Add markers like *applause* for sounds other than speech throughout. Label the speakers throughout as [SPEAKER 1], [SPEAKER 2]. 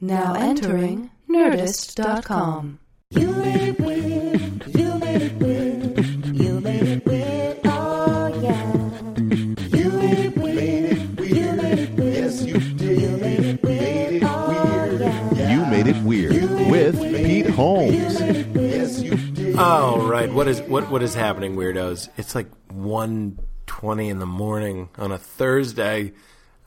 [SPEAKER 1] Now entering Nerdist.com.
[SPEAKER 2] You made it weird. You made it weird. You made it weird. Oh yeah. You made it weird. You made it weird. Yes, you did. You made it weird. Oh yeah.
[SPEAKER 3] You Made It Weird with Pete Holmes.
[SPEAKER 4] All Oh, right, what is what what is happening, weirdos? It's like 1.20 in the morning on a Thursday,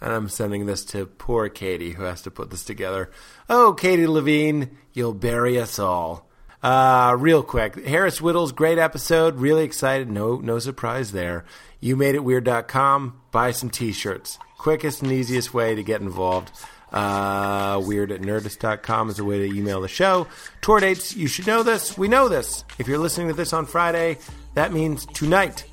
[SPEAKER 4] and I'm sending this to poor Katie who has to put this together. Oh, Katie Levine, you'll bury us all. Uh, real quick, Harris Whittle's great episode. Really excited. No, no surprise there. You made it weird.com. Buy some t-shirts. Quickest and easiest way to get involved. Uh, weird at nerdist.com is a way to email the show. Tour dates, you should know this. We know this. If you're listening to this on Friday, that means tonight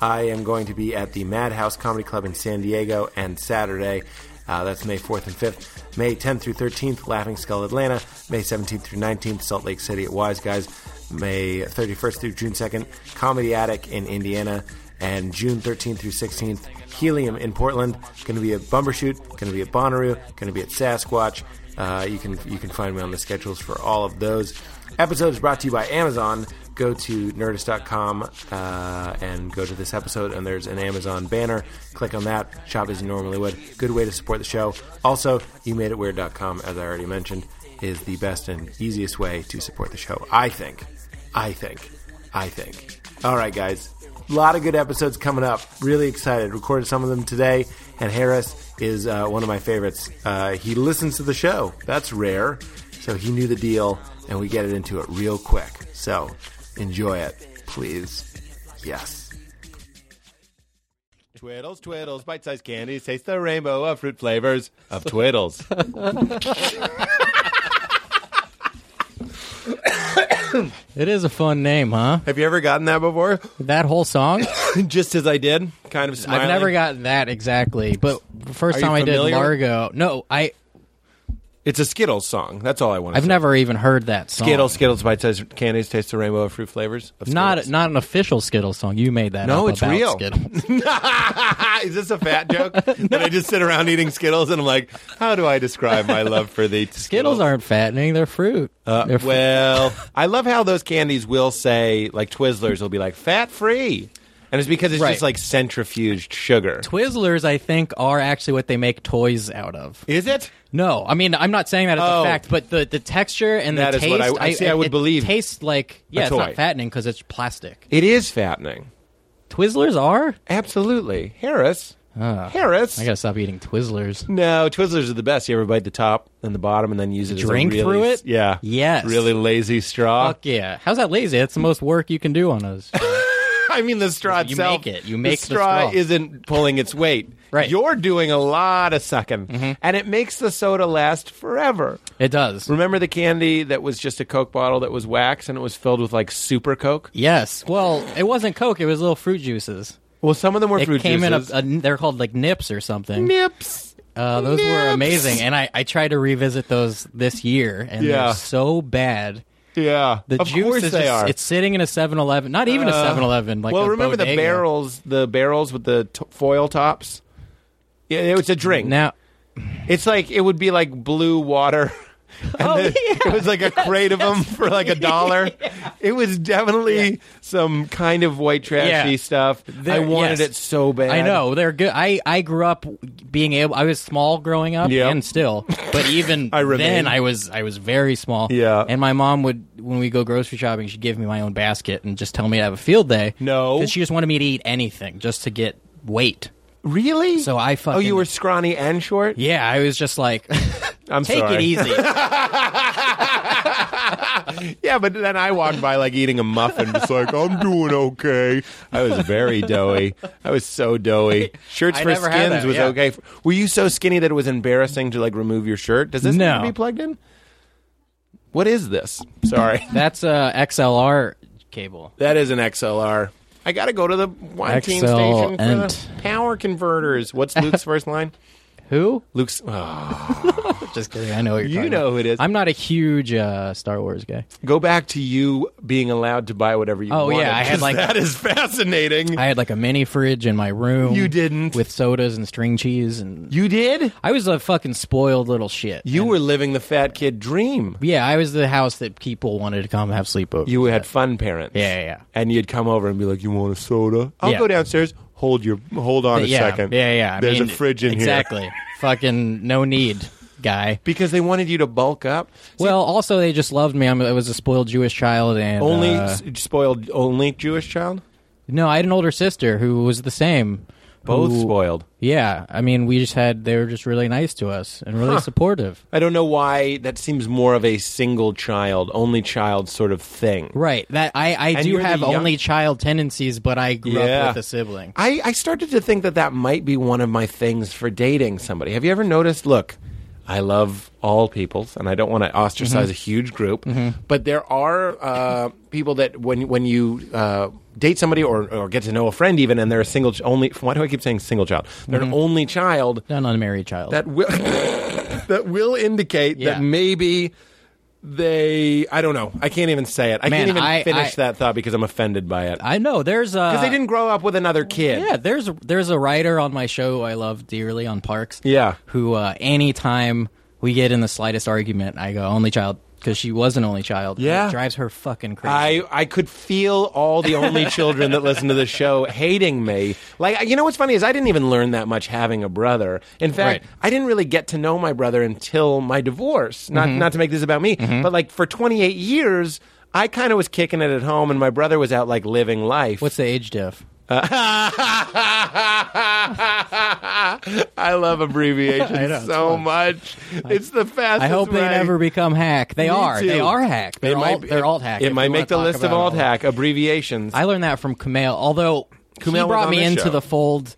[SPEAKER 4] I am going to be at the Madhouse Comedy Club in San Diego and Saturday. Uh, that's May 4th and 5th. May 10th through 13th, Laughing Skull Atlanta. May 17th through 19th, Salt Lake City at Wise Guys. May 31st through June 2nd, Comedy Attic in Indiana and June 13th through 16th, Helium in Portland. Going to be at Bumbershoot, going to be at Bonnaroo, going to be at Sasquatch. Uh, you can you can find me on the schedules for all of those. Episode is brought to you by Amazon. Go to nerdist.com uh, and go to this episode, and there's an Amazon banner. Click on that. Shop as you normally would. Good way to support the show. Also, you made it weird.com, as I already mentioned, is the best and easiest way to support the show. I think. I think. I think. All right, guys. A lot of good episodes coming up. Really excited. Recorded some of them today, and Harris is uh, one of my favorites. Uh, he listens to the show. That's rare. So he knew the deal, and we get it into it real quick. So enjoy it, please. Yes.
[SPEAKER 3] Twiddles, twiddles, bite-sized candies, taste the rainbow of fruit flavors
[SPEAKER 5] *laughs*
[SPEAKER 3] of twiddles.
[SPEAKER 5] It is a fun name, huh?
[SPEAKER 3] Have you ever gotten that before? *laughs*
[SPEAKER 5] That whole song?
[SPEAKER 3] Just as I did, kind of smiling.
[SPEAKER 5] I've never gotten that exactly. But the first
[SPEAKER 3] Are you
[SPEAKER 5] time I did
[SPEAKER 3] familiar?
[SPEAKER 5] Largo, no, I
[SPEAKER 3] It's a Skittles song. That's all I want.
[SPEAKER 5] I've never even heard that song.
[SPEAKER 3] Skittles, Skittles, bite-sized candies, taste the rainbow of fruit flavors. Of
[SPEAKER 5] Not
[SPEAKER 3] Skittles.
[SPEAKER 5] not an official Skittles song. You made that.
[SPEAKER 3] No,
[SPEAKER 5] up
[SPEAKER 3] it's
[SPEAKER 5] about
[SPEAKER 3] real.
[SPEAKER 5] Skittles. *laughs*
[SPEAKER 3] *laughs* Is this a fat joke? That I just sit around eating Skittles and I'm like, how do I describe my love for the
[SPEAKER 5] Skittles aren't fattening; they're fruit. *laughs*
[SPEAKER 3] Uh,
[SPEAKER 5] they're fr-
[SPEAKER 3] well, I love how those candies will say like Twizzlers will be like fat free, and it's because it's
[SPEAKER 5] Right.
[SPEAKER 3] just like centrifuged sugar.
[SPEAKER 5] Twizzlers, I think, are actually what they make toys out of.
[SPEAKER 3] Is it?
[SPEAKER 5] No, I mean, I'm not saying that as
[SPEAKER 3] Oh.
[SPEAKER 5] a fact, but the, the texture and
[SPEAKER 3] That
[SPEAKER 5] the
[SPEAKER 3] is
[SPEAKER 5] taste.
[SPEAKER 3] what I- I see, I would
[SPEAKER 5] it
[SPEAKER 3] believe
[SPEAKER 5] Tastes like yeah, it's
[SPEAKER 3] toy.
[SPEAKER 5] not fattening because it's plastic.
[SPEAKER 3] It is fattening.
[SPEAKER 5] Twizzlers are.
[SPEAKER 3] Absolutely, Harris. Harris.
[SPEAKER 5] Ah, I gotta stop eating Twizzlers.
[SPEAKER 3] No, Twizzlers are the best. You ever bite the top and the bottom and then use it
[SPEAKER 5] Drink
[SPEAKER 3] as a really,
[SPEAKER 5] through it?
[SPEAKER 3] Yeah.
[SPEAKER 5] Yes.
[SPEAKER 3] Really lazy straw.
[SPEAKER 5] Fuck yeah! How's that lazy? That's the most work you can do on us.
[SPEAKER 3] *laughs* I mean, the straw
[SPEAKER 5] You
[SPEAKER 3] itself.
[SPEAKER 5] make it. You make the
[SPEAKER 3] straw.
[SPEAKER 5] straw.
[SPEAKER 3] isn't pulling its weight.
[SPEAKER 5] *laughs* Right. Mm-hmm.
[SPEAKER 3] You're doing a lot of sucking, and it makes the soda last forever.
[SPEAKER 5] It does.
[SPEAKER 3] Remember the candy that was just a Coke bottle that was wax and it was filled with like super Coke?
[SPEAKER 5] Yes. Well, it wasn't Coke. It was little fruit juices.
[SPEAKER 3] Well, some of them were
[SPEAKER 5] It
[SPEAKER 3] fruit
[SPEAKER 5] came
[SPEAKER 3] juices.
[SPEAKER 5] in a, a. They're called like nips or something.
[SPEAKER 3] nips.
[SPEAKER 5] Uh, those were
[SPEAKER 3] Nips.
[SPEAKER 5] amazing, and I I tried to revisit those this year, and
[SPEAKER 3] Yeah.
[SPEAKER 5] they're so bad.
[SPEAKER 3] Yeah.
[SPEAKER 5] The
[SPEAKER 3] of
[SPEAKER 5] juice
[SPEAKER 3] course
[SPEAKER 5] is
[SPEAKER 3] they
[SPEAKER 5] just-
[SPEAKER 3] are.
[SPEAKER 5] It's sitting in a 7-Eleven. Not even a
[SPEAKER 3] Uh,
[SPEAKER 5] 7-Eleven. Like
[SPEAKER 3] well,
[SPEAKER 5] a
[SPEAKER 3] remember the
[SPEAKER 5] bodega.
[SPEAKER 3] barrels, the barrels with the t- foil tops? Yeah, it was a drink.
[SPEAKER 5] Now,
[SPEAKER 3] It's like it would be like blue water. *laughs* And
[SPEAKER 5] Oh,
[SPEAKER 3] the-
[SPEAKER 5] yeah.
[SPEAKER 3] It was like a crate of them for like a
[SPEAKER 5] *laughs*
[SPEAKER 3] dollar. It was definitely some kind of white trashy
[SPEAKER 5] Yeah.
[SPEAKER 3] stuff. I
[SPEAKER 5] There-
[SPEAKER 3] wanted
[SPEAKER 5] yes.
[SPEAKER 3] it so bad.
[SPEAKER 5] I know they're good. I I grew up being able. I was small growing up,
[SPEAKER 3] Yeah.
[SPEAKER 5] and still, but even
[SPEAKER 3] *laughs* I remain.
[SPEAKER 5] then, I was I was very small.
[SPEAKER 3] Yeah.
[SPEAKER 5] and my mom would when we go grocery shopping, she'd give me my own basket and just tell me to have a field day.
[SPEAKER 3] No.
[SPEAKER 5] because she just wanted me to eat anything just to get weight.
[SPEAKER 3] Really?
[SPEAKER 5] So I
[SPEAKER 3] Oh, you
[SPEAKER 5] fucking-
[SPEAKER 3] were scrawny and short?
[SPEAKER 5] Yeah, I was just like, *laughs*
[SPEAKER 3] *laughs* I'm
[SPEAKER 5] take
[SPEAKER 3] sorry.
[SPEAKER 5] it
[SPEAKER 3] *laughs*
[SPEAKER 5] easy.
[SPEAKER 3] Yeah, but then I walked by like eating a muffin, just like I'm doing okay. I was very doughy. I was
[SPEAKER 5] *laughs*
[SPEAKER 3] so doughy. Shirts
[SPEAKER 5] I
[SPEAKER 3] for
[SPEAKER 5] never had
[SPEAKER 3] skins
[SPEAKER 5] that,
[SPEAKER 3] was
[SPEAKER 5] yeah.
[SPEAKER 3] okay. Were you so skinny that it was embarrassing to like remove your shirt? Does this
[SPEAKER 5] No.
[SPEAKER 3] need to be plugged in? What is this?
[SPEAKER 5] *laughs*
[SPEAKER 3] Sorry,
[SPEAKER 5] That's uh, a XLR cable.
[SPEAKER 3] that is an XLR. I got to go to the wine team
[SPEAKER 5] XL
[SPEAKER 3] station for
[SPEAKER 5] and-
[SPEAKER 3] the power converters. What's Luke's first line?
[SPEAKER 5] Who?
[SPEAKER 3] Luke's. Oh,
[SPEAKER 5] Just kidding. I know what you're
[SPEAKER 3] You
[SPEAKER 5] talking
[SPEAKER 3] know
[SPEAKER 5] about.
[SPEAKER 3] who it is.
[SPEAKER 5] I'm not a huge uh, Star Wars guy.
[SPEAKER 3] go back to you being allowed to buy whatever you
[SPEAKER 5] Oh,
[SPEAKER 3] wanted,
[SPEAKER 5] yeah, I had,
[SPEAKER 3] 'cause
[SPEAKER 5] like-
[SPEAKER 3] that is fascinating.
[SPEAKER 5] I had like a mini fridge in my room.
[SPEAKER 3] You didn't.
[SPEAKER 5] with sodas and string cheese, and
[SPEAKER 3] you did.
[SPEAKER 5] I was a fucking spoiled little shit.
[SPEAKER 3] You were living the fat kid dream.
[SPEAKER 5] yeah, I was the house that people wanted to come have sleepovers.
[SPEAKER 3] You had fun parents.
[SPEAKER 5] Yeah, yeah, yeah.
[SPEAKER 3] And you'd come over and be like, "You want a soda? I'll
[SPEAKER 5] Yeah.
[SPEAKER 3] go downstairs. Hold your hold on a
[SPEAKER 5] yeah,
[SPEAKER 3] second.
[SPEAKER 5] Yeah, yeah. I
[SPEAKER 3] There's
[SPEAKER 5] mean,
[SPEAKER 3] a fridge in here. *laughs*
[SPEAKER 5] Exactly. Fucking no need, guy.
[SPEAKER 3] Because they wanted you to bulk up.
[SPEAKER 5] well, also they just loved me. I'm, I was a spoiled Jewish child, and
[SPEAKER 3] Only
[SPEAKER 5] uh,
[SPEAKER 3] s- spoiled. Only Jewish child.
[SPEAKER 5] no, I had an older sister who was the same.
[SPEAKER 3] Both
[SPEAKER 5] who-
[SPEAKER 3] spoiled.
[SPEAKER 5] Yeah, I mean, we just had they were just really nice to us and really supportive.
[SPEAKER 3] I don't know why that seems more of a single child, only child sort of thing.
[SPEAKER 5] Right. That I I do
[SPEAKER 3] you're the
[SPEAKER 5] have
[SPEAKER 3] young-
[SPEAKER 5] only child tendencies, but I grew
[SPEAKER 3] Yeah.
[SPEAKER 5] up with a sibling.
[SPEAKER 3] I, I started to think that that might be one of my things for dating somebody. Have you ever noticed? Look, I love all peoples, and I don't want to ostracize a huge group, but there are uh, people that when when you uh, date somebody or, or get to know a friend, even, and they're a single ch- only. Why do I keep saying single child? They're an only child.
[SPEAKER 5] Not an unmarried child.
[SPEAKER 3] that will *laughs* that will indicate
[SPEAKER 5] Yeah.
[SPEAKER 3] that maybe they I don't know. I can't even say it. I
[SPEAKER 5] Man,
[SPEAKER 3] can't even
[SPEAKER 5] I-
[SPEAKER 3] finish
[SPEAKER 5] I-
[SPEAKER 3] that thought because I'm offended by it.
[SPEAKER 5] I know. There's uh,
[SPEAKER 3] Cuz they didn't grow up with another kid.
[SPEAKER 5] Yeah, there's there's a writer on my show I love dearly on Parks.
[SPEAKER 3] Yeah.
[SPEAKER 5] who uh, anytime we get in the slightest argument, I go only child because she was an only child. and
[SPEAKER 3] Yeah.
[SPEAKER 5] it drives her fucking crazy.
[SPEAKER 3] I, I could feel all
[SPEAKER 5] *laughs*
[SPEAKER 3] the only children that listen to the show hating me. Like, you know what's funny is I didn't even learn that much having a brother. In fact,
[SPEAKER 5] Right.
[SPEAKER 3] I didn't really get to know my brother until my divorce. Not,
[SPEAKER 5] Mm-hmm.
[SPEAKER 3] not to make this about me, but like for 28 years, I kind of was kicking it at home and my brother was out like living life.
[SPEAKER 5] What's the age diff? *laughs*
[SPEAKER 3] I love abbreviations so much. It's the fastest.
[SPEAKER 5] I hope they
[SPEAKER 3] way.
[SPEAKER 5] never become hack. They
[SPEAKER 3] Me
[SPEAKER 5] are.
[SPEAKER 3] too.
[SPEAKER 5] They are hack. They're
[SPEAKER 3] It might
[SPEAKER 5] alt,
[SPEAKER 3] be-
[SPEAKER 5] they're alt hack.
[SPEAKER 3] It
[SPEAKER 5] if
[SPEAKER 3] might
[SPEAKER 5] you wanna
[SPEAKER 3] make the
[SPEAKER 5] talk
[SPEAKER 3] list of
[SPEAKER 5] about
[SPEAKER 3] alt
[SPEAKER 5] it.
[SPEAKER 3] hack abbreviations.
[SPEAKER 5] I learned that from Kumail. Although
[SPEAKER 3] Kumail
[SPEAKER 5] he
[SPEAKER 3] was on
[SPEAKER 5] brought me
[SPEAKER 3] this
[SPEAKER 5] into
[SPEAKER 3] show.
[SPEAKER 5] the fold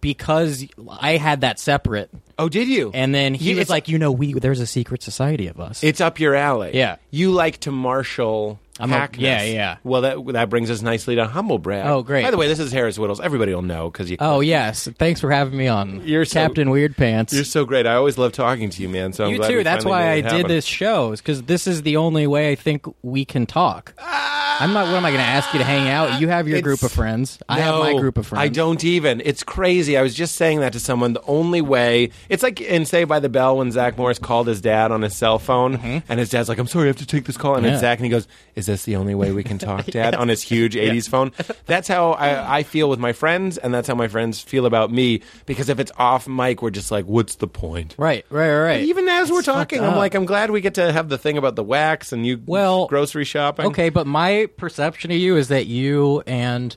[SPEAKER 5] because I had that separate,
[SPEAKER 3] oh, did you?
[SPEAKER 5] and then he
[SPEAKER 3] You-
[SPEAKER 5] was
[SPEAKER 3] it's-
[SPEAKER 5] like, you know, we there's a secret society of us.
[SPEAKER 3] "It's up your alley."
[SPEAKER 5] Yeah.
[SPEAKER 3] you like to marshal.
[SPEAKER 5] I'm a-
[SPEAKER 3] hackness.
[SPEAKER 5] yeah, yeah.
[SPEAKER 3] Well, that that brings us nicely to humble brag.
[SPEAKER 5] Oh, great.
[SPEAKER 3] By the way, this is Harris Whittles. Everybody will know because you.
[SPEAKER 5] Oh yes, thanks for having me on.
[SPEAKER 3] You're so-
[SPEAKER 5] Captain Weird Pants.
[SPEAKER 3] You're so great. I always love talking to you, man. So I'm
[SPEAKER 5] You
[SPEAKER 3] glad
[SPEAKER 5] too.
[SPEAKER 3] we
[SPEAKER 5] That's
[SPEAKER 3] finally
[SPEAKER 5] why I
[SPEAKER 3] made it
[SPEAKER 5] did
[SPEAKER 3] happen.
[SPEAKER 5] this show because this is the only way I think we can talk. I'm not. What am I going to ask you to hang out? You have your
[SPEAKER 3] Ah! It's-
[SPEAKER 5] group of friends. I have my
[SPEAKER 3] No,
[SPEAKER 5] group of friends.
[SPEAKER 3] I don't even. It's crazy. I was just saying that to someone. The only way it's like in Saved by the Bell when Zach Morris called his dad on his cell phone, and his dad's like, "I'm sorry, I have to take this call," and
[SPEAKER 5] Mm-hmm. Yeah.
[SPEAKER 3] it's Zach, and he goes, "Is this the only way we
[SPEAKER 5] *laughs*
[SPEAKER 3] can talk, Dad?" On his huge '80s phone. That's how I, I feel with my friends, and that's how my friends feel about me. Because if it's off mic, we're just like, "What's the point?"
[SPEAKER 5] Right. Right. Right.
[SPEAKER 3] Even as we're talking, I'm
[SPEAKER 5] up.
[SPEAKER 3] like, I'm glad we get to have the thing about the wax and you
[SPEAKER 5] Well,
[SPEAKER 3] grocery shopping.
[SPEAKER 5] Okay, but my perception of you is that you and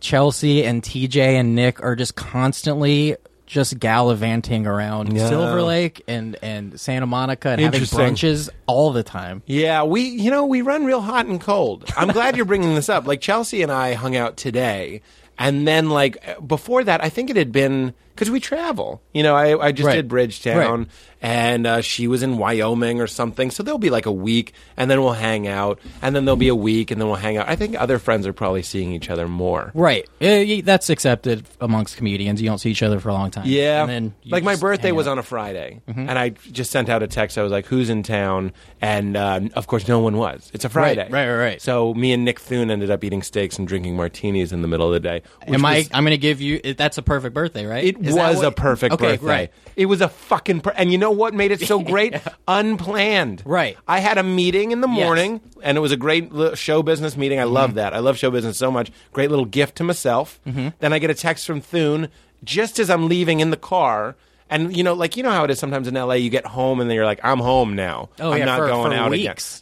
[SPEAKER 5] Chelsea and TJ and Nick are just constantly just gallivanting around Silver Lake and and Santa Monica and having
[SPEAKER 3] Interesting.
[SPEAKER 5] brunches all the time.
[SPEAKER 3] Yeah, we you know we run real hot and cold. I'm glad you're bringing this up. Like Chelsea and I hung out today, and then like before that, I think it had been because we travel. You know, I I just
[SPEAKER 5] Right.
[SPEAKER 3] did Bridgetown,
[SPEAKER 5] Right.
[SPEAKER 3] and uh, she was in Wyoming or something. So there'll be like a week, and then we'll hang out, and then there'll be a week, and then we'll hang out. I think other friends are probably seeing each other more.
[SPEAKER 5] Right. Eh, y- that's accepted amongst comedians. You don't see each other for a long time.
[SPEAKER 3] Yeah.
[SPEAKER 5] And then you
[SPEAKER 3] like my
[SPEAKER 5] just
[SPEAKER 3] birthday
[SPEAKER 5] hang
[SPEAKER 3] was
[SPEAKER 5] out. Mm-hmm.
[SPEAKER 3] on a Friday, and I just sent out a text. I was like, "Who's in town?" And uh, of course, no one was. It's a Friday,
[SPEAKER 5] right, right, right.
[SPEAKER 3] So me and Nick Thune ended up eating steaks and drinking martinis in the middle of the day. which
[SPEAKER 5] Am I?
[SPEAKER 3] was-
[SPEAKER 5] I'm going to give you. That's a perfect birthday, right?
[SPEAKER 3] It
[SPEAKER 5] Is that
[SPEAKER 3] was
[SPEAKER 5] what-
[SPEAKER 3] a perfect
[SPEAKER 5] okay,
[SPEAKER 3] birthday.
[SPEAKER 5] Right.
[SPEAKER 3] It was a fucking per- and you know what made it
[SPEAKER 5] *laughs*
[SPEAKER 3] so great? Unplanned.
[SPEAKER 5] Right.
[SPEAKER 3] I had a meeting in the
[SPEAKER 5] Yes. Mm-hmm.
[SPEAKER 3] morning and it was a great li- show business meeting. I love that. I love show business so much. Great little gift to myself.
[SPEAKER 5] Mm-hmm.
[SPEAKER 3] Then I get a text from Thune just as I'm leaving in the car. And you know, like you know how it is sometimes in LA, you get home and then you're like, I'm home now.
[SPEAKER 5] Oh
[SPEAKER 3] I'm
[SPEAKER 5] yeah.
[SPEAKER 3] not
[SPEAKER 5] for,
[SPEAKER 3] going
[SPEAKER 5] for
[SPEAKER 3] out again.
[SPEAKER 5] weeks.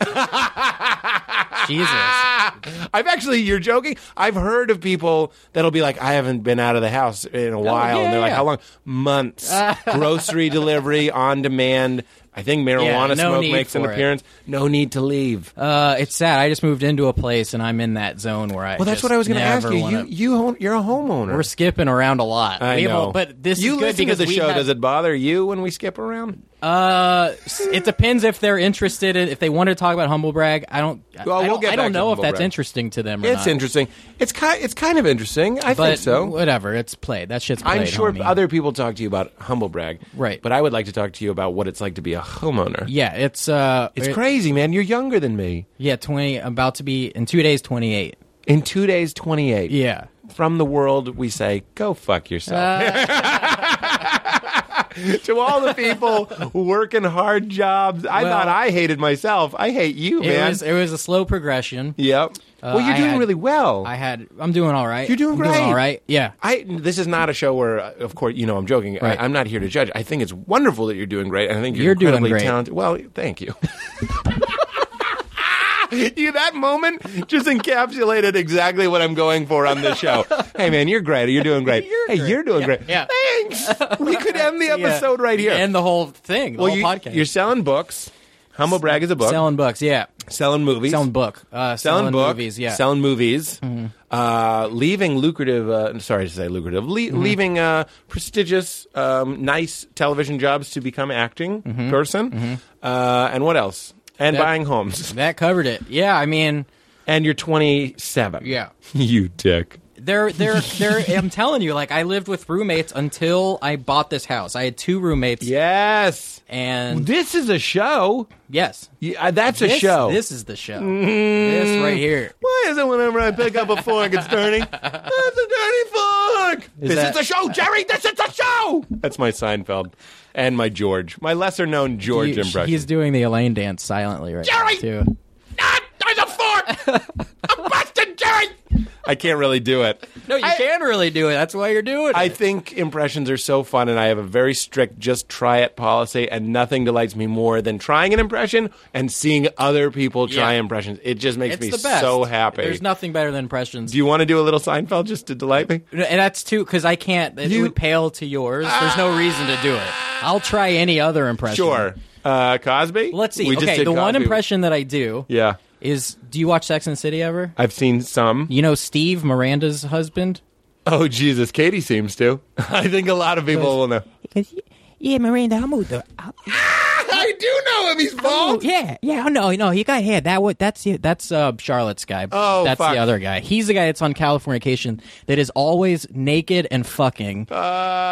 [SPEAKER 5] Jesus.
[SPEAKER 3] I've actually, you're joking. I've heard of people that'll be like, I haven't been out of the
[SPEAKER 5] Oh,
[SPEAKER 3] house in a while. and they're like,
[SPEAKER 5] yeah. *laughs*
[SPEAKER 3] how long? Months. Grocery delivery, on demand. I think marijuana
[SPEAKER 5] Yeah, no
[SPEAKER 3] smoke
[SPEAKER 5] need
[SPEAKER 3] makes an
[SPEAKER 5] for it.
[SPEAKER 3] appearance. No need to leave.
[SPEAKER 5] Uh, it's sad. I just moved into a place and I'm in that zone where I.
[SPEAKER 3] well, that's
[SPEAKER 5] just
[SPEAKER 3] what I was going to ask
[SPEAKER 5] never
[SPEAKER 3] you.
[SPEAKER 5] wanna-
[SPEAKER 3] You you own, you're a homeowner.
[SPEAKER 5] we're skipping around a lot.
[SPEAKER 3] I
[SPEAKER 5] We have a-
[SPEAKER 3] know,
[SPEAKER 5] but this
[SPEAKER 3] you
[SPEAKER 5] is good
[SPEAKER 3] listen
[SPEAKER 5] because
[SPEAKER 3] to the
[SPEAKER 5] we
[SPEAKER 3] show.
[SPEAKER 5] have-
[SPEAKER 3] Does it bother you when we skip around?
[SPEAKER 5] Uh, s- it depends if they're interested in if they want to talk about humble brag. I don't. I-
[SPEAKER 3] Well,
[SPEAKER 5] I
[SPEAKER 3] we'll
[SPEAKER 5] don't,
[SPEAKER 3] get
[SPEAKER 5] I
[SPEAKER 3] back
[SPEAKER 5] don't
[SPEAKER 3] to
[SPEAKER 5] know if
[SPEAKER 3] humble
[SPEAKER 5] that's
[SPEAKER 3] brag.
[SPEAKER 5] interesting to them. Or
[SPEAKER 3] It's
[SPEAKER 5] not.
[SPEAKER 3] interesting. It's kind it's kind of interesting. I
[SPEAKER 5] but
[SPEAKER 3] think so.
[SPEAKER 5] whatever. It's played. That shit's. Played,
[SPEAKER 3] I'm sure
[SPEAKER 5] homie.
[SPEAKER 3] other people talk to you about humble brag,
[SPEAKER 5] Right.
[SPEAKER 3] But I would like to talk to you about what it's like to be a homeowner.
[SPEAKER 5] Yeah, it's uh,
[SPEAKER 3] It's
[SPEAKER 5] it-
[SPEAKER 3] crazy, man. You're younger than me.
[SPEAKER 5] Yeah, twenty. About to be in two days, twenty eight.
[SPEAKER 3] In two days, 28.
[SPEAKER 5] Yeah.
[SPEAKER 3] From the world, we say, go fuck yourself.
[SPEAKER 5] Ah.
[SPEAKER 3] *laughs* to all the people working hard jobs, I
[SPEAKER 5] Well-
[SPEAKER 3] thought I hated myself. I hate you,
[SPEAKER 5] It
[SPEAKER 3] Oh, man.
[SPEAKER 5] was it was a slow progression.
[SPEAKER 3] yep. well, you're
[SPEAKER 5] I
[SPEAKER 3] doing
[SPEAKER 5] had-
[SPEAKER 3] really well.
[SPEAKER 5] I had. I'm doing all right.
[SPEAKER 3] You're doing
[SPEAKER 5] I'm
[SPEAKER 3] great.
[SPEAKER 5] all right. Yeah.
[SPEAKER 3] I this is not a show where, uh, of course, you know I'm joking.
[SPEAKER 5] Right.
[SPEAKER 3] I, I'm not here to judge. I think it's wonderful that you're doing great, and I think you're,
[SPEAKER 5] You're doing
[SPEAKER 3] incredibly
[SPEAKER 5] great.
[SPEAKER 3] talented. Well, thank you. *laughs* you that moment just encapsulated exactly what I'm going for on
[SPEAKER 5] *laughs*
[SPEAKER 3] this show. hey man, you're great. You're doing great. hey,
[SPEAKER 5] great.
[SPEAKER 3] you're doing
[SPEAKER 5] Yeah,
[SPEAKER 3] great.
[SPEAKER 5] yeah.
[SPEAKER 3] Thanks. We could end the
[SPEAKER 5] *laughs* Yeah.
[SPEAKER 3] episode right here.
[SPEAKER 5] And the whole thing. The
[SPEAKER 3] well,
[SPEAKER 5] whole
[SPEAKER 3] you,
[SPEAKER 5] podcast.
[SPEAKER 3] you're selling books. Humble brag is a book.
[SPEAKER 5] selling books. Yeah.
[SPEAKER 3] selling movies.
[SPEAKER 5] Selling book. Uh,
[SPEAKER 3] selling, book,
[SPEAKER 5] movies. Yeah. Mm-hmm.
[SPEAKER 3] selling movies, uh, leaving lucrative. Uh, sorry to say lucrative, le-
[SPEAKER 5] Mm-hmm.
[SPEAKER 3] leaving uh, prestigious, um, nice television jobs to become acting person, Uh, and what else? And
[SPEAKER 5] Mm-hmm. That-
[SPEAKER 3] buying homes.
[SPEAKER 5] that covered it. Yeah. I mean.
[SPEAKER 3] And you're 27.
[SPEAKER 5] Yeah.
[SPEAKER 3] *laughs* you dick.
[SPEAKER 5] They're, they're,
[SPEAKER 3] *laughs*
[SPEAKER 5] they're, I'm telling you, like, I lived with roommates until I bought this house. I had two roommates.
[SPEAKER 3] Yes.
[SPEAKER 5] And
[SPEAKER 3] This is a show.
[SPEAKER 5] yes.
[SPEAKER 3] Yeah, that's a
[SPEAKER 5] This-
[SPEAKER 3] show.
[SPEAKER 5] This is the show. This right here.
[SPEAKER 3] Why is it whenever I pick up a fork, it's *laughs* dirty? That's a dirty fork. this is
[SPEAKER 5] that-
[SPEAKER 3] the show, Jerry. This is the show. That's my Seinfeld and my George, my lesser-known George
[SPEAKER 5] You-
[SPEAKER 3] impression.
[SPEAKER 5] he's doing the Elaine dance silently right
[SPEAKER 3] Jerry!
[SPEAKER 5] now, too.
[SPEAKER 3] ah, there's a fork. *laughs* a busted Jerry. I can't really do it.
[SPEAKER 5] No, you
[SPEAKER 3] I-
[SPEAKER 5] can really do it. That's why you're doing it.
[SPEAKER 3] I think impressions are so fun, and I have a very strict just try it policy, and nothing delights me more than trying an impression and seeing other people try
[SPEAKER 5] Yeah.
[SPEAKER 3] impressions. It just makes
[SPEAKER 5] it's
[SPEAKER 3] me
[SPEAKER 5] the best.
[SPEAKER 3] so happy.
[SPEAKER 5] There's nothing better than impressions.
[SPEAKER 3] do you want to do a little Seinfeld just to delight me?
[SPEAKER 5] and that's too because I can't. It
[SPEAKER 3] You-
[SPEAKER 5] would pale to yours. There's no reason to do it. I'll try any other impression.
[SPEAKER 3] Sure. Uh, Cosby?
[SPEAKER 5] Let's see.
[SPEAKER 3] We just
[SPEAKER 5] okay,
[SPEAKER 3] did
[SPEAKER 5] the one
[SPEAKER 3] Cosby.
[SPEAKER 5] impression that I do
[SPEAKER 3] Yeah.
[SPEAKER 5] is: Do you watch Sex and the City ever?
[SPEAKER 3] I've seen some.
[SPEAKER 5] You know Steve Miranda's husband.
[SPEAKER 3] Oh, Jesus. Katie seems to. *laughs* I think a lot of people will know.
[SPEAKER 6] Because, yeah, Miranda, I moved. The, I,
[SPEAKER 3] *laughs* I do know him. He's bald.
[SPEAKER 6] yeah,
[SPEAKER 5] oh,
[SPEAKER 6] yeah, I know, no, he got hair. That would, that's it.
[SPEAKER 5] That's uh, Charlotte's guy.
[SPEAKER 3] Oh,
[SPEAKER 5] that's
[SPEAKER 3] fuck.
[SPEAKER 5] the other guy. He's the guy that's on Californication that is always naked and fucking.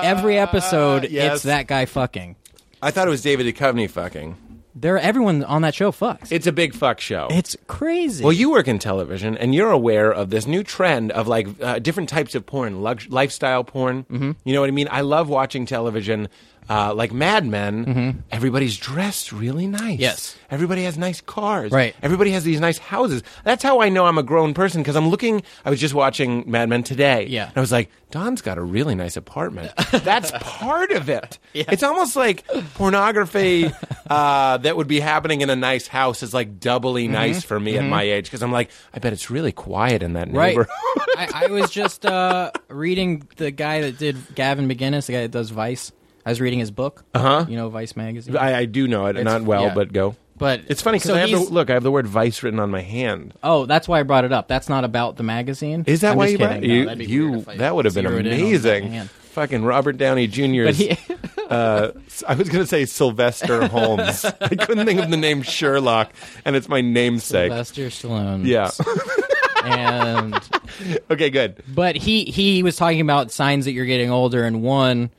[SPEAKER 5] Every episode,
[SPEAKER 3] Uh, yes.
[SPEAKER 5] it's that guy fucking.
[SPEAKER 3] I thought it was David Duchovny fucking.
[SPEAKER 5] There, everyone on that show fucks.
[SPEAKER 3] It's a big fuck show.
[SPEAKER 5] it's crazy.
[SPEAKER 3] well, you work in television, and you're aware of this new trend of like uh, different types of porn, lux- lifestyle porn. Mm-hmm. You know what I mean? I love watching television, uh, like Mad Men. Everybody's dressed really nice.
[SPEAKER 5] Yes.
[SPEAKER 3] Everybody has nice cars.
[SPEAKER 5] Right.
[SPEAKER 3] Everybody has these nice houses. That's how I know I'm a grown person because I'm looking. I was just watching Mad Men today.
[SPEAKER 5] Yeah.
[SPEAKER 3] And I was like, Don's got a really nice apartment. That's part
[SPEAKER 5] *laughs*
[SPEAKER 3] of it. It's almost like pornography uh, that would be happening in a nice house is like doubly
[SPEAKER 5] Mm-hmm.
[SPEAKER 3] nice for me at my age because I'm like, I bet it's really quiet in that
[SPEAKER 5] *laughs* Right.
[SPEAKER 3] neighborhood. *laughs*
[SPEAKER 5] I, I was just uh, reading the guy that did Gavin McGinnis, the guy that does Vice. I was reading his book. Uh huh. You know Vice magazine.
[SPEAKER 3] Uh-huh. I, I do know it,
[SPEAKER 5] It's-
[SPEAKER 3] not well,
[SPEAKER 5] yeah.
[SPEAKER 3] but go.
[SPEAKER 5] but
[SPEAKER 3] It's funny because
[SPEAKER 5] so
[SPEAKER 3] I have the
[SPEAKER 5] he's-
[SPEAKER 3] look. I have the word "vice" written on my hand.
[SPEAKER 5] Oh, that's why I brought it up. That's not about the magazine.
[SPEAKER 3] Is that
[SPEAKER 5] I'm
[SPEAKER 3] why
[SPEAKER 5] just
[SPEAKER 3] you
[SPEAKER 5] kidding.
[SPEAKER 3] brought
[SPEAKER 5] No,
[SPEAKER 3] you?
[SPEAKER 5] that'd be
[SPEAKER 3] you-
[SPEAKER 5] weird if I
[SPEAKER 3] that would have been
[SPEAKER 5] zeroed in on that
[SPEAKER 3] amazing.
[SPEAKER 5] hand.
[SPEAKER 3] Fucking Robert Downey Jr.'s.
[SPEAKER 5] But *laughs* he-
[SPEAKER 3] uh, I was going to
[SPEAKER 5] *laughs*
[SPEAKER 3] say Sylvester Holmes. I couldn't think of the name Sherlock, and it's my namesake.
[SPEAKER 5] Sylvester Stallone.
[SPEAKER 3] Yeah. *laughs*
[SPEAKER 5] and
[SPEAKER 3] okay, good.
[SPEAKER 5] but he he was talking about signs that you're getting older, and one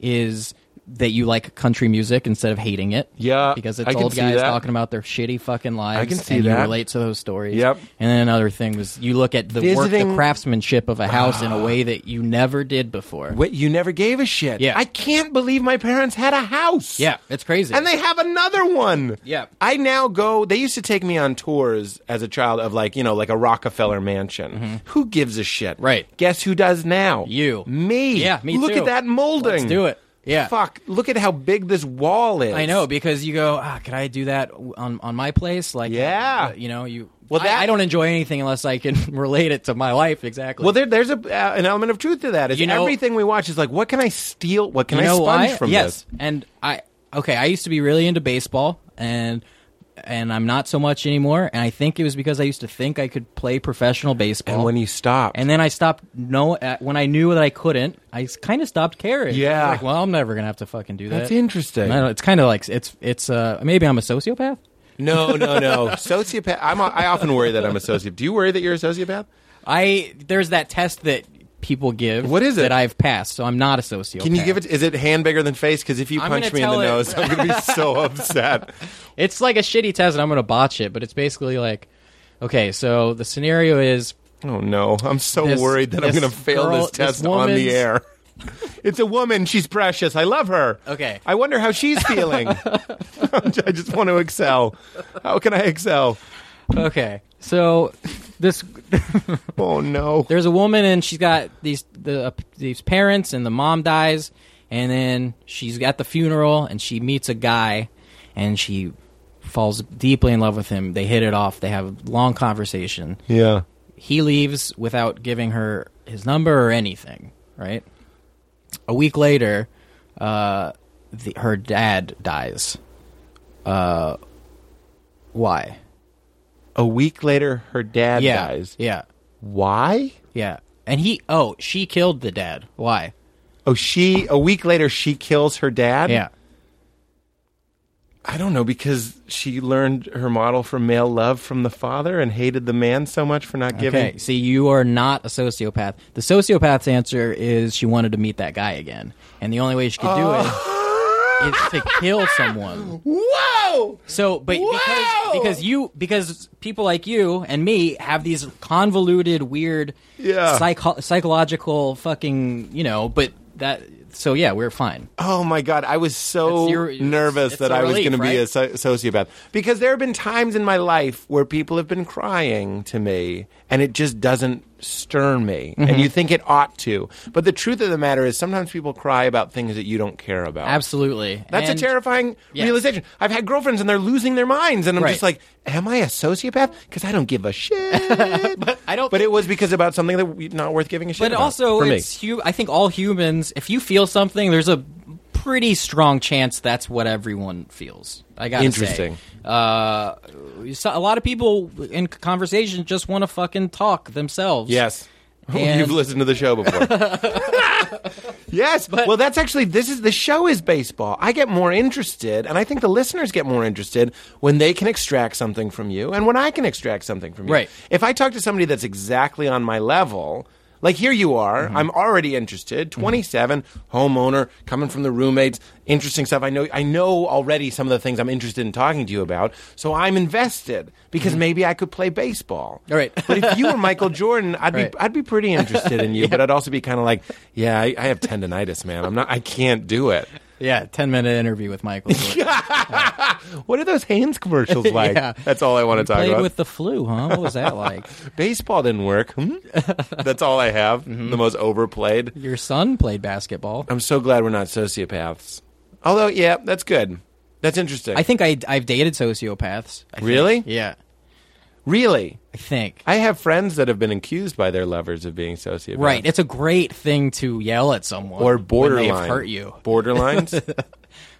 [SPEAKER 5] is that you like country music instead of hating it.
[SPEAKER 3] Yeah,
[SPEAKER 5] because it's
[SPEAKER 3] I can
[SPEAKER 5] old
[SPEAKER 3] see
[SPEAKER 5] guys
[SPEAKER 3] that.
[SPEAKER 5] talking about their shitty fucking lives.
[SPEAKER 3] I can see
[SPEAKER 5] and
[SPEAKER 3] that.
[SPEAKER 5] You relate to those stories.
[SPEAKER 3] Yep.
[SPEAKER 5] And then another thing was you look at the work,
[SPEAKER 3] Visiting- Ah.
[SPEAKER 5] the craftsmanship of a house in a way that you never did before.
[SPEAKER 3] Wait, you never gave a shit.
[SPEAKER 5] Yeah.
[SPEAKER 3] I can't believe my parents had a house.
[SPEAKER 5] yeah, it's crazy.
[SPEAKER 3] And they have another one.
[SPEAKER 5] Yeah.
[SPEAKER 3] I now go. They used to take me on tours as a child of like you know like a Rockefeller Mansion. Who gives a shit?
[SPEAKER 5] Mm-hmm. Right.
[SPEAKER 3] Guess who does now?
[SPEAKER 5] You.
[SPEAKER 3] Me.
[SPEAKER 5] Yeah, me
[SPEAKER 3] Look
[SPEAKER 5] too.
[SPEAKER 3] at that molding.
[SPEAKER 5] Let's do it. Yeah.
[SPEAKER 3] Fuck. Look at how big this wall is.
[SPEAKER 5] I know because you go, ah, could I do that w- on on my place? Like,
[SPEAKER 3] Yeah.
[SPEAKER 5] uh, you know, you. Well,
[SPEAKER 3] Well, that-
[SPEAKER 5] I, don't enjoy anything unless I can *laughs* relate it to my life exactly.
[SPEAKER 3] Well, there, there's a, uh, an element of truth to that. Is
[SPEAKER 5] You know-
[SPEAKER 3] everything we watch is like, what can I steal? What can
[SPEAKER 5] you
[SPEAKER 3] I
[SPEAKER 5] know
[SPEAKER 3] sponge
[SPEAKER 5] why?
[SPEAKER 3] from
[SPEAKER 5] yes,
[SPEAKER 3] this?
[SPEAKER 5] and I okay, I used to be really into baseball and and I'm not so much anymore. And I think it was because I used to think I could play professional baseball.
[SPEAKER 3] And when you stopped,
[SPEAKER 5] And then I stopped. No, uh, when I knew that I couldn't, I kind of stopped caring.
[SPEAKER 3] Yeah.
[SPEAKER 5] Like, well, I'm never gonna have to fucking do that.
[SPEAKER 3] that's interesting.
[SPEAKER 5] And I don't- it's kind of like it's it's uh maybe I'm a sociopath.
[SPEAKER 3] No,
[SPEAKER 5] *laughs*
[SPEAKER 3] no, no. sociopath. I'm, a- I often worry that I'm a sociopath. Do you worry that you're a sociopath?
[SPEAKER 5] I there's that test that people give.
[SPEAKER 3] What is it?
[SPEAKER 5] that I've passed? So I'm not a sociopath.
[SPEAKER 3] Can you give it? Is it hand bigger than face? Because if you
[SPEAKER 5] I'm
[SPEAKER 3] punch
[SPEAKER 5] gonna
[SPEAKER 3] me in the
[SPEAKER 5] tell it.
[SPEAKER 3] nose, I'm going to be so
[SPEAKER 5] *laughs*
[SPEAKER 3] upset.
[SPEAKER 5] It's like a shitty test, and I'm gonna botch it. But it's basically like, okay, so the scenario is
[SPEAKER 3] Oh no, I'm so
[SPEAKER 5] This-
[SPEAKER 3] worried that I'm
[SPEAKER 5] this
[SPEAKER 3] going to fail
[SPEAKER 5] girl-
[SPEAKER 3] this test
[SPEAKER 5] this
[SPEAKER 3] on the
[SPEAKER 5] woman's-
[SPEAKER 3] air. *laughs* It's a woman. She's precious. I love her.
[SPEAKER 5] Okay.
[SPEAKER 3] I wonder how she's
[SPEAKER 5] *laughs*
[SPEAKER 3] feeling. *laughs* I just want to excel. How can I excel?
[SPEAKER 5] okay, so this
[SPEAKER 3] Oh no.
[SPEAKER 5] there's a woman and she's got these the uh, these parents and the mom dies and then she's at the funeral and she meets a guy and she falls deeply in love with him they hit it off they have a long conversation
[SPEAKER 3] Yeah.
[SPEAKER 5] he leaves without giving her his number or anything right a week later uh the, her dad dies uh why
[SPEAKER 3] A week later, her dad
[SPEAKER 5] yeah
[SPEAKER 3] dies.
[SPEAKER 5] yeah
[SPEAKER 3] Why?
[SPEAKER 5] yeah and he oh she killed the dad why
[SPEAKER 3] Oh, she. A week later, she kills her dad.
[SPEAKER 5] yeah
[SPEAKER 3] I don't know because she learned her model for male love from the father and hated the man so much for not giving.
[SPEAKER 5] Okay, see, you are not a sociopath. The sociopath's answer is she wanted to meet that guy again, and the only way she could
[SPEAKER 3] Oh.
[SPEAKER 5] do it is to kill someone.
[SPEAKER 3] Whoa!
[SPEAKER 5] So, but
[SPEAKER 3] Wow!
[SPEAKER 5] because because you because people like you and me have these convoluted, weird,
[SPEAKER 3] Yeah.
[SPEAKER 5] psycho- psychological fucking, you know, but that. So yeah, we're fine.
[SPEAKER 3] Oh my god, I was so
[SPEAKER 5] It's your- it's-
[SPEAKER 3] nervous
[SPEAKER 5] it's
[SPEAKER 3] that
[SPEAKER 5] a
[SPEAKER 3] I was
[SPEAKER 5] relief,
[SPEAKER 3] going to be a
[SPEAKER 5] right?
[SPEAKER 3] so- sociopath because there have been times in my life where people have been crying to me and it just doesn't stir me
[SPEAKER 5] Mm-hmm.
[SPEAKER 3] and you think it ought to. But the truth of the matter is sometimes people cry about things that you don't care about.
[SPEAKER 5] Absolutely.
[SPEAKER 3] That's
[SPEAKER 5] And-
[SPEAKER 3] a terrifying
[SPEAKER 5] Yes.
[SPEAKER 3] realization. I've had girlfriends and they're losing their minds, and I'm
[SPEAKER 5] Right.
[SPEAKER 3] just like, "Am I a sociopath? Because I don't
[SPEAKER 5] *laughs*
[SPEAKER 3] give a shit." but
[SPEAKER 5] I don't
[SPEAKER 3] But
[SPEAKER 5] think-
[SPEAKER 3] it was because about something that we- not worth giving a shit.
[SPEAKER 5] But
[SPEAKER 3] about,
[SPEAKER 5] also,
[SPEAKER 3] for me.
[SPEAKER 5] it's hu- I think all humans, if you feel something, there's a pretty strong chance that's what everyone feels. I got
[SPEAKER 3] Interesting.
[SPEAKER 5] Uh, you saw- a lot of people in conversation just want to fucking talk themselves.
[SPEAKER 3] Yes. *laughs*
[SPEAKER 5] And-
[SPEAKER 3] You've listened to the
[SPEAKER 5] *laughs*
[SPEAKER 3] show before. yes. well, that's actually this is the show is baseball. I get more interested, and I think the listeners get more interested when they can extract something from you, and when I can extract something from you.
[SPEAKER 5] Right.
[SPEAKER 3] If I talk to somebody that's exactly on my level. Like here you are.
[SPEAKER 5] Mm-hmm.
[SPEAKER 3] I'm already interested. 27, homeowner, coming from the roommates. Interesting stuff. I know. I know already some of the things I'm interested in talking to you about. So I'm invested because
[SPEAKER 5] Mm-hmm.
[SPEAKER 3] maybe I could play baseball.
[SPEAKER 5] All right.
[SPEAKER 3] But if you were Michael Jordan, I'd
[SPEAKER 5] Right.
[SPEAKER 3] be I'd be pretty
[SPEAKER 5] *laughs*
[SPEAKER 3] interested in you, but I'd also be kind of like, yeah, I, I have tendonitis, man. I'm not. I can't do it.
[SPEAKER 5] Yeah. Ten minute interview with
[SPEAKER 3] *laughs*
[SPEAKER 5] Michael. Jordan.
[SPEAKER 3] What are those Hanes *laughs* commercials like?
[SPEAKER 5] Yeah.
[SPEAKER 3] That's all I want to talk
[SPEAKER 5] Played
[SPEAKER 3] about.
[SPEAKER 5] with the flu, huh? What was that like?
[SPEAKER 3] Baseball didn't work. Hmm? That's all I have.
[SPEAKER 5] Mm-hmm.
[SPEAKER 3] The most overplayed.
[SPEAKER 5] *laughs* Your son played basketball.
[SPEAKER 3] I'm so glad we're not sociopaths. Although, yeah, that's good. That's interesting.
[SPEAKER 5] I think I I've dated sociopaths. I think.
[SPEAKER 3] Really?
[SPEAKER 5] Yeah.
[SPEAKER 3] really,
[SPEAKER 5] I think.
[SPEAKER 3] I have friends that have been accused by their lovers of being sociopaths.
[SPEAKER 5] Right. It's a great thing to yell at someone
[SPEAKER 3] Or
[SPEAKER 5] when
[SPEAKER 3] borderline
[SPEAKER 5] they've hurt you. *laughs*
[SPEAKER 3] Borderlines.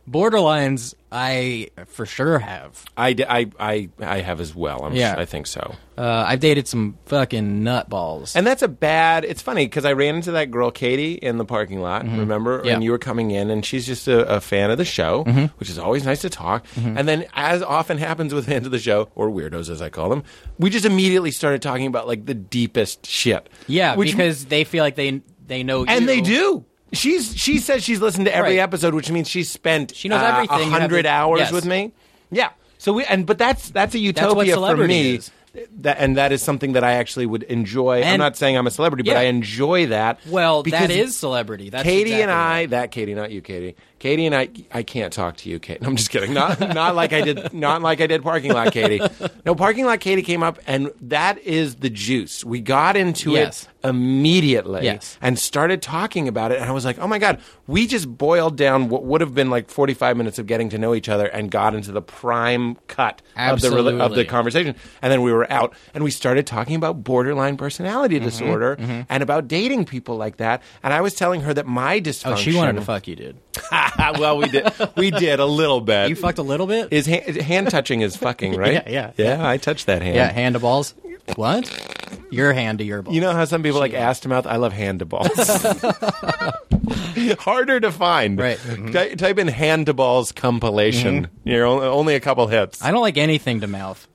[SPEAKER 5] Borderlines, I for sure have.
[SPEAKER 3] I, d- I, I, I have as well. I'm
[SPEAKER 5] Yeah.
[SPEAKER 3] sure, I think so.
[SPEAKER 5] Uh, I've dated some fucking nutballs.
[SPEAKER 3] And that's a bad. It's funny because I ran into that girl Katie in the parking lot.
[SPEAKER 5] Mm-hmm.
[SPEAKER 3] Remember,
[SPEAKER 5] Yeah. Mm-hmm.
[SPEAKER 3] and you were coming in, and she's just a, a fan of the show, which is always nice to talk. And then, as often happens with *laughs* fans of the show or weirdos, as I call them, we just immediately started talking about like the deepest shit.
[SPEAKER 5] yeah,
[SPEAKER 3] Which-
[SPEAKER 5] because they feel like they they know
[SPEAKER 3] and
[SPEAKER 5] you.
[SPEAKER 3] they do. She's she says she's listened to every
[SPEAKER 5] Right.
[SPEAKER 3] episode, which means she's spent
[SPEAKER 5] She knows
[SPEAKER 3] uh,
[SPEAKER 5] everything. You have
[SPEAKER 3] hundred
[SPEAKER 5] the-
[SPEAKER 3] hours
[SPEAKER 5] yes.
[SPEAKER 3] with me. Yeah. So we and but that's that's a
[SPEAKER 5] what
[SPEAKER 3] utopia for
[SPEAKER 5] celebrity
[SPEAKER 3] me.
[SPEAKER 5] is.
[SPEAKER 3] That, and that is something that I actually would enjoy. I'm
[SPEAKER 5] And-
[SPEAKER 3] not saying I'm a celebrity, but
[SPEAKER 5] Yeah.
[SPEAKER 3] I enjoy that.
[SPEAKER 5] Well,
[SPEAKER 3] because
[SPEAKER 5] that is celebrity. That's
[SPEAKER 3] Katie
[SPEAKER 5] exactly
[SPEAKER 3] and
[SPEAKER 5] right.
[SPEAKER 3] I. That Katie, not you, Katie. Katie and I. I can't talk to you, Katie. *laughs* No, I'm just kidding. Not not like I did. Not like I did parking lot, Katie. No, parking lot, Katie came up, and that is the juice. We got into
[SPEAKER 5] Yes.
[SPEAKER 3] it immediately
[SPEAKER 5] Yes.
[SPEAKER 3] and started talking about it. And I was like, oh my God, we just boiled down what would have been like 45 minutes of getting to know each other and got into the prime cut of the, rela- of the
[SPEAKER 5] Absolutely.
[SPEAKER 3] conversation. And then we were out and we started talking about borderline personality
[SPEAKER 5] Mm-hmm.
[SPEAKER 3] disorder and about dating people like that. And I was telling her that my dysfunction.
[SPEAKER 5] Oh, she wanted to fuck you, dude.
[SPEAKER 3] *laughs* well, we did. We did a little bit.
[SPEAKER 5] You fucked a little bit.
[SPEAKER 3] Is hand, hand touching is fucking
[SPEAKER 5] *laughs*
[SPEAKER 3] right?
[SPEAKER 5] Yeah,
[SPEAKER 3] yeah, I touched that hand.
[SPEAKER 5] yeah, hand to balls. What? Your hand to your balls.
[SPEAKER 3] You know how some people like ass to mouth? I love hand
[SPEAKER 5] *laughs*
[SPEAKER 3] to balls. Harder to find.
[SPEAKER 5] Right. mm-hmm.
[SPEAKER 3] Ty- type in hand to balls compilation. You're only, only a couple hits.
[SPEAKER 5] I don't like anything to mouth.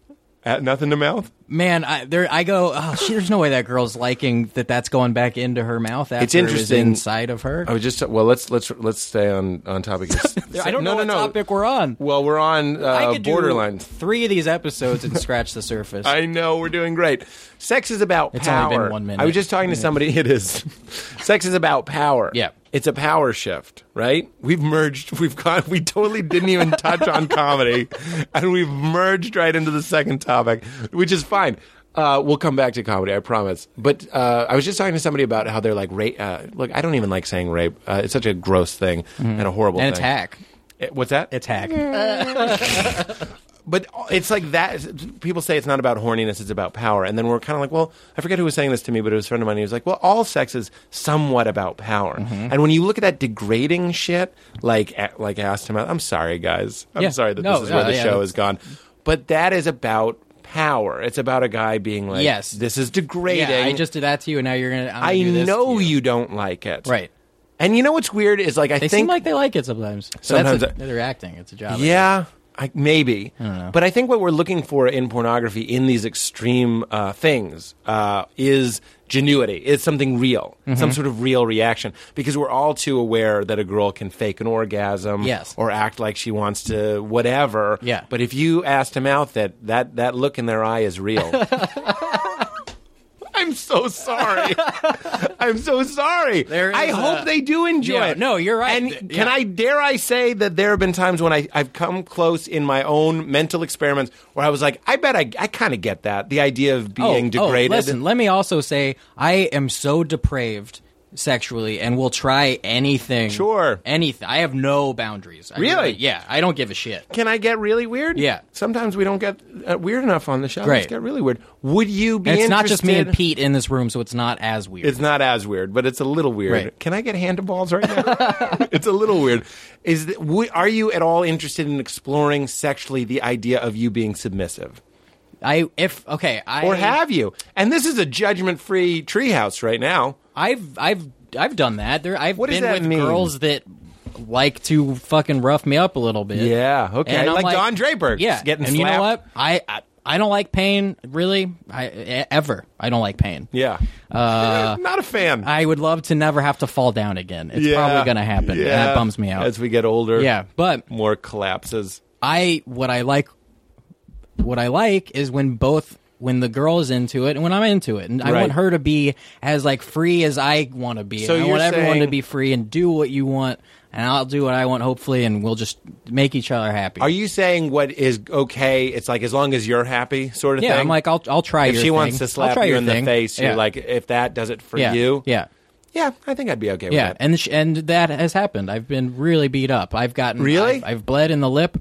[SPEAKER 3] At nothing to mouth.
[SPEAKER 5] Man, I there I go. Oh, shit, there's no way that girl's liking that. That's going back into her mouth. After it was
[SPEAKER 3] interesting. Oh,
[SPEAKER 5] inside of her.
[SPEAKER 3] I was just well. Let's let's let's stay on on topic.
[SPEAKER 5] *laughs* I don't know what topic we're on.
[SPEAKER 3] Well, we're on
[SPEAKER 5] I
[SPEAKER 3] uh,
[SPEAKER 5] could do
[SPEAKER 3] borderline.
[SPEAKER 5] three of these episodes and scratch the surface.
[SPEAKER 3] *laughs* I know we're doing great. Sex is about
[SPEAKER 5] It's
[SPEAKER 3] power.
[SPEAKER 5] only been one minute.
[SPEAKER 3] I was just talking to somebody. It is.
[SPEAKER 5] *laughs*
[SPEAKER 3] Sex is about power.
[SPEAKER 5] Yeah.
[SPEAKER 3] It's a power shift, right? We've merged. We've got. We totally
[SPEAKER 5] *laughs*
[SPEAKER 3] didn't even touch on comedy, and we've merged right into the second topic, which is fine. Uh, we'll come back to comedy, I promise. But uh, I was just talking to somebody about how they're like rape. Uh, look, I don't even like saying rape. Uh, it's such a gross thing and a horrible
[SPEAKER 5] Mm-hmm. and it's
[SPEAKER 3] thing.
[SPEAKER 5] hack.
[SPEAKER 3] Eh, What's that?
[SPEAKER 5] It's hack.
[SPEAKER 3] but it's like that. People say it's not about horniness; it's about power. And then we're kind of like, well, I forget who was saying this to me, but it was a friend of mine. He was like, well, all sex is somewhat about power.
[SPEAKER 5] Mm-hmm.
[SPEAKER 3] And when you look at that degrading shit, like a- like asked him, I'm sorry, guys. I'm
[SPEAKER 5] Yeah.
[SPEAKER 3] sorry that
[SPEAKER 5] No,
[SPEAKER 3] this is
[SPEAKER 5] no,
[SPEAKER 3] where the
[SPEAKER 5] yeah,
[SPEAKER 3] show
[SPEAKER 5] that's-
[SPEAKER 3] has gone. But that is about power. It's about a guy being like,
[SPEAKER 5] Yes.
[SPEAKER 3] this is
[SPEAKER 5] yeah,
[SPEAKER 3] degrading.
[SPEAKER 5] I just did that to you, and now you're gonna. I'm gonna
[SPEAKER 3] I
[SPEAKER 5] do this to
[SPEAKER 3] know you. don't like it,
[SPEAKER 5] Right.
[SPEAKER 3] And you know what's weird is like I
[SPEAKER 5] They
[SPEAKER 3] think
[SPEAKER 5] seem like they like it sometimes. But
[SPEAKER 3] Sometimes
[SPEAKER 5] that's a,
[SPEAKER 3] I-
[SPEAKER 5] they're acting. It's a job.
[SPEAKER 3] Yeah, I, maybe.
[SPEAKER 5] don't know.
[SPEAKER 3] But I think what we're looking for in pornography in these extreme uh, things uh, is genuity, is something real,
[SPEAKER 5] Mm-hmm.
[SPEAKER 3] some sort of real reaction. Because we're all too aware that a girl can fake an orgasm
[SPEAKER 5] Yes.
[SPEAKER 3] or act like she wants to whatever.
[SPEAKER 5] Yeah.
[SPEAKER 3] But if you asked him out, that, that, that look in their eye
[SPEAKER 5] *laughs*
[SPEAKER 3] is real. I'm so sorry.
[SPEAKER 5] *laughs*
[SPEAKER 3] I'm so sorry.
[SPEAKER 5] There is
[SPEAKER 3] I
[SPEAKER 5] a-
[SPEAKER 3] hope they do enjoy
[SPEAKER 5] Yeah,
[SPEAKER 3] it.
[SPEAKER 5] no, you're right.
[SPEAKER 3] And
[SPEAKER 5] Th-
[SPEAKER 3] can
[SPEAKER 5] yeah.
[SPEAKER 3] I dare I say that there have been times when I, I've come close in my own mental experiments where I was like, I bet I, I kind of get that. The idea of being degraded.
[SPEAKER 5] Oh, listen, let me also say I am so depraved sexually and will try anything.
[SPEAKER 3] Sure.
[SPEAKER 5] Anything. I have no boundaries. I
[SPEAKER 3] Really?
[SPEAKER 5] Yeah. I don't give a shit.
[SPEAKER 3] Can I get really weird?
[SPEAKER 5] Yeah.
[SPEAKER 3] Sometimes we don't get uh, weird enough on the show.
[SPEAKER 5] Great.
[SPEAKER 3] Let's get really weird. Would you be
[SPEAKER 5] And it's not just me and
[SPEAKER 3] interested-
[SPEAKER 5] Pete in this room, so it's not as weird.
[SPEAKER 3] It's not as weird, but it's a little weird.
[SPEAKER 5] Right.
[SPEAKER 3] Can I get handballs right now? *laughs* it's a little weird. Is that, w- are you at all interested in exploring sexually the idea of you being submissive,
[SPEAKER 5] I if okay, I
[SPEAKER 3] or have you? And this is a judgment-free treehouse right now.
[SPEAKER 5] I've I've I've done that. There I've
[SPEAKER 3] What does
[SPEAKER 5] been
[SPEAKER 3] that
[SPEAKER 5] with
[SPEAKER 3] mean?
[SPEAKER 5] girls that like to fucking rough me up a little bit.
[SPEAKER 3] Yeah, okay.
[SPEAKER 5] And I'm
[SPEAKER 3] Like Don Draper,
[SPEAKER 5] Yeah.
[SPEAKER 3] just getting
[SPEAKER 5] and you know
[SPEAKER 3] slapped.
[SPEAKER 5] what? I, I I don't like pain really. I e- ever. I don't like pain. Uh,
[SPEAKER 3] Yeah, *laughs* not a fan.
[SPEAKER 5] I would love to never have to fall down again. It's
[SPEAKER 3] Yeah.
[SPEAKER 5] probably going to happen. and
[SPEAKER 3] Yeah.
[SPEAKER 5] that bums me out.
[SPEAKER 3] As we get older,
[SPEAKER 5] yeah, but
[SPEAKER 3] more collapses.
[SPEAKER 5] I what I like what I like is when both when the girl is into it and when I'm into it, and I
[SPEAKER 3] Right.
[SPEAKER 5] want her to be as like free as I want to be.
[SPEAKER 3] So
[SPEAKER 5] and I want
[SPEAKER 3] you're
[SPEAKER 5] everyone to
[SPEAKER 3] saying-
[SPEAKER 5] be free and do what you want, and I'll do what I want. Hopefully, and we'll just make each other happy.
[SPEAKER 3] Are you saying what is okay? It's like as long as you're happy, sort of
[SPEAKER 5] yeah,
[SPEAKER 3] thing.
[SPEAKER 5] I'm like I'll I'll try.
[SPEAKER 3] if
[SPEAKER 5] your
[SPEAKER 3] she wants
[SPEAKER 5] thing.
[SPEAKER 3] to
[SPEAKER 5] I'll
[SPEAKER 3] slap
[SPEAKER 5] try
[SPEAKER 3] you
[SPEAKER 5] your
[SPEAKER 3] in
[SPEAKER 5] thing.
[SPEAKER 3] the face,
[SPEAKER 5] Yeah.
[SPEAKER 3] you're like, if that does it for
[SPEAKER 5] yeah.
[SPEAKER 3] you,
[SPEAKER 5] yeah.
[SPEAKER 3] yeah, I think I'd be okay with
[SPEAKER 5] Yeah,
[SPEAKER 3] that.
[SPEAKER 5] and sh- and that has happened. I've been really beat up. I've gotten
[SPEAKER 3] Really?
[SPEAKER 5] I've, I've bled in the lip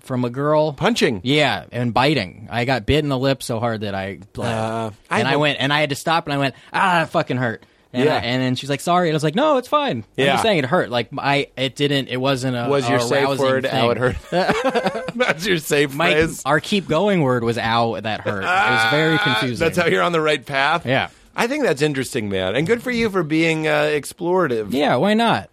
[SPEAKER 5] from a girl
[SPEAKER 3] Punching.
[SPEAKER 5] Yeah, and biting. I got bit in the lip so hard that I bled,
[SPEAKER 3] Uh, I
[SPEAKER 5] and I
[SPEAKER 3] hope-
[SPEAKER 5] went and I had to stop and I went ah that fucking hurt. And,
[SPEAKER 3] Yeah.
[SPEAKER 5] I- and then she's like, "Sorry," and I was like, "No, it's fine." I'm
[SPEAKER 3] Yeah.
[SPEAKER 5] just saying it hurt. Like I, it didn't. It wasn't a
[SPEAKER 3] Was your
[SPEAKER 5] a
[SPEAKER 3] safe
[SPEAKER 5] Oh, rousing
[SPEAKER 3] word
[SPEAKER 5] thing.
[SPEAKER 3] "ow"? It hurt.
[SPEAKER 5] *laughs*
[SPEAKER 3] That's your safe
[SPEAKER 5] My-
[SPEAKER 3] phrase.
[SPEAKER 5] our keep going word was "ow" that hurt. It was very
[SPEAKER 3] Ah,
[SPEAKER 5] confusing.
[SPEAKER 3] That's how you're on the right path.
[SPEAKER 5] Yeah.
[SPEAKER 3] I think that's interesting, man, and good for you for being uh, explorative.
[SPEAKER 5] yeah, why not?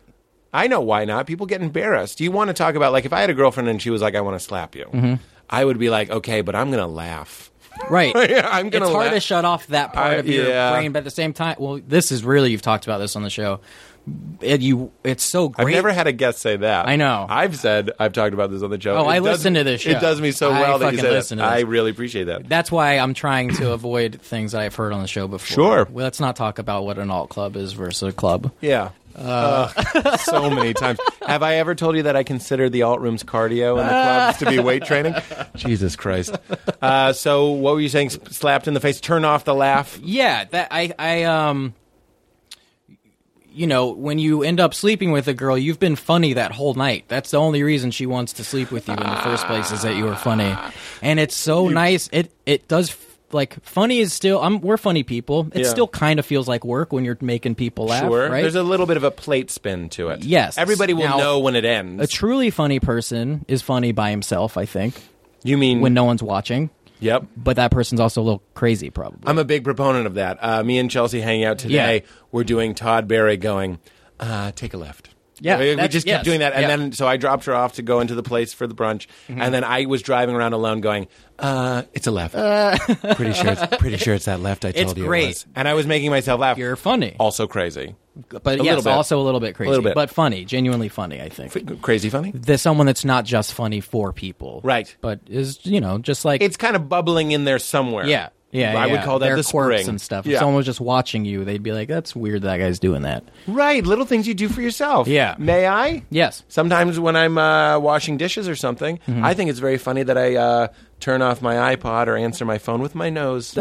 [SPEAKER 3] I know why not. People get embarrassed. You want to talk about like if I had a girlfriend and she was like, "I want to slap you,"
[SPEAKER 5] Mm-hmm.
[SPEAKER 3] I would be like, "Okay, but I'm gonna laugh." *laughs*
[SPEAKER 5] Right.
[SPEAKER 3] Yeah, I'm gonna
[SPEAKER 5] It's hard
[SPEAKER 3] laugh.
[SPEAKER 5] to shut off that part
[SPEAKER 3] I-
[SPEAKER 5] of your
[SPEAKER 3] yeah.
[SPEAKER 5] brain, but at the same time, well, this is really you've talked about this on the show. It, you, it's so
[SPEAKER 3] I've
[SPEAKER 5] great.
[SPEAKER 3] never had a guest say that.
[SPEAKER 5] I know.
[SPEAKER 3] I've said I've talked about this on the show.
[SPEAKER 5] Oh, I
[SPEAKER 3] does-
[SPEAKER 5] listen to this show.
[SPEAKER 3] It does me so
[SPEAKER 5] I
[SPEAKER 3] well that
[SPEAKER 5] fucking
[SPEAKER 3] you say that.
[SPEAKER 5] listen to this.
[SPEAKER 3] I really appreciate that.
[SPEAKER 5] That's why I'm trying to avoid things that I've heard on the show before.
[SPEAKER 3] Sure.
[SPEAKER 5] Well, let's not talk about what an alt club is versus a club.
[SPEAKER 3] Yeah.
[SPEAKER 5] Uh.
[SPEAKER 3] Ugh, so many times. Have I ever told you that I consider the alt rooms cardio in the clubs
[SPEAKER 5] *laughs*
[SPEAKER 3] to be weight training? Jesus Christ. Uh, so, what were you saying? S- Slapped in the face, turn off the laugh.
[SPEAKER 5] Yeah, that I I um you know, when you end up sleeping with a girl, you've been funny that whole night. That's the only reason she wants to sleep with you in the first place is that you were funny. And it's so nice. It it does f- like funny is still. I'm we're funny people. It
[SPEAKER 3] Yeah.
[SPEAKER 5] still kind of feels like work when you're making people laugh,
[SPEAKER 3] sure.
[SPEAKER 5] right?
[SPEAKER 3] There's a little bit of a plate spin to it.
[SPEAKER 5] Yes.
[SPEAKER 3] Everybody will
[SPEAKER 5] Now-
[SPEAKER 3] know when it ends.
[SPEAKER 5] a truly funny person is funny by himself, I think,
[SPEAKER 3] you mean
[SPEAKER 5] when no one's watching.
[SPEAKER 3] Yep.
[SPEAKER 5] But that person's also a little crazy, probably.
[SPEAKER 3] I'm a big proponent of that. Uh, me and Chelsea hang out today.
[SPEAKER 5] Yeah.
[SPEAKER 3] We're doing Todd Barry going, uh, take a left.
[SPEAKER 5] Yeah,
[SPEAKER 3] we, we
[SPEAKER 5] that's-
[SPEAKER 3] just kept
[SPEAKER 5] yes,
[SPEAKER 3] doing that, and
[SPEAKER 5] yeah. Mm-hmm.
[SPEAKER 3] then so I dropped her off to go into the place for the brunch, and then I was driving around alone, going, uh, "It's a left.
[SPEAKER 5] *laughs*
[SPEAKER 3] pretty sure, it's, pretty sure it's that left I told you it
[SPEAKER 5] great.
[SPEAKER 3] was." And I was making myself laugh.
[SPEAKER 5] You're funny,
[SPEAKER 3] also crazy,
[SPEAKER 5] but
[SPEAKER 3] a
[SPEAKER 5] yes,
[SPEAKER 3] little bit.
[SPEAKER 5] also a little bit crazy,
[SPEAKER 3] little bit.
[SPEAKER 5] but funny, genuinely funny. I think
[SPEAKER 3] F- crazy funny.
[SPEAKER 5] there's someone that's not just funny for people,
[SPEAKER 3] Right.
[SPEAKER 5] But is you know just like
[SPEAKER 3] It's kind of bubbling in there somewhere.
[SPEAKER 5] yeah, yeah.
[SPEAKER 3] I would
[SPEAKER 5] yeah.
[SPEAKER 3] call that
[SPEAKER 5] Their
[SPEAKER 3] the
[SPEAKER 5] quirks
[SPEAKER 3] spring
[SPEAKER 5] and stuff.
[SPEAKER 3] Yeah.
[SPEAKER 5] If someone was just watching you, they'd be like, "That's weird that guy's doing that."
[SPEAKER 3] Right, little things you do for yourself.
[SPEAKER 5] Yeah.
[SPEAKER 3] May I?
[SPEAKER 5] Yes.
[SPEAKER 3] Sometimes when I'm uh, washing dishes or something,
[SPEAKER 5] Mm-hmm.
[SPEAKER 3] I think it's very funny that I uh, turn off my iPod or answer my phone with
[SPEAKER 5] *laughs*
[SPEAKER 3] my nose.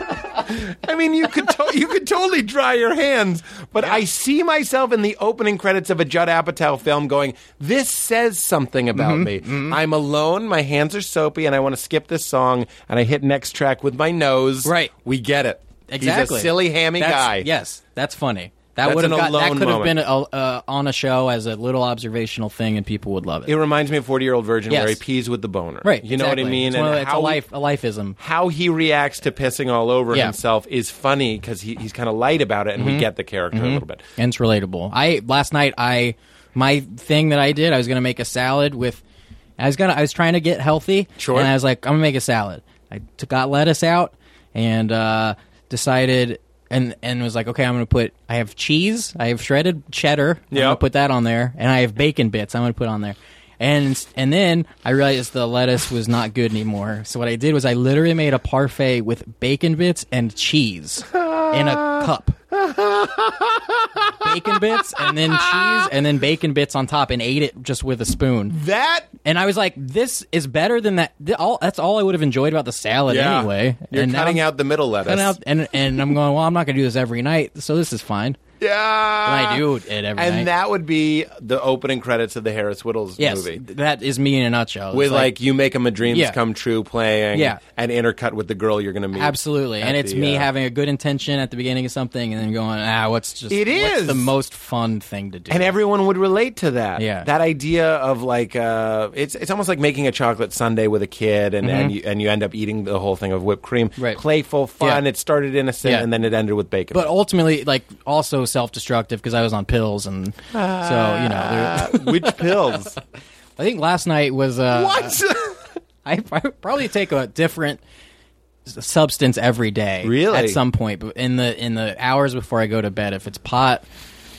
[SPEAKER 3] I mean, you could to- you could totally dry your hands, but I see myself in the opening credits of a Judd Apatow film going, "This says something about
[SPEAKER 5] Mm-hmm.
[SPEAKER 3] me. I'm alone, my hands are soapy, and I want to skip this song." And I hit next track with my nose.
[SPEAKER 5] Right.
[SPEAKER 3] we get it.
[SPEAKER 5] Exactly.
[SPEAKER 3] He's a silly, hammy
[SPEAKER 5] That's-
[SPEAKER 3] guy.
[SPEAKER 5] Yes, that's funny.
[SPEAKER 3] That's
[SPEAKER 5] That would have
[SPEAKER 3] an
[SPEAKER 5] got, that
[SPEAKER 3] alone
[SPEAKER 5] could have
[SPEAKER 3] moment.
[SPEAKER 5] been uh uh, on a show as a little observational thing, and people would love it.
[SPEAKER 3] It reminds me of 40 year old virgin
[SPEAKER 5] Yes.
[SPEAKER 3] where he pees with the boner.
[SPEAKER 5] right?
[SPEAKER 3] You know what I
[SPEAKER 5] exactly.
[SPEAKER 3] mean?
[SPEAKER 5] It's, one of the- it's
[SPEAKER 3] how,
[SPEAKER 5] a life, a lifeism.
[SPEAKER 3] how he reacts to pissing all over
[SPEAKER 5] Yeah. Mm-hmm.
[SPEAKER 3] himself is funny because he, he's kind of light about it and we get the character a little bit.
[SPEAKER 5] And it's relatable. I last night I my thing that I did, I was gonna make a salad with I was gonna I was trying to get healthy.
[SPEAKER 3] Sure.
[SPEAKER 5] And I was like, I'm gonna make a salad. I took got lettuce out and uh decided and and was like, okay, I'm gonna put I have cheese, I have shredded cheddar, I'm gonna
[SPEAKER 3] Yep.
[SPEAKER 5] put that on there, and I have bacon bits I'm gonna put on there. And and then I realized the lettuce was not good anymore. So what I did was I literally made a parfait with bacon bits and cheese in a cup bacon bits and then cheese and then bacon bits on top and ate it just with a spoon.
[SPEAKER 3] That.
[SPEAKER 5] And I was like, this is better than that. th- all, that's all I would have enjoyed about the salad
[SPEAKER 3] Yeah.
[SPEAKER 5] anyway.
[SPEAKER 3] You're
[SPEAKER 5] and now
[SPEAKER 3] cutting
[SPEAKER 5] I'm
[SPEAKER 3] out the middle lettuce.
[SPEAKER 5] cutting out- and, and I'm going, well, I'm not going to do this every night, so this is fine.
[SPEAKER 3] Yeah.
[SPEAKER 5] And I do it every
[SPEAKER 3] Uh, And
[SPEAKER 5] night.
[SPEAKER 3] that would be the opening credits of the Harris Whittles
[SPEAKER 5] yes,
[SPEAKER 3] movie.
[SPEAKER 5] th- that is me in a nutshell. It's
[SPEAKER 3] With like, you make them a dreams
[SPEAKER 5] Yeah.
[SPEAKER 3] come true playing
[SPEAKER 5] Yeah.
[SPEAKER 3] and intercut with the girl you're going to meet.
[SPEAKER 5] Absolutely, and
[SPEAKER 3] at
[SPEAKER 5] it's
[SPEAKER 3] the,
[SPEAKER 5] me
[SPEAKER 3] uh,
[SPEAKER 5] having a good intention at the beginning of something, and then going, ah, what's just
[SPEAKER 3] It
[SPEAKER 5] what's
[SPEAKER 3] is.
[SPEAKER 5] the most fun thing to do,
[SPEAKER 3] and everyone would relate to that.
[SPEAKER 5] Yeah.
[SPEAKER 3] that idea of like uh, it's it's almost like making a chocolate sundae with a kid, and, and you and you end up eating the whole thing of whipped cream.
[SPEAKER 5] Mm-hmm. Right.
[SPEAKER 3] playful, fun.
[SPEAKER 5] Yeah.
[SPEAKER 3] It started innocent,
[SPEAKER 5] Yeah.
[SPEAKER 3] and then it ended with bacon.
[SPEAKER 5] but ultimately, like also self-destructive because I was on pills, and so you know, there-
[SPEAKER 3] *laughs* Uh,
[SPEAKER 5] *laughs*
[SPEAKER 3] which pills?
[SPEAKER 5] I think last night was uh,
[SPEAKER 3] what?
[SPEAKER 5] I *laughs* prob- probably take a different s- substance every day,
[SPEAKER 3] Really?
[SPEAKER 5] at some point. But in the in the hours before I go to bed, if it's pot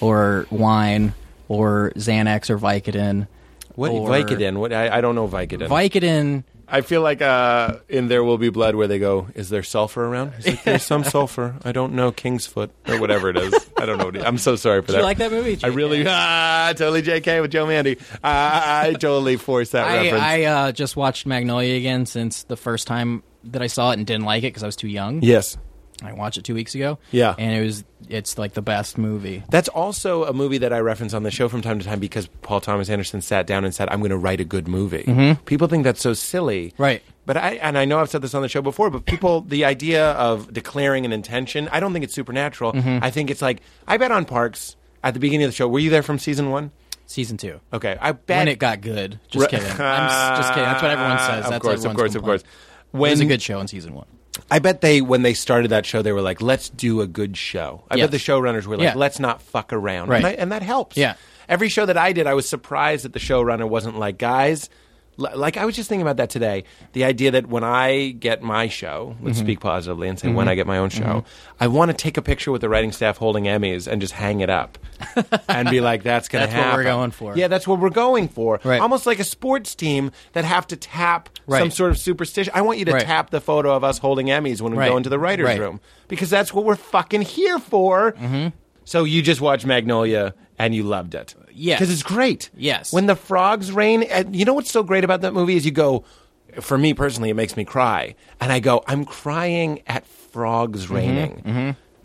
[SPEAKER 5] or wine or Xanax or Vicodin,
[SPEAKER 3] *laughs* what
[SPEAKER 5] or
[SPEAKER 3] Vicodin? What I, I don't know Vicodin.
[SPEAKER 5] Vicodin,
[SPEAKER 3] I feel like uh, in There Will Be Blood, where they go, "Is there sulfur around?" He's like,
[SPEAKER 5] *laughs*
[SPEAKER 3] "There's some sulfur. I don't know, Kingsfoot or whatever it is. I don't know. What it, I'm so sorry for
[SPEAKER 5] Did
[SPEAKER 3] that.
[SPEAKER 5] you like that movie,
[SPEAKER 3] I really
[SPEAKER 5] JK? *laughs*
[SPEAKER 3] ah, totally JK with Joe Mandy. I, *laughs* I totally forced that
[SPEAKER 5] I,
[SPEAKER 3] reference.
[SPEAKER 5] I uh, just watched Magnolia again since the first time that I saw it and didn't like it because I was too young.
[SPEAKER 3] yes,
[SPEAKER 5] I watched it two weeks ago.
[SPEAKER 3] Yeah.
[SPEAKER 5] and it was it's like the best movie.
[SPEAKER 3] that's also a movie that I reference on the show from time to time because Paul Thomas Anderson sat down and said, "I'm going to write a good movie." People think that's so silly,
[SPEAKER 5] Mm-hmm. Right.
[SPEAKER 3] But I and I know I've said this on the show before,
[SPEAKER 5] *laughs*
[SPEAKER 3] but people the idea of declaring an intention, I don't think it's supernatural.
[SPEAKER 5] Mm-hmm.
[SPEAKER 3] I think it's like I bet on Parks at the beginning of the show. Were you there from season one?
[SPEAKER 5] Season two.
[SPEAKER 3] Okay, I bet
[SPEAKER 5] When it got good, just
[SPEAKER 3] Re-
[SPEAKER 5] kidding. I'm s- just kidding. That's what everyone says.
[SPEAKER 3] *laughs* Of
[SPEAKER 5] That's
[SPEAKER 3] course, of
[SPEAKER 5] everyone's
[SPEAKER 3] course, of
[SPEAKER 5] complaint.
[SPEAKER 3] course. When
[SPEAKER 5] it was a good show in season one.
[SPEAKER 3] I bet they when they started that show, they were like, "Let's do a good show." I
[SPEAKER 5] Yes.
[SPEAKER 3] bet the showrunners were like,
[SPEAKER 5] Yeah.
[SPEAKER 3] "Let's not fuck around,"
[SPEAKER 5] Right.
[SPEAKER 3] and, I, and that helps.
[SPEAKER 5] Yeah.
[SPEAKER 3] Every show that I did, I was surprised that the showrunner wasn't like, "Guys." li- Like I was just thinking about that today. The idea that when I get my show, let's
[SPEAKER 5] Mm-hmm.
[SPEAKER 3] speak positively and say when I get my own show, I want to take a picture with the writing staff holding Emmys and just hang
[SPEAKER 5] *laughs*
[SPEAKER 3] it up and be like, "That's going to
[SPEAKER 5] That's what
[SPEAKER 3] happen."
[SPEAKER 5] we're going for.
[SPEAKER 3] Yeah, that's what we're going for.
[SPEAKER 5] Right.
[SPEAKER 3] Almost like a sports team that have to tap some
[SPEAKER 5] Right.
[SPEAKER 3] sort of superstition. I want you to
[SPEAKER 5] Right.
[SPEAKER 3] tap the photo of us holding Emmys when we
[SPEAKER 5] Right.
[SPEAKER 3] go into the writers'
[SPEAKER 5] Right. Mm-hmm.
[SPEAKER 3] room because that's what we're fucking here for. So you just watched Magnolia and you loved it,
[SPEAKER 5] Yes.
[SPEAKER 3] because it's great.
[SPEAKER 5] Yes.
[SPEAKER 3] when the frogs rain, and you know what's so great about that movie is you go. For me personally, it makes me cry, and I go, I'm crying at
[SPEAKER 5] Mm-hmm.
[SPEAKER 3] frogs raining.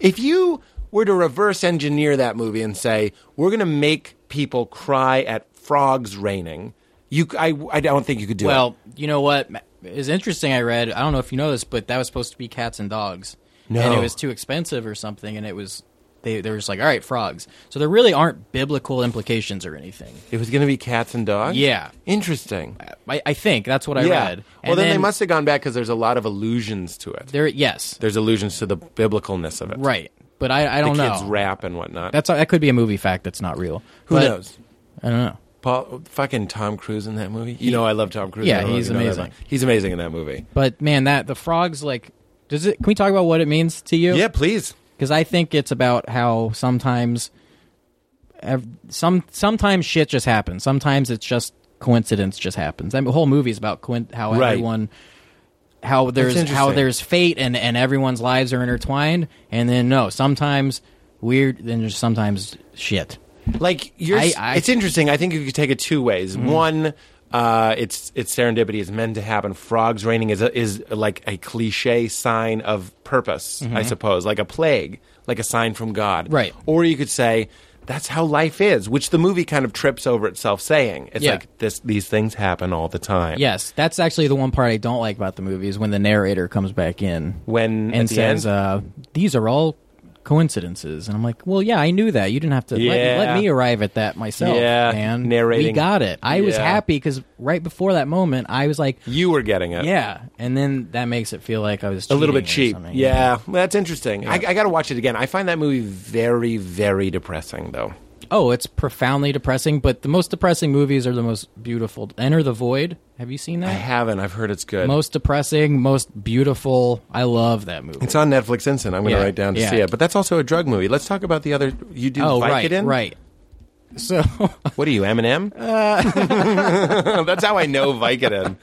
[SPEAKER 3] If you were to reverse engineer that movie and say we're going to make people cry at frogs raining, you, I, I don't think you could do it.
[SPEAKER 5] Well, you know what? Ma- is interesting. I read. I don't know if you know this, but that was supposed to be cats and dogs,
[SPEAKER 3] No.
[SPEAKER 5] and it was too expensive or something, and it was. They, they were just like, all right, frogs. So there really aren't biblical implications or anything.
[SPEAKER 3] It was going to be cats and dogs.
[SPEAKER 5] Yeah.
[SPEAKER 3] interesting.
[SPEAKER 5] I, I think that's what I
[SPEAKER 3] yeah.
[SPEAKER 5] read.
[SPEAKER 3] Well,
[SPEAKER 5] And
[SPEAKER 3] then, they must have gone back because there's a lot of allusions to it.
[SPEAKER 5] There, yes,
[SPEAKER 3] There's allusions to the biblicalness of it.
[SPEAKER 5] right. But I, I
[SPEAKER 3] The
[SPEAKER 5] don't
[SPEAKER 3] kids
[SPEAKER 5] know.
[SPEAKER 3] rap and whatnot.
[SPEAKER 5] That's that could be a movie fact that's not real.
[SPEAKER 3] Who
[SPEAKER 5] But-
[SPEAKER 3] knows?
[SPEAKER 5] I don't know.
[SPEAKER 3] Paul, fucking Tom Cruise in that movie. You know, I love Tom Cruise.
[SPEAKER 5] Yeah,
[SPEAKER 3] I don't know if
[SPEAKER 5] he's
[SPEAKER 3] you know that
[SPEAKER 5] amazing.
[SPEAKER 3] about- He's amazing in that movie.
[SPEAKER 5] But man, that the frogs like does it? Can we talk about what it means to you?
[SPEAKER 3] Yeah, please.
[SPEAKER 5] because I think it's about how sometimes, ev- some sometimes shit just happens. Sometimes it's just coincidence just happens. I mean, the whole movie is about coin- how
[SPEAKER 3] Right.
[SPEAKER 5] everyone, how there's how
[SPEAKER 3] interesting.
[SPEAKER 5] there's fate and and everyone's lives are intertwined. And then no, sometimes weird, then just sometimes shit.
[SPEAKER 3] Like you're,
[SPEAKER 5] I- I- Mm-hmm.
[SPEAKER 3] it's interesting. I think you could take it two ways. One, uh, it's it's serendipity is meant to happen. Frogs raining is a, is like a cliche sign of purpose, I suppose, like a plague, like a sign from God,
[SPEAKER 5] Mm-hmm. Right.
[SPEAKER 3] Or you could say that's how life is, which the movie kind of trips over itself saying. It's
[SPEAKER 5] Yeah.
[SPEAKER 3] like this; these things happen all the time.
[SPEAKER 5] Yes, that's actually the one part I don't like about the movie is when the narrator comes back in
[SPEAKER 3] When at
[SPEAKER 5] and
[SPEAKER 3] the
[SPEAKER 5] says,
[SPEAKER 3] end?
[SPEAKER 5] uh, "These are all coincidences," and I'm like, "Well, yeah, I knew that. You didn't have to
[SPEAKER 3] Yeah.
[SPEAKER 5] let, let me arrive at that myself,
[SPEAKER 3] Yeah,
[SPEAKER 5] man.
[SPEAKER 3] narrating.
[SPEAKER 5] we got it. I was
[SPEAKER 3] Yeah.
[SPEAKER 5] happy because right before that moment, I was like,
[SPEAKER 3] you were getting it,
[SPEAKER 5] yeah, and then that makes it feel like I was
[SPEAKER 3] a little bit
[SPEAKER 5] cheating or
[SPEAKER 3] cheap.
[SPEAKER 5] something.
[SPEAKER 3] Yeah, Well, that's interesting. I, I got to watch it again. I find that movie very, very depressing, though.
[SPEAKER 5] Oh, it's profoundly depressing, but the most depressing movies are the most beautiful. Enter the Void. Have you seen
[SPEAKER 3] I
[SPEAKER 5] that?
[SPEAKER 3] haven't. I've heard it's good.
[SPEAKER 5] Most depressing, most beautiful. I love that movie.
[SPEAKER 3] it's on Netflix Instant. I'm going to
[SPEAKER 5] Yeah,
[SPEAKER 3] write down to
[SPEAKER 5] yeah.
[SPEAKER 3] see it. But that's also a drug movie. Let's talk about the other. You do
[SPEAKER 5] oh, right,
[SPEAKER 3] Vicodin?
[SPEAKER 5] right. So *laughs*
[SPEAKER 3] What are you, Eminem?
[SPEAKER 5] Uh.
[SPEAKER 3] *laughs* that's how I know Vicodin.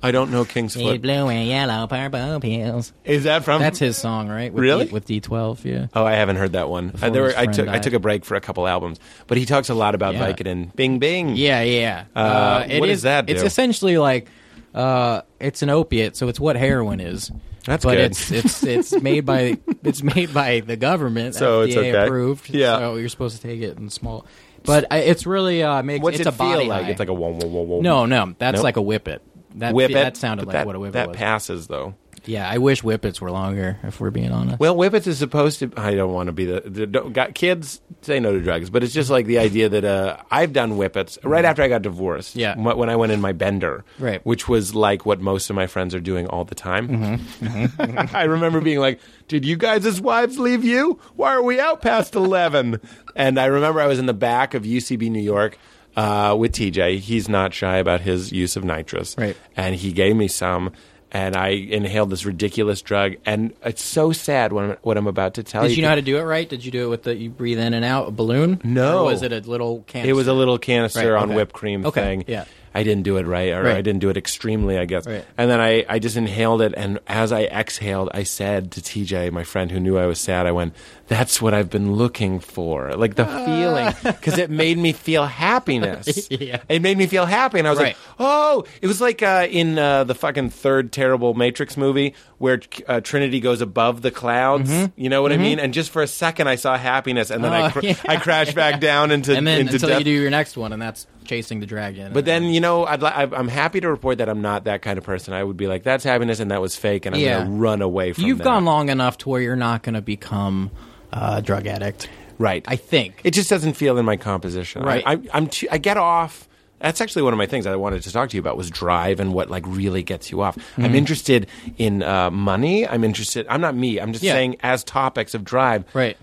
[SPEAKER 3] I don't know King's
[SPEAKER 6] The
[SPEAKER 3] Foot.
[SPEAKER 6] blue and yellow, purple pills.
[SPEAKER 3] Is that from?
[SPEAKER 5] That's his song, right? With
[SPEAKER 3] Really?
[SPEAKER 5] D, with D12, yeah.
[SPEAKER 3] Oh, I haven't heard that one. Uh,
[SPEAKER 5] Before
[SPEAKER 3] there were,
[SPEAKER 5] his
[SPEAKER 3] I
[SPEAKER 5] friend
[SPEAKER 3] took I
[SPEAKER 5] died.
[SPEAKER 3] took a break for a couple albums, but he talks a lot about
[SPEAKER 5] Yeah.
[SPEAKER 3] Vicodin. Bing, bing.
[SPEAKER 5] Yeah, yeah.
[SPEAKER 3] Uh,
[SPEAKER 5] it
[SPEAKER 3] what does
[SPEAKER 5] is-
[SPEAKER 3] that do?
[SPEAKER 5] It's essentially like uh, it's an opiate, so it's what heroin is.
[SPEAKER 3] That's
[SPEAKER 5] but
[SPEAKER 3] good.
[SPEAKER 5] it's it's
[SPEAKER 3] *laughs*
[SPEAKER 5] it's made by it's made by the government,
[SPEAKER 3] So
[SPEAKER 5] FDA
[SPEAKER 3] it's okay.
[SPEAKER 5] approved.
[SPEAKER 3] Yeah.
[SPEAKER 5] so you're supposed to take it in small. But I, it's really uh, makes
[SPEAKER 3] What's
[SPEAKER 5] it's
[SPEAKER 3] it
[SPEAKER 5] a body
[SPEAKER 3] feel like?
[SPEAKER 5] high.
[SPEAKER 3] It's like a whoa, whoa, whoa, whoa.
[SPEAKER 5] no, no, that's
[SPEAKER 3] Nope.
[SPEAKER 5] like a whippet. That
[SPEAKER 3] whip it.
[SPEAKER 5] that sounded
[SPEAKER 3] But
[SPEAKER 5] like
[SPEAKER 3] that,
[SPEAKER 5] what a whippet
[SPEAKER 3] That
[SPEAKER 5] was.
[SPEAKER 3] passes though.
[SPEAKER 5] yeah, I wish whippets were longer. If we're being honest,
[SPEAKER 3] Well, whippets is supposed to. I don't want to be the, the don't, got kids say no to drugs, but it's just like the idea that uh, I've done whippets right after I got divorced.
[SPEAKER 5] Yeah.
[SPEAKER 3] wh- when I went in my bender,
[SPEAKER 5] Right. Mm-hmm.
[SPEAKER 3] which was like what most of my friends are doing all the time. *laughs* I remember being like, "Did you guys' wives leave you? Why are we out past 11? And I remember I was in the back of UCB New York. Uh, with TJ, he's not shy about his use of nitrous
[SPEAKER 5] Right.
[SPEAKER 3] and he gave me some and I inhaled this ridiculous drug and it's so sad when what I'm about to tell
[SPEAKER 5] Did you know how
[SPEAKER 3] to
[SPEAKER 5] to do it right? Did you do it with the you breathe in and out a balloon?
[SPEAKER 3] No.
[SPEAKER 5] or was it a little can?
[SPEAKER 3] it was a little canister
[SPEAKER 5] Right,
[SPEAKER 3] on
[SPEAKER 5] okay.
[SPEAKER 3] whipped cream
[SPEAKER 5] Okay,
[SPEAKER 3] thing.
[SPEAKER 5] yeah.
[SPEAKER 3] I didn't do it right, or
[SPEAKER 5] Right.
[SPEAKER 3] I didn't do it extremely, I guess.
[SPEAKER 5] Right.
[SPEAKER 3] And then I, I just inhaled it, and as I exhaled, I said to TJ, my friend who knew I was sad, I went, That's what I've been looking for. Like the
[SPEAKER 5] Ah.
[SPEAKER 3] feeling, because it made me feel happiness.
[SPEAKER 5] *laughs* Yeah.
[SPEAKER 3] It made me feel happy, and I was
[SPEAKER 5] Right.
[SPEAKER 3] like, Oh, it was like uh, in uh, the fucking third terrible Matrix movie where uh, Trinity goes above the clouds. You know what I mean? And just for a second, I saw happiness, and then I,
[SPEAKER 5] Mm-hmm. Oh, *laughs*
[SPEAKER 3] cr-
[SPEAKER 5] yeah.
[SPEAKER 3] I crashed back down into
[SPEAKER 5] and then
[SPEAKER 3] into
[SPEAKER 5] until
[SPEAKER 3] death.
[SPEAKER 5] you do your next one, and that's chasing the dragon.
[SPEAKER 3] But then you know, I'd li- I- I'm happy to report that I'm not that kind of person. I would be like, "That's happiness, and that was fake," and I'm
[SPEAKER 5] Yeah.
[SPEAKER 3] going to run away from.
[SPEAKER 5] you've
[SPEAKER 3] that.
[SPEAKER 5] gone long enough to where you're not going to become a drug addict,
[SPEAKER 3] right?
[SPEAKER 5] I think.
[SPEAKER 3] it just doesn't feel in my composition.
[SPEAKER 5] Right.
[SPEAKER 3] I, I, I'm too, I get off. That's actually one of my things I wanted to talk to you about was drive and what like really gets you off. I'm
[SPEAKER 5] Mm-hmm.
[SPEAKER 3] interested in uh, money. I'm interested. I'm not me. I'm just
[SPEAKER 5] Yeah.
[SPEAKER 3] saying as topics of drive.
[SPEAKER 5] right.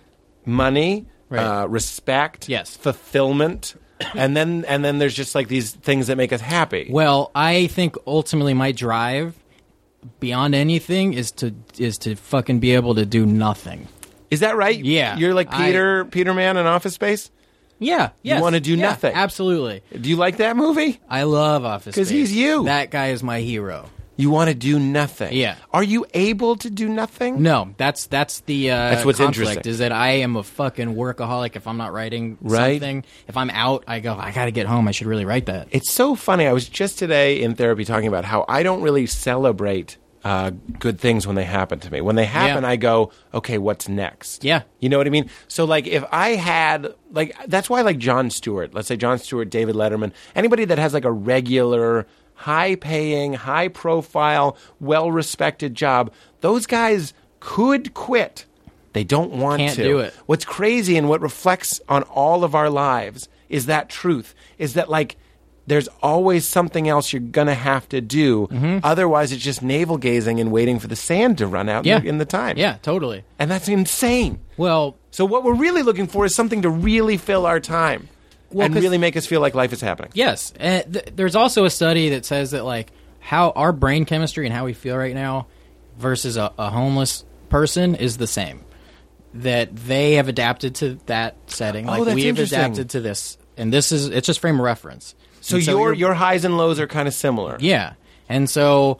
[SPEAKER 3] money,
[SPEAKER 5] Right.
[SPEAKER 3] uh, respect,
[SPEAKER 5] Yes.
[SPEAKER 3] fulfillment, and then and then there's just like these things that make us happy.
[SPEAKER 5] Well, I think ultimately my drive beyond anything is to is to fucking be able to do nothing.
[SPEAKER 3] Is that right?
[SPEAKER 5] Yeah.
[SPEAKER 3] you're like
[SPEAKER 5] I-
[SPEAKER 3] Peter Peterman in Office Space.
[SPEAKER 5] Yeah. Yes,
[SPEAKER 3] wanna do
[SPEAKER 5] yeah,
[SPEAKER 3] nothing.
[SPEAKER 5] Absolutely.
[SPEAKER 3] Do you like that movie?
[SPEAKER 5] I love Office
[SPEAKER 3] 'Cause he's
[SPEAKER 5] Space.
[SPEAKER 3] you.
[SPEAKER 5] That guy is my hero.
[SPEAKER 3] You want to do nothing.
[SPEAKER 5] Yeah.
[SPEAKER 3] Are you able to do nothing?
[SPEAKER 5] No, that's that's the uh,
[SPEAKER 3] That's what's
[SPEAKER 5] conflict,
[SPEAKER 3] interesting.
[SPEAKER 5] is that I am a fucking workaholic. If I'm not writing
[SPEAKER 3] Right.
[SPEAKER 5] something, if I'm out, I go. I got to get home. I should really write that.
[SPEAKER 3] It's so funny. I was just today in therapy talking about how I don't really celebrate uh, good things when they happen to me. When they happen,
[SPEAKER 5] Yeah.
[SPEAKER 3] I go, okay, what's next?
[SPEAKER 5] Yeah.
[SPEAKER 3] You know what I mean? So, like, if I had, like, that's why, like, John Stewart, let's say John Stewart, David Letterman, anybody that has, like, a regular high paying, high profile, well respected job, those guys could quit. They don't want
[SPEAKER 5] Can't
[SPEAKER 3] to.
[SPEAKER 5] do it.
[SPEAKER 3] What's crazy and what reflects on all of our lives is that truth is that like there's always something else you're gonna have to do.
[SPEAKER 5] Mm-hmm.
[SPEAKER 3] Otherwise, it's just navel gazing and waiting for the sand to run out
[SPEAKER 5] Yeah.
[SPEAKER 3] in the time.
[SPEAKER 5] Yeah, totally.
[SPEAKER 3] and that's insane.
[SPEAKER 5] Well,
[SPEAKER 3] So what we're really looking for is something to really fill our time
[SPEAKER 5] Well,
[SPEAKER 3] and
[SPEAKER 5] 'cause-
[SPEAKER 3] really make us feel like life is happening.
[SPEAKER 5] yes. Uh, th- there's also a study that says that like how our brain chemistry and how we feel right now versus a, a homeless person is the same. That they have adapted to that setting, like
[SPEAKER 3] Oh, that's
[SPEAKER 5] we have
[SPEAKER 3] interesting.
[SPEAKER 5] adapted to this, and this is it's just frame of reference.
[SPEAKER 3] So,
[SPEAKER 5] And
[SPEAKER 3] your
[SPEAKER 5] you're-
[SPEAKER 3] your highs and lows are kind of similar.
[SPEAKER 5] Yeah, and so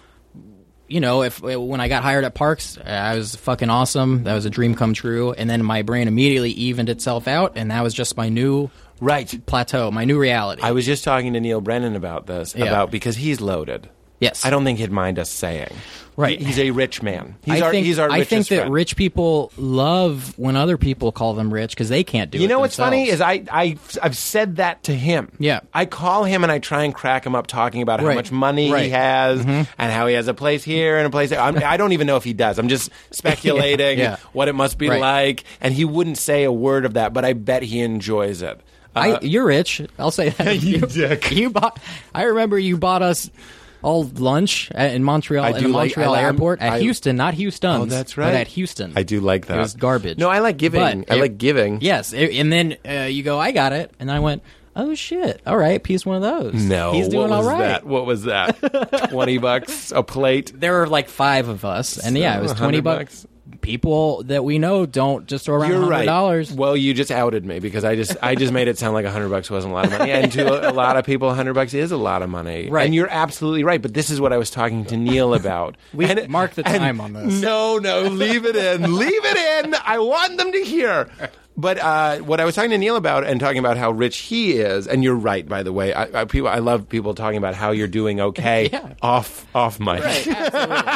[SPEAKER 5] you know, if when I got hired at Parks, uh, I was fucking awesome. That was a dream come true. And then my brain immediately evened itself out, and that was just my new
[SPEAKER 3] Right.
[SPEAKER 5] plateau, my new reality.
[SPEAKER 3] I was just talking to Neil Brennan about this
[SPEAKER 5] Yeah.
[SPEAKER 3] about because he's loaded.
[SPEAKER 5] yes,
[SPEAKER 3] I don't think he'd mind us saying.
[SPEAKER 5] Right.
[SPEAKER 3] He- He's a rich man. He's
[SPEAKER 5] I
[SPEAKER 3] our
[SPEAKER 5] think,
[SPEAKER 3] he's our
[SPEAKER 5] I
[SPEAKER 3] richest
[SPEAKER 5] think that
[SPEAKER 3] friend.
[SPEAKER 5] rich people love when other people call them rich because they can't do it.
[SPEAKER 3] You know what's funny is
[SPEAKER 5] themselves.
[SPEAKER 3] I, I I've said that to him.
[SPEAKER 5] Yeah.
[SPEAKER 3] I call him and I try and crack him up talking about how
[SPEAKER 5] Right.
[SPEAKER 3] much money he
[SPEAKER 5] Right. Mm-hmm.
[SPEAKER 3] has and how he has a place here and a place there. I'm, I don't even know if he does. I'm
[SPEAKER 5] *laughs*
[SPEAKER 3] just speculating
[SPEAKER 5] Yeah.
[SPEAKER 3] what it must be
[SPEAKER 5] Right.
[SPEAKER 3] like. And he wouldn't say a word of that, but I bet he enjoys it. Uh-huh.
[SPEAKER 5] I, you're rich. I'll say
[SPEAKER 3] *laughs*
[SPEAKER 5] that. you, dick. You bought. I remember you bought us all lunch at, in Montreal
[SPEAKER 3] I
[SPEAKER 5] in
[SPEAKER 3] do
[SPEAKER 5] the
[SPEAKER 3] like-
[SPEAKER 5] Montreal
[SPEAKER 3] I like-
[SPEAKER 5] airport at
[SPEAKER 3] I-
[SPEAKER 5] Houston, not Houston.
[SPEAKER 3] Oh, that's
[SPEAKER 5] But
[SPEAKER 3] right.
[SPEAKER 5] at Houston,
[SPEAKER 3] I do like that.
[SPEAKER 5] It was garbage.
[SPEAKER 3] No, I like giving.
[SPEAKER 5] But
[SPEAKER 3] I
[SPEAKER 5] it-
[SPEAKER 3] like giving.
[SPEAKER 5] Yes, it- and then uh, you go, I got it, and I went, oh shit, all right, piece one of those.
[SPEAKER 3] No,
[SPEAKER 5] he's doing
[SPEAKER 3] what was
[SPEAKER 5] all right.
[SPEAKER 3] that? What
[SPEAKER 5] *laughs*
[SPEAKER 3] was that? Twenty bucks a plate.
[SPEAKER 5] There were like five of us, and yeah, it was
[SPEAKER 3] So,
[SPEAKER 5] twenty
[SPEAKER 3] 100
[SPEAKER 5] bucks. People that we know don't just throw around
[SPEAKER 3] You're
[SPEAKER 5] hundred
[SPEAKER 3] right.
[SPEAKER 5] dollars.
[SPEAKER 3] Well, you just outed me because I just I just made it sound like hundred bucks wasn't a lot of money, and to a, a lot of people, hundred bucks is a lot of money.
[SPEAKER 5] Right.
[SPEAKER 3] And you're absolutely right. But this is what I was talking to
[SPEAKER 5] *laughs*
[SPEAKER 3] Neil about.
[SPEAKER 5] We
[SPEAKER 3] and,
[SPEAKER 5] marked the
[SPEAKER 3] and-
[SPEAKER 5] time on this.
[SPEAKER 3] No, no, leave it in, leave it in. I want them to hear. But uh, what I was talking to Neil about and talking about how rich he is, and you're right, by the way. I, I, people, I love people talking about how you're doing okay
[SPEAKER 5] *laughs* Yeah.
[SPEAKER 3] off off mic.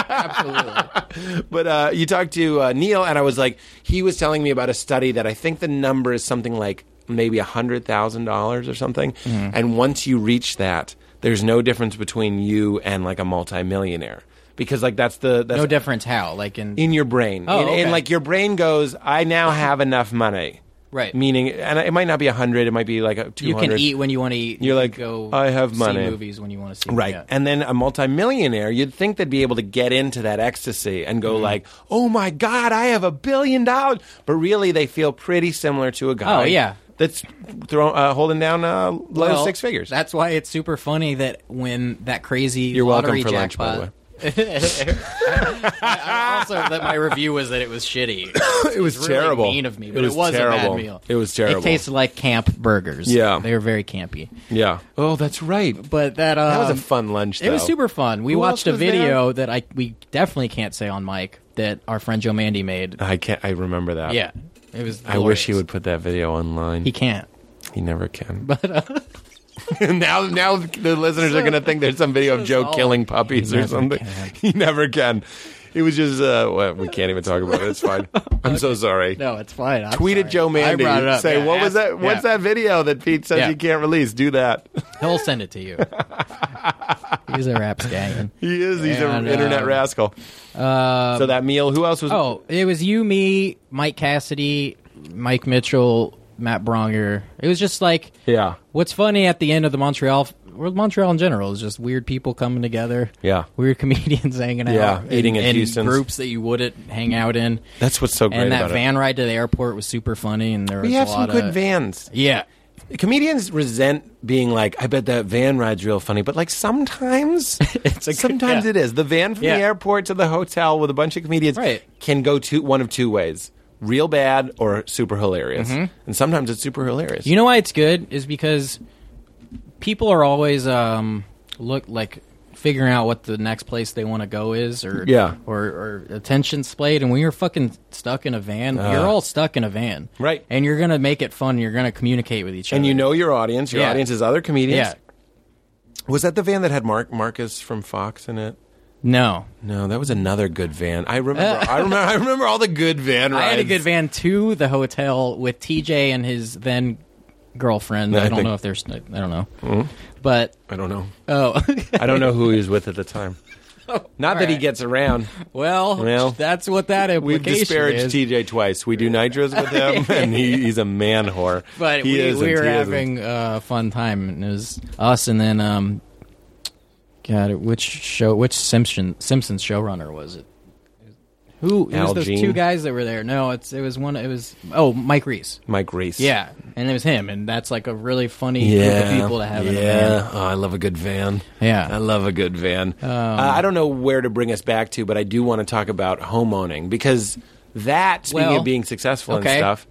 [SPEAKER 3] *laughs* But uh, you talked to uh, Neil, and I was like, he was telling me about a study that I think the number is something like maybe hundred thousand dollars or something.
[SPEAKER 5] Mm-hmm.
[SPEAKER 3] And once you reach that, there's no difference between you and like a multimillionaire because like that's the that's
[SPEAKER 5] no difference how, like in,
[SPEAKER 3] in your brain.
[SPEAKER 5] Oh,
[SPEAKER 3] in, in,
[SPEAKER 5] okay.
[SPEAKER 3] like your brain goes, I now have enough money.
[SPEAKER 5] Right.
[SPEAKER 3] Meaning, and it might not be a hundred; it might be like two
[SPEAKER 5] you
[SPEAKER 3] hundred.
[SPEAKER 5] can eat when you want to eat.
[SPEAKER 3] You're
[SPEAKER 5] you
[SPEAKER 3] like,
[SPEAKER 5] can go
[SPEAKER 3] I have
[SPEAKER 5] see
[SPEAKER 3] money.
[SPEAKER 5] movies when you want to see.
[SPEAKER 3] Right.
[SPEAKER 5] yeah.
[SPEAKER 3] And then a multimillionaire, you'd think they'd be able to get into that ecstasy and
[SPEAKER 5] Mm-hmm.
[SPEAKER 3] go like, "Oh my god, I have a billion dollars." But really they feel pretty similar to a guy.
[SPEAKER 5] Oh, yeah.
[SPEAKER 3] That's throw, uh, holding down uh, low
[SPEAKER 5] Well,
[SPEAKER 3] six figures.
[SPEAKER 5] That's why it's super funny that when that crazy
[SPEAKER 3] You're welcome
[SPEAKER 5] lottery
[SPEAKER 3] for lunch, by
[SPEAKER 5] jackpot.
[SPEAKER 3] the way.
[SPEAKER 5] *laughs* I- I also, that my review was that it was
[SPEAKER 3] *coughs*
[SPEAKER 5] shitty. it
[SPEAKER 3] was
[SPEAKER 5] really
[SPEAKER 3] terrible.
[SPEAKER 5] Mean of me,
[SPEAKER 3] It
[SPEAKER 5] but it
[SPEAKER 3] was
[SPEAKER 5] was, a
[SPEAKER 3] terrible.
[SPEAKER 5] bad meal.
[SPEAKER 3] It was terrible.
[SPEAKER 5] It tasted like camp burgers.
[SPEAKER 3] Yeah.
[SPEAKER 5] they were very campy.
[SPEAKER 3] yeah. Oh, that's right.
[SPEAKER 5] But that um,
[SPEAKER 3] That was a fun lunch
[SPEAKER 5] It was
[SPEAKER 3] though.
[SPEAKER 5] super fun. We
[SPEAKER 3] Who
[SPEAKER 5] watched a
[SPEAKER 3] else was
[SPEAKER 5] video that I we definitely can't say on mic that our friend Joe Mandy made.
[SPEAKER 3] I can't I remember that.
[SPEAKER 5] yeah, it was.
[SPEAKER 3] Uh, I wish he
[SPEAKER 5] glorious.
[SPEAKER 3] would put that video online.
[SPEAKER 5] He can't.
[SPEAKER 3] He
[SPEAKER 5] *laughs*
[SPEAKER 3] never can. But
[SPEAKER 5] uh,
[SPEAKER 3] *laughs* now, now the listeners are going to think there's some video of Joe
[SPEAKER 5] all-
[SPEAKER 3] killing puppies or
[SPEAKER 5] never
[SPEAKER 3] something.
[SPEAKER 5] can.
[SPEAKER 3] *laughs* He never can. It was just uh, well, we can't even talk about it.
[SPEAKER 5] *laughs*
[SPEAKER 3] It's fine. I'm so sorry.
[SPEAKER 5] No, it's fine. I'm
[SPEAKER 3] Tweet
[SPEAKER 5] sorry.
[SPEAKER 3] at Joe Mandy.
[SPEAKER 5] I brought it up.
[SPEAKER 3] Say
[SPEAKER 5] Yeah,
[SPEAKER 3] what was
[SPEAKER 5] ask-
[SPEAKER 3] that? What's
[SPEAKER 5] yeah.
[SPEAKER 3] that video that Pete says
[SPEAKER 5] Yeah.
[SPEAKER 3] you can't release? Do that. *laughs*
[SPEAKER 5] He'll send it to you. *laughs* He's a rapscallion.
[SPEAKER 3] He is. He's an
[SPEAKER 5] And,
[SPEAKER 3] internet
[SPEAKER 5] uh, um,
[SPEAKER 3] rascal. so that meal. Who else was?
[SPEAKER 5] Oh, it was you, me, Mike Cassidy, Mike Mitchell, Matt Bronger. It was just like
[SPEAKER 3] Yeah.
[SPEAKER 5] What's funny at the end of the Montreal, well, Montreal in general, is just weird people coming together.
[SPEAKER 3] Yeah.
[SPEAKER 5] weird comedians *laughs* hanging out.
[SPEAKER 3] Yeah, eating
[SPEAKER 5] in,
[SPEAKER 3] at Houston's.
[SPEAKER 5] groups that you wouldn't hang out in.
[SPEAKER 3] That's what's so great
[SPEAKER 5] and that
[SPEAKER 3] about
[SPEAKER 5] van ride to the airport was super funny. And there
[SPEAKER 3] it. We
[SPEAKER 5] was
[SPEAKER 3] have
[SPEAKER 5] a
[SPEAKER 3] some
[SPEAKER 5] lot
[SPEAKER 3] good
[SPEAKER 5] of,
[SPEAKER 3] vans.
[SPEAKER 5] Yeah,
[SPEAKER 3] comedians resent being like, I bet that van ride's real funny, but like sometimes
[SPEAKER 5] *laughs* It's a good-
[SPEAKER 3] sometimes
[SPEAKER 5] yeah.
[SPEAKER 3] it is. The van from
[SPEAKER 5] Yeah.
[SPEAKER 3] the airport to the hotel with a bunch of comedians
[SPEAKER 5] Right.
[SPEAKER 3] can go to one of two ways. Real bad or super hilarious. And sometimes it's super hilarious.
[SPEAKER 5] Mm-hmm. You know why it's good is because people are always um, look like figuring out what the next place they want to go is, or
[SPEAKER 3] Yeah.
[SPEAKER 5] or, or attention splayed. And when you're fucking stuck in a van, you're all stuck in a van,
[SPEAKER 3] Uh. Right.
[SPEAKER 5] And you're gonna make it fun. You're gonna communicate with each other,
[SPEAKER 3] and you know your audience. Your
[SPEAKER 5] Yeah.
[SPEAKER 3] audience is other comedians.
[SPEAKER 5] yeah.
[SPEAKER 3] Was that the van that had Mark Marcus from Fox in it?
[SPEAKER 5] No,
[SPEAKER 3] No, that was another good van. I remember.
[SPEAKER 5] *laughs*
[SPEAKER 3] I remember. I remember all the good van rides.
[SPEAKER 5] I had a good van to the hotel with TJ and his then girlfriend.
[SPEAKER 3] Yeah, I
[SPEAKER 5] I, don't
[SPEAKER 3] think- Hmm?
[SPEAKER 5] know if there's. I don't know. But
[SPEAKER 3] I don't know.
[SPEAKER 5] oh, *laughs*
[SPEAKER 3] I don't know who he was with at the time. Not that he
[SPEAKER 5] right.
[SPEAKER 3] gets around.
[SPEAKER 5] well,
[SPEAKER 3] Well,
[SPEAKER 5] that's what that
[SPEAKER 3] We've
[SPEAKER 5] implication
[SPEAKER 3] disparaged
[SPEAKER 5] is.
[SPEAKER 3] TJ twice. We do nitros with
[SPEAKER 5] *laughs*
[SPEAKER 3] him, and he, he's a man whore.
[SPEAKER 5] but
[SPEAKER 3] he
[SPEAKER 5] we,
[SPEAKER 3] isn't,
[SPEAKER 5] we were
[SPEAKER 3] he isn't.
[SPEAKER 5] having uh, a fun time, and it was us, and then um, God, which show, which Simpson Simpsons showrunner was it? Who? It
[SPEAKER 3] Al
[SPEAKER 5] was those
[SPEAKER 3] Jean?
[SPEAKER 5] two guys that were there. No, it's it was one. It was oh, Mike Reese.
[SPEAKER 3] Mike Reese.
[SPEAKER 5] Yeah, and it was him, and that's like a really funny group
[SPEAKER 3] Yeah,
[SPEAKER 5] of people to have.
[SPEAKER 3] yeah.
[SPEAKER 5] in a band.
[SPEAKER 3] Oh, I love a good van.
[SPEAKER 5] Yeah. Um,
[SPEAKER 3] I love a good van. Uh, I don't know where to bring us back to, but I do want to talk about homeowning because that, speaking
[SPEAKER 5] Well,
[SPEAKER 3] of being successful
[SPEAKER 5] okay. Mm-hmm.
[SPEAKER 3] and stuff,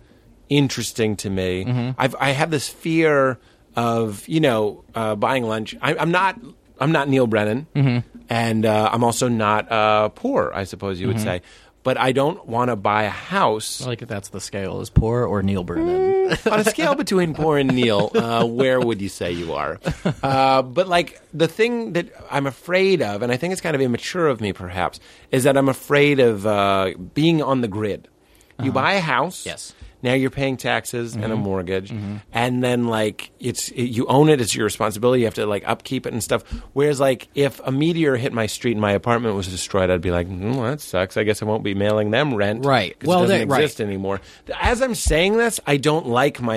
[SPEAKER 3] interesting to me. I've, I have this fear of you know uh, buying lunch. I, I'm not. I'm not Neil Brennan,
[SPEAKER 5] Mm-hmm.
[SPEAKER 3] and uh, I'm also not uh, poor. I suppose you would
[SPEAKER 5] Mm-hmm.
[SPEAKER 3] say, but I don't want to buy a house
[SPEAKER 5] Like if that's the scale is poor or Neil Brennan.
[SPEAKER 3] *laughs* on a scale between poor and Neil, uh, where would you say you are? Uh, but like the thing that I'm afraid of, and I think it's kind of immature of me, perhaps, is that I'm afraid of uh, being on the grid. You buy a house,
[SPEAKER 5] Uh-huh. Yes. Mm-hmm.
[SPEAKER 3] Now you're paying taxes and a mortgage, and then like it's it, you own it; it's your responsibility. You have to like upkeep it and stuff. Whereas like if a meteor hit my street and my apartment was destroyed, I'd be like, mm, well, that sucks. I guess I won't be mailing them rent,
[SPEAKER 5] Right.
[SPEAKER 3] 'cause
[SPEAKER 5] Well,
[SPEAKER 3] it doesn't
[SPEAKER 5] that- right.
[SPEAKER 3] exist anymore. As I'm saying this, I don't like my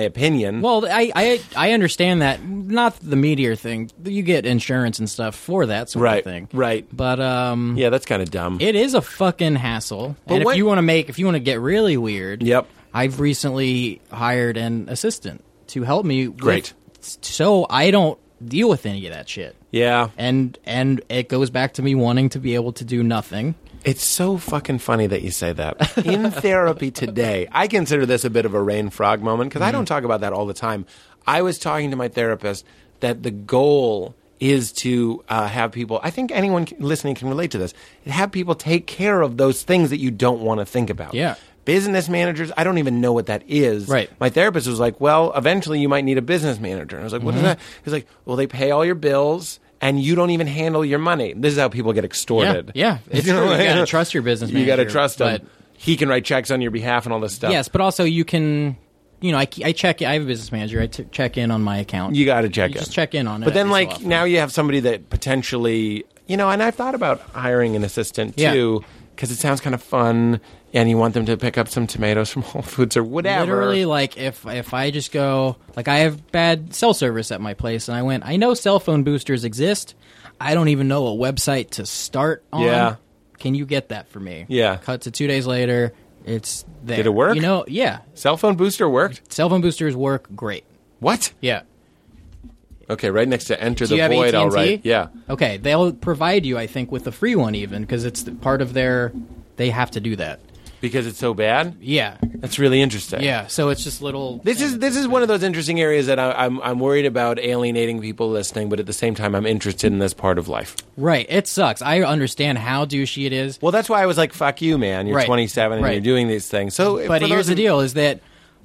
[SPEAKER 5] *laughs*
[SPEAKER 3] opinion.
[SPEAKER 5] well, I, I I understand that. Not the meteor thing. You get insurance and stuff for that sort
[SPEAKER 3] right,
[SPEAKER 5] of thing.
[SPEAKER 3] right.
[SPEAKER 5] But um,
[SPEAKER 3] Yeah, that's kind of dumb.
[SPEAKER 5] It is a fucking hassle.
[SPEAKER 3] But
[SPEAKER 5] and
[SPEAKER 3] what-
[SPEAKER 5] if you want to make, if you want to get really weird,
[SPEAKER 3] Yep.
[SPEAKER 5] I've recently hired an assistant to help me.
[SPEAKER 3] Great.
[SPEAKER 5] With, so I don't deal with any of that shit.
[SPEAKER 3] yeah,
[SPEAKER 5] And and it goes back to me wanting to be able to do nothing.
[SPEAKER 3] it's so fucking funny that you say that.
[SPEAKER 5] *laughs*
[SPEAKER 3] In therapy today, I consider this a bit of a rain frog
[SPEAKER 5] Mm-hmm.
[SPEAKER 3] moment because I don't talk about that all the time. I was talking to my therapist that the goal is to uh, have people. I think anyone c- listening can relate to this. Have people take care of those things that you don't want to think about.
[SPEAKER 5] Yeah.
[SPEAKER 3] Business managers, I don't even know what that is.
[SPEAKER 5] Right.
[SPEAKER 3] My therapist was like, "Well, eventually you might need a business manager." And I was like, "What
[SPEAKER 5] Mm-hmm.
[SPEAKER 3] is that?" He's like, "Well, they pay all your bills." And you don't even handle your money. This is how people get extorted. *laughs*
[SPEAKER 5] Yeah, yeah. It's true. You gotta trust your business
[SPEAKER 3] You gotta
[SPEAKER 5] manager,
[SPEAKER 3] trust him.
[SPEAKER 5] but-
[SPEAKER 3] He can write checks on your behalf and all this stuff.
[SPEAKER 5] Yes, but also you can, you know, I, I check. I have a business manager. I t- check in on my account.
[SPEAKER 3] you got to check
[SPEAKER 5] You
[SPEAKER 3] it.
[SPEAKER 5] just check in on it.
[SPEAKER 3] But then,
[SPEAKER 5] every so
[SPEAKER 3] like
[SPEAKER 5] often.
[SPEAKER 3] now, you have somebody that potentially, you know. And I've thought about hiring an assistant
[SPEAKER 5] Yeah.
[SPEAKER 3] too because it sounds kind of fun, and you want them to pick up some tomatoes *laughs* from Whole Foods or whatever.
[SPEAKER 5] Literally, like if if I just go, like I have bad cell service at my place, and I went, I know cell phone boosters exist. I don't even know a website to start on.
[SPEAKER 3] Yeah.
[SPEAKER 5] Can you get that for me?
[SPEAKER 3] Yeah.
[SPEAKER 5] Cut to two days later. It's there.
[SPEAKER 3] Did it work?
[SPEAKER 5] You know, yeah.
[SPEAKER 3] Cell phone booster worked.
[SPEAKER 5] Cell phone boosters work great.
[SPEAKER 3] What?
[SPEAKER 5] Yeah.
[SPEAKER 3] Okay, right next to enter
[SPEAKER 5] Do you
[SPEAKER 3] the
[SPEAKER 5] have
[SPEAKER 3] void.
[SPEAKER 5] AT&T?
[SPEAKER 3] All right. Yeah.
[SPEAKER 5] Okay, they'll provide you, I think, with the free one even because it's the- part of their. They have to do that.
[SPEAKER 3] Because it's so bad.
[SPEAKER 5] Yeah.
[SPEAKER 3] That's really interesting.
[SPEAKER 5] Yeah. So it's just little.
[SPEAKER 3] This is this is one of those interesting areas that I, I'm I'm worried about alienating people listening, but at the same time, I'm interested in this part of life.
[SPEAKER 5] right. It sucks. I understand how douchey it is.
[SPEAKER 3] Well, that's why I was like, "Fuck you, man! You're
[SPEAKER 5] Right.
[SPEAKER 3] 27 and
[SPEAKER 5] Right.
[SPEAKER 3] you're doing these things." So,
[SPEAKER 5] but
[SPEAKER 3] for
[SPEAKER 5] here's
[SPEAKER 3] those
[SPEAKER 5] the
[SPEAKER 3] who-
[SPEAKER 5] deal: is that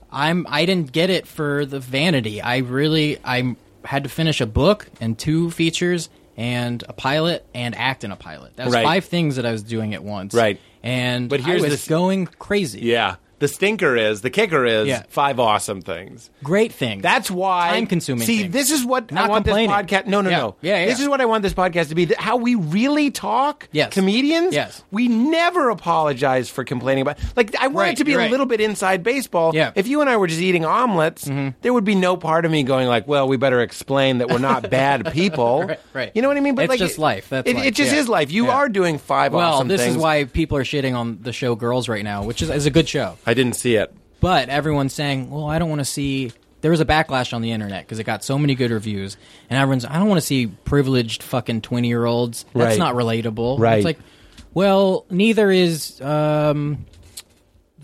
[SPEAKER 5] I'm I didn't get it for the vanity. I really I had to finish a book and two features and a pilot and act in a pilot. That was
[SPEAKER 3] Right.
[SPEAKER 5] five things that I was doing at once.
[SPEAKER 3] Right.
[SPEAKER 5] And
[SPEAKER 3] But
[SPEAKER 5] but
[SPEAKER 3] here's
[SPEAKER 5] here's I was
[SPEAKER 3] this-
[SPEAKER 5] going crazy.
[SPEAKER 3] Yeah, the stinker is the kicker is
[SPEAKER 5] Yeah.
[SPEAKER 3] five awesome things.
[SPEAKER 5] Great thing.
[SPEAKER 3] That's why
[SPEAKER 5] time consuming.
[SPEAKER 3] See, this is what
[SPEAKER 5] Not
[SPEAKER 3] I want this
[SPEAKER 5] complaining.
[SPEAKER 3] podcast. No, no,
[SPEAKER 5] Yeah.
[SPEAKER 3] no.
[SPEAKER 5] Yeah, yeah.
[SPEAKER 3] This is what I want this podcast to be. th- How we really talk.
[SPEAKER 5] Yes.
[SPEAKER 3] Comedians.
[SPEAKER 5] Yes.
[SPEAKER 3] We never apologize for complaining about. Like I want
[SPEAKER 5] Right,
[SPEAKER 3] it to be
[SPEAKER 5] you're
[SPEAKER 3] a
[SPEAKER 5] right.
[SPEAKER 3] little bit inside baseball.
[SPEAKER 5] Yeah. Mm-hmm.
[SPEAKER 3] If you and I were just eating omelets, there would be no part of me going like, "Well, we better explain that we're not bad people."
[SPEAKER 5] *laughs* Right, right.
[SPEAKER 3] You know what I mean?
[SPEAKER 5] It's just life. That's
[SPEAKER 3] it,
[SPEAKER 5] life.
[SPEAKER 3] it just
[SPEAKER 5] Yeah.
[SPEAKER 3] is life. You
[SPEAKER 5] Yeah.
[SPEAKER 3] are doing five
[SPEAKER 5] well,
[SPEAKER 3] awesome
[SPEAKER 5] this
[SPEAKER 3] things.
[SPEAKER 5] is why people are shitting on the show Girls right now, which is, is a good show.
[SPEAKER 3] I didn't see it.
[SPEAKER 5] But everyone's saying, well, I don't want to see. There was a backlash on the internet because it got so many good reviews, and everyone's, I don't want to see privileged fucking twenty year olds. That's
[SPEAKER 3] Right.
[SPEAKER 5] not relatable.
[SPEAKER 3] Right.
[SPEAKER 5] It's like, well, neither is um,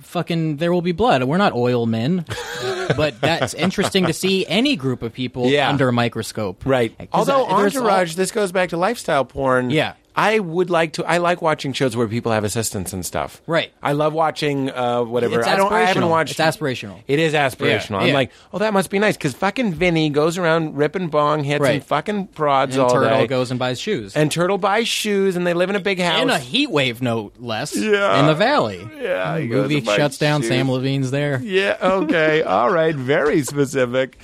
[SPEAKER 5] fucking. There will be blood. We're not oil men, *laughs* but that's interesting to see any group of people
[SPEAKER 3] Yeah.
[SPEAKER 5] under a microscope.
[SPEAKER 3] Right.
[SPEAKER 5] 'Cause
[SPEAKER 3] Although
[SPEAKER 5] I- there's
[SPEAKER 3] Entourage,
[SPEAKER 5] all-
[SPEAKER 3] this goes back to lifestyle porn.
[SPEAKER 5] Yeah.
[SPEAKER 3] I would like to. I like watching shows where people have assistants and stuff.
[SPEAKER 5] Right.
[SPEAKER 3] I love watching uh, whatever.
[SPEAKER 5] It's
[SPEAKER 3] I don't. I haven't
[SPEAKER 5] aspirational.
[SPEAKER 3] watched.
[SPEAKER 5] It's aspirational.
[SPEAKER 3] It is aspirational.
[SPEAKER 5] Yeah,
[SPEAKER 3] I'm
[SPEAKER 5] yeah.
[SPEAKER 3] like, oh, that must be nice because fucking Vinny goes around ripping bong hits and
[SPEAKER 5] Right.
[SPEAKER 3] fucking prods
[SPEAKER 5] and
[SPEAKER 3] all
[SPEAKER 5] turtle
[SPEAKER 3] day.
[SPEAKER 5] goes and buys shoes.
[SPEAKER 3] and turtle buys shoes and they live in a big house.
[SPEAKER 5] in a heat wave, no less.
[SPEAKER 3] Yeah.
[SPEAKER 5] In the valley.
[SPEAKER 3] Yeah, he
[SPEAKER 5] The
[SPEAKER 3] goes
[SPEAKER 5] movie
[SPEAKER 3] and buys
[SPEAKER 5] shuts down.
[SPEAKER 3] shoes.
[SPEAKER 5] Sam Levine's there.
[SPEAKER 3] yeah. Okay. all right. Very specific.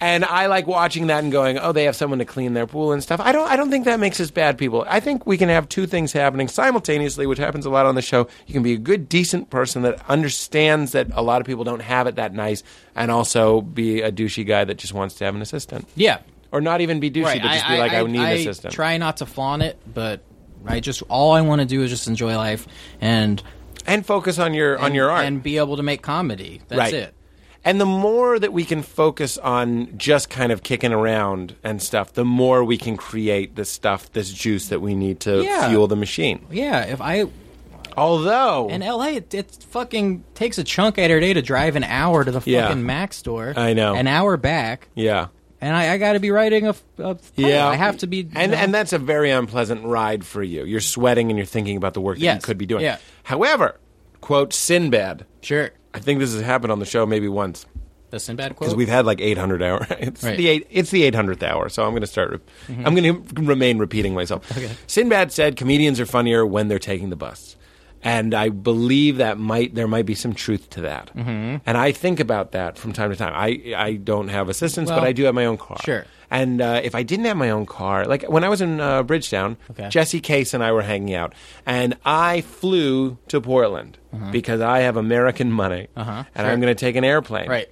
[SPEAKER 3] And I like watching that and going, oh, they have someone to clean their pool and stuff. I don't. I don't think that makes us bad people. I think we can have two things happening simultaneously, which happens a lot on the show. You can be a good, decent person that understands that a lot of people don't have it that nice, and also be a douchey guy that just wants to have an assistant,
[SPEAKER 5] Yeah.
[SPEAKER 3] or not even be douchey,
[SPEAKER 5] Right.
[SPEAKER 3] but just be like, I, need an assistant.
[SPEAKER 5] Try not to flaunt it, but I just all I want to do is just enjoy life and
[SPEAKER 3] and focus on your on your art
[SPEAKER 5] and be able to make comedy. That's
[SPEAKER 3] right.
[SPEAKER 5] it.
[SPEAKER 3] And the more that we can focus on just kind of kicking around and stuff, the more we can create this stuff, this juice that we need to
[SPEAKER 5] Yeah.
[SPEAKER 3] fuel the machine.
[SPEAKER 5] Yeah. If I
[SPEAKER 3] Although,
[SPEAKER 5] in L.A., it, it fucking takes a chunk out of your day to drive an hour to the fucking
[SPEAKER 3] Yeah.
[SPEAKER 5] Mac store.
[SPEAKER 3] I know.
[SPEAKER 5] An hour back,
[SPEAKER 3] yeah,
[SPEAKER 5] and I, I got to be writing a. f- a play. Oh, I have to be.
[SPEAKER 3] and and that's a very unpleasant ride for you. You're sweating and you're thinking about the work that
[SPEAKER 5] Yes.
[SPEAKER 3] you could be doing.
[SPEAKER 5] Yeah.
[SPEAKER 3] However, quote Sinbad.
[SPEAKER 5] sure.
[SPEAKER 3] I think this has happened on the show maybe once.
[SPEAKER 5] The Sinbad quote.
[SPEAKER 3] because we've had like 800 hour. *laughs* It's
[SPEAKER 5] Right. Mm-hmm.
[SPEAKER 3] the eight, it's the 800th hour, so I'm going to start. Re- I'm going to remain repeating myself. Sinbad said comedians are funnier when they're taking the bus, and I believe that might there might be some truth to that.
[SPEAKER 5] Mm-hmm.
[SPEAKER 3] And I think about that from time to time. I I don't have assistance, but
[SPEAKER 5] Well,
[SPEAKER 3] I do have my own car.
[SPEAKER 5] sure.
[SPEAKER 3] And uh, if I didn't have my own car, like when I was in uh, Bridgetown,
[SPEAKER 5] Okay.
[SPEAKER 3] Jesse Case and I were hanging out, and I flew to Portland because I have American money,
[SPEAKER 5] Uh-huh.
[SPEAKER 3] and
[SPEAKER 5] Sure.
[SPEAKER 3] I'm going to take an airplane
[SPEAKER 5] Right.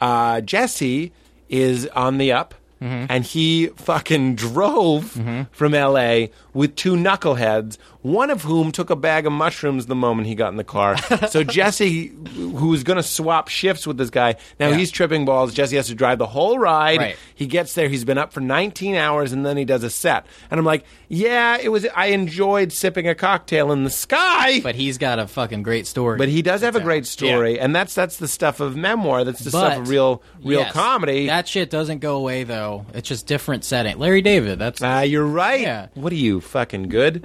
[SPEAKER 3] uh, Jesse is on the up,
[SPEAKER 5] Mm-hmm.
[SPEAKER 3] and he fucking *laughs* drove from L.A. with two knuckleheads, one of whom took a bag of mushrooms the moment he got in the car.
[SPEAKER 5] *laughs*
[SPEAKER 3] so Jesse, who was going to swap shifts with this guy, now
[SPEAKER 5] Yeah.
[SPEAKER 3] he's tripping balls. Jesse has to drive the whole ride.
[SPEAKER 5] Right.
[SPEAKER 3] He gets there. He's been up for 19 hours, and then he does a set. And I'm like, yeah, it was. I enjoyed sipping a cocktail in the sky.
[SPEAKER 5] but he's got a fucking great story.
[SPEAKER 3] But he does have a great story, and that's that's the stuff of memoir. That's the stuff
[SPEAKER 5] But-
[SPEAKER 3] of real real
[SPEAKER 5] Yes.
[SPEAKER 3] comedy.
[SPEAKER 5] That shit doesn't go away though. It's just different setting. Larry David. That's
[SPEAKER 3] Ah, you're right.
[SPEAKER 5] Yeah. Uh.
[SPEAKER 3] What are you fucking
[SPEAKER 5] *laughs*
[SPEAKER 3] good? *laughs*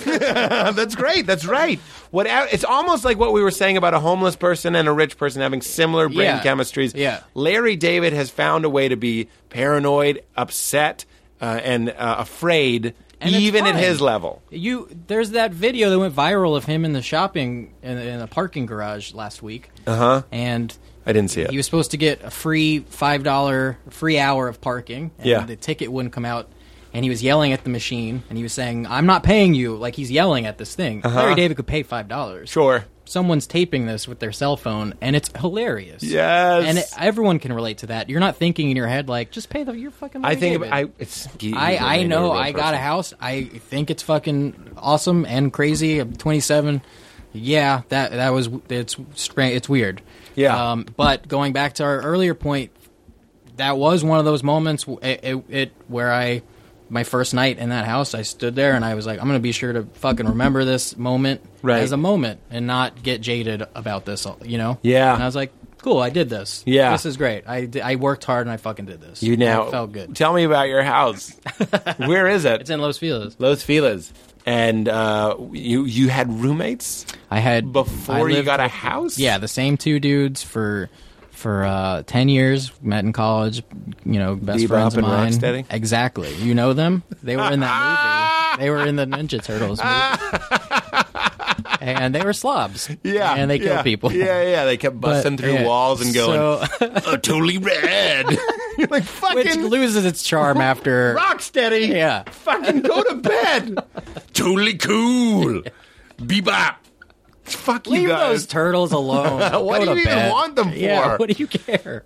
[SPEAKER 3] that's great. That's right. What it's almost like what we were saying about a homeless person and a rich person having similar brain
[SPEAKER 5] Yeah.
[SPEAKER 3] chemistries.
[SPEAKER 5] Yeah.
[SPEAKER 3] Larry David has found a way to be paranoid, upset, uh, and uh, afraid,
[SPEAKER 5] And it's
[SPEAKER 3] even at
[SPEAKER 5] fine.
[SPEAKER 3] his level.
[SPEAKER 5] you. There's that video that went viral of him in the shopping in, in the parking garage last week. Uh huh. And
[SPEAKER 3] Uh-huh. I didn't see it.
[SPEAKER 5] he was supposed to get a free five dollar free hour of parking. And
[SPEAKER 3] Yeah.
[SPEAKER 5] The ticket wouldn't come out. And he was yelling at the machine, and he was saying, "I'm not paying you." Like he's yelling at this thing.
[SPEAKER 3] Uh-huh.
[SPEAKER 5] Larry David could pay five dollars.
[SPEAKER 3] sure.
[SPEAKER 5] someone's taping this with their cell phone and it's hilarious.
[SPEAKER 3] Yes.
[SPEAKER 5] And it, everyone can relate to that. You're not thinking in your head like just pay the your fucking
[SPEAKER 3] I
[SPEAKER 5] Larry
[SPEAKER 3] think
[SPEAKER 5] David.
[SPEAKER 3] I. It's,
[SPEAKER 5] I, I know I got a
[SPEAKER 3] house.
[SPEAKER 5] house. I think it's fucking awesome and crazy. I'm 27. Yeah, that that was it's stra- it's weird.
[SPEAKER 3] Yeah.
[SPEAKER 5] Um, but going back to our earlier point, that was one of those moments w- it, it, it where I my first night in that house, I stood there and I was like, I'm gonna be sure to fucking remember this moment
[SPEAKER 3] Right.
[SPEAKER 5] as a moment and not get jaded about this. You know?
[SPEAKER 3] Yeah.
[SPEAKER 5] And I was like, cool, I did this.
[SPEAKER 3] Yeah.
[SPEAKER 5] This is great. I di- I worked hard and I fucking did this.
[SPEAKER 3] You now
[SPEAKER 5] It felt good.
[SPEAKER 3] Tell me about
[SPEAKER 5] *laughs*
[SPEAKER 3] your house. Where is it?
[SPEAKER 5] It's in Los Feliz.
[SPEAKER 3] Los Feliz. And uh, you you had roommates
[SPEAKER 5] I had I
[SPEAKER 3] before you
[SPEAKER 5] lived-
[SPEAKER 3] got a house?
[SPEAKER 5] yeah the same two dudes for for uh, ten years met in college you know best
[SPEAKER 3] Bebop
[SPEAKER 5] friends of
[SPEAKER 3] and
[SPEAKER 5] mine
[SPEAKER 3] Rocksteady?
[SPEAKER 5] exactly you know them they were in
[SPEAKER 3] *laughs*
[SPEAKER 5] that movie they were in the Ninja Turtles movie and they were slobs
[SPEAKER 3] Yeah,
[SPEAKER 5] and they killed
[SPEAKER 3] yeah,
[SPEAKER 5] people
[SPEAKER 3] Yeah, yeah. They kept
[SPEAKER 5] But,
[SPEAKER 3] busting through
[SPEAKER 5] yeah.
[SPEAKER 3] walls and going,
[SPEAKER 5] So-
[SPEAKER 3] "Oh,
[SPEAKER 5] *laughs*
[SPEAKER 3] totally red." You're like
[SPEAKER 5] which
[SPEAKER 3] fucking
[SPEAKER 5] loses its charm after
[SPEAKER 3] rock steady.
[SPEAKER 5] Yeah.
[SPEAKER 3] fucking go
[SPEAKER 5] *laughs*
[SPEAKER 3] to bed. totally cool. Bebop. Fuck
[SPEAKER 5] leave
[SPEAKER 3] you
[SPEAKER 5] those
[SPEAKER 3] guys. *laughs*
[SPEAKER 5] turtles alone Go
[SPEAKER 3] What do
[SPEAKER 5] to
[SPEAKER 3] you even
[SPEAKER 5] bed.
[SPEAKER 3] want them
[SPEAKER 5] yeah
[SPEAKER 3] for?
[SPEAKER 5] what do you care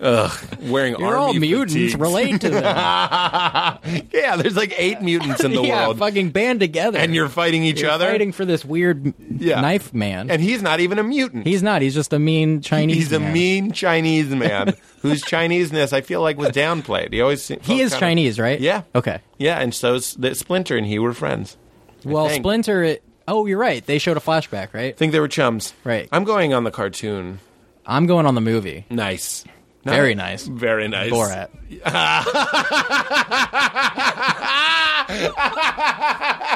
[SPEAKER 3] Wearing
[SPEAKER 5] you're
[SPEAKER 3] army
[SPEAKER 5] all mutants
[SPEAKER 3] fatigues.
[SPEAKER 5] relate to them
[SPEAKER 3] *laughs* yeah, there's like eight mutants in
[SPEAKER 5] *laughs*
[SPEAKER 3] the
[SPEAKER 5] yeah
[SPEAKER 3] world,
[SPEAKER 5] fucking band together
[SPEAKER 3] and you're fighting each
[SPEAKER 5] You're
[SPEAKER 3] other.
[SPEAKER 5] fighting for this weird
[SPEAKER 3] Yeah.
[SPEAKER 5] knife man.
[SPEAKER 3] and he's not even a mutant.
[SPEAKER 5] he's not. He's just a mean Chinese.
[SPEAKER 3] He's a
[SPEAKER 5] man.
[SPEAKER 3] mean
[SPEAKER 5] *laughs*
[SPEAKER 3] Chinese man whose Chineseness I feel like was downplayed. He always se- felt
[SPEAKER 5] He is
[SPEAKER 3] kinda-
[SPEAKER 5] Chinese, right?
[SPEAKER 3] Yeah.
[SPEAKER 5] Okay.
[SPEAKER 3] Yeah, and so s- the Splinter and he were friends.
[SPEAKER 5] Well,
[SPEAKER 3] think.
[SPEAKER 5] Splinter. It, oh, you're right. They showed a flashback, right?
[SPEAKER 3] I think they were chums.
[SPEAKER 5] Right.
[SPEAKER 3] I'm going on the cartoon.
[SPEAKER 5] I'm going on the movie.
[SPEAKER 3] Nice.
[SPEAKER 5] Very nice.
[SPEAKER 3] Very nice.
[SPEAKER 5] Borat.
[SPEAKER 3] *laughs*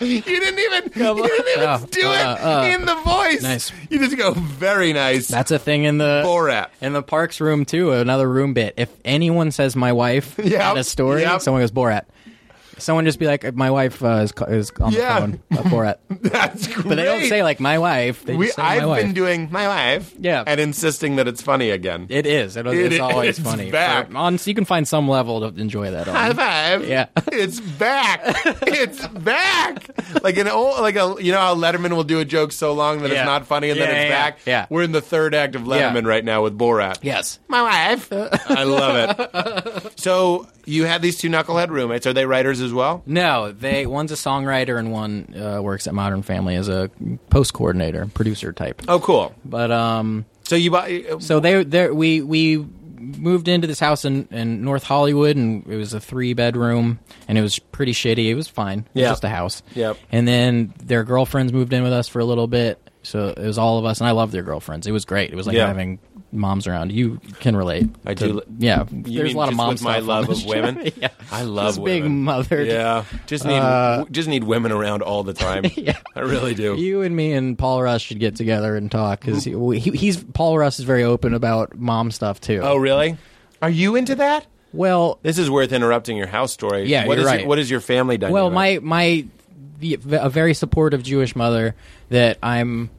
[SPEAKER 3] You didn't even, you
[SPEAKER 5] on.
[SPEAKER 3] didn't even
[SPEAKER 5] Oh,
[SPEAKER 3] do it
[SPEAKER 5] uh, uh,
[SPEAKER 3] in the voice.
[SPEAKER 5] nice.
[SPEAKER 3] You just go very nice.
[SPEAKER 5] That's a thing in the
[SPEAKER 3] Borat. *laughs*
[SPEAKER 5] in the Parks room too. Another room bit. If anyone says my wife
[SPEAKER 3] *laughs* Yep.
[SPEAKER 5] in a story,
[SPEAKER 3] Yep.
[SPEAKER 5] someone goes Borat. Someone just be like, "My wife uh, is, ca- is on
[SPEAKER 3] Yeah.
[SPEAKER 5] the phone for it,"
[SPEAKER 3] That's great.
[SPEAKER 5] but they don't say like "my wife." They
[SPEAKER 3] We,
[SPEAKER 5] just say "my
[SPEAKER 3] I've
[SPEAKER 5] wife."
[SPEAKER 3] been doing my life,
[SPEAKER 5] Yeah.
[SPEAKER 3] and insisting that it's funny again.
[SPEAKER 5] it is. It,
[SPEAKER 3] It
[SPEAKER 5] it's always
[SPEAKER 3] is
[SPEAKER 5] funny.
[SPEAKER 3] back.
[SPEAKER 5] For- on, so you can find some level to enjoy that.
[SPEAKER 3] High
[SPEAKER 5] On.
[SPEAKER 3] five!
[SPEAKER 5] Yeah.
[SPEAKER 3] *laughs* it's back. it's back. Like an old, like a you know how Letterman will do a joke so long that
[SPEAKER 5] Yeah.
[SPEAKER 3] it's not funny and then
[SPEAKER 5] Yeah,
[SPEAKER 3] it's
[SPEAKER 5] yeah,
[SPEAKER 3] back.
[SPEAKER 5] yeah. Yeah.
[SPEAKER 3] we're in the third act of Letterman
[SPEAKER 5] Yeah.
[SPEAKER 3] right now with Borat.
[SPEAKER 5] Yes.
[SPEAKER 3] my wife. I love it. *laughs* So you had these two knucklehead roommates. Are they writers as well?
[SPEAKER 5] No, they one's a songwriter and one uh, works at Modern Family as a post coordinator, producer type.
[SPEAKER 3] Oh, cool.
[SPEAKER 5] But um,
[SPEAKER 3] So you buy. uh,
[SPEAKER 5] so they they we we moved into this house in, in North Hollywood and it was a three bedroom and it was pretty shitty. It was fine. It was
[SPEAKER 3] Yeah.
[SPEAKER 5] just a house.
[SPEAKER 3] Yep.
[SPEAKER 5] And then their girlfriends moved in with us for a little bit. So it was all of us and I loved their girlfriends. It was great. It was like
[SPEAKER 3] Yeah.
[SPEAKER 5] having moms around. You can relate.
[SPEAKER 3] I
[SPEAKER 5] to-
[SPEAKER 3] do-
[SPEAKER 5] Yeah.
[SPEAKER 3] You
[SPEAKER 5] there's
[SPEAKER 3] mean
[SPEAKER 5] a lot of
[SPEAKER 3] just
[SPEAKER 5] mom
[SPEAKER 3] with my
[SPEAKER 5] stuff on
[SPEAKER 3] love
[SPEAKER 5] this
[SPEAKER 3] of women.
[SPEAKER 5] show. *laughs* yeah.
[SPEAKER 3] I love
[SPEAKER 5] This big
[SPEAKER 3] women.
[SPEAKER 5] mother.
[SPEAKER 3] Yeah, just need just need women around all
[SPEAKER 5] *laughs*
[SPEAKER 3] the time. I really do.
[SPEAKER 5] Uh, You and me and Paul Russ should get together and talk because he, he- he's Paul Russ is very open about mom stuff too.
[SPEAKER 3] oh, really? Are you into that?
[SPEAKER 5] well,
[SPEAKER 3] This is worth interrupting your house story.
[SPEAKER 5] Yeah,
[SPEAKER 3] What
[SPEAKER 5] you're
[SPEAKER 3] is your-
[SPEAKER 5] right.
[SPEAKER 3] what is your family dynamic?
[SPEAKER 5] well, my my the- a very supportive Jewish mother that I'm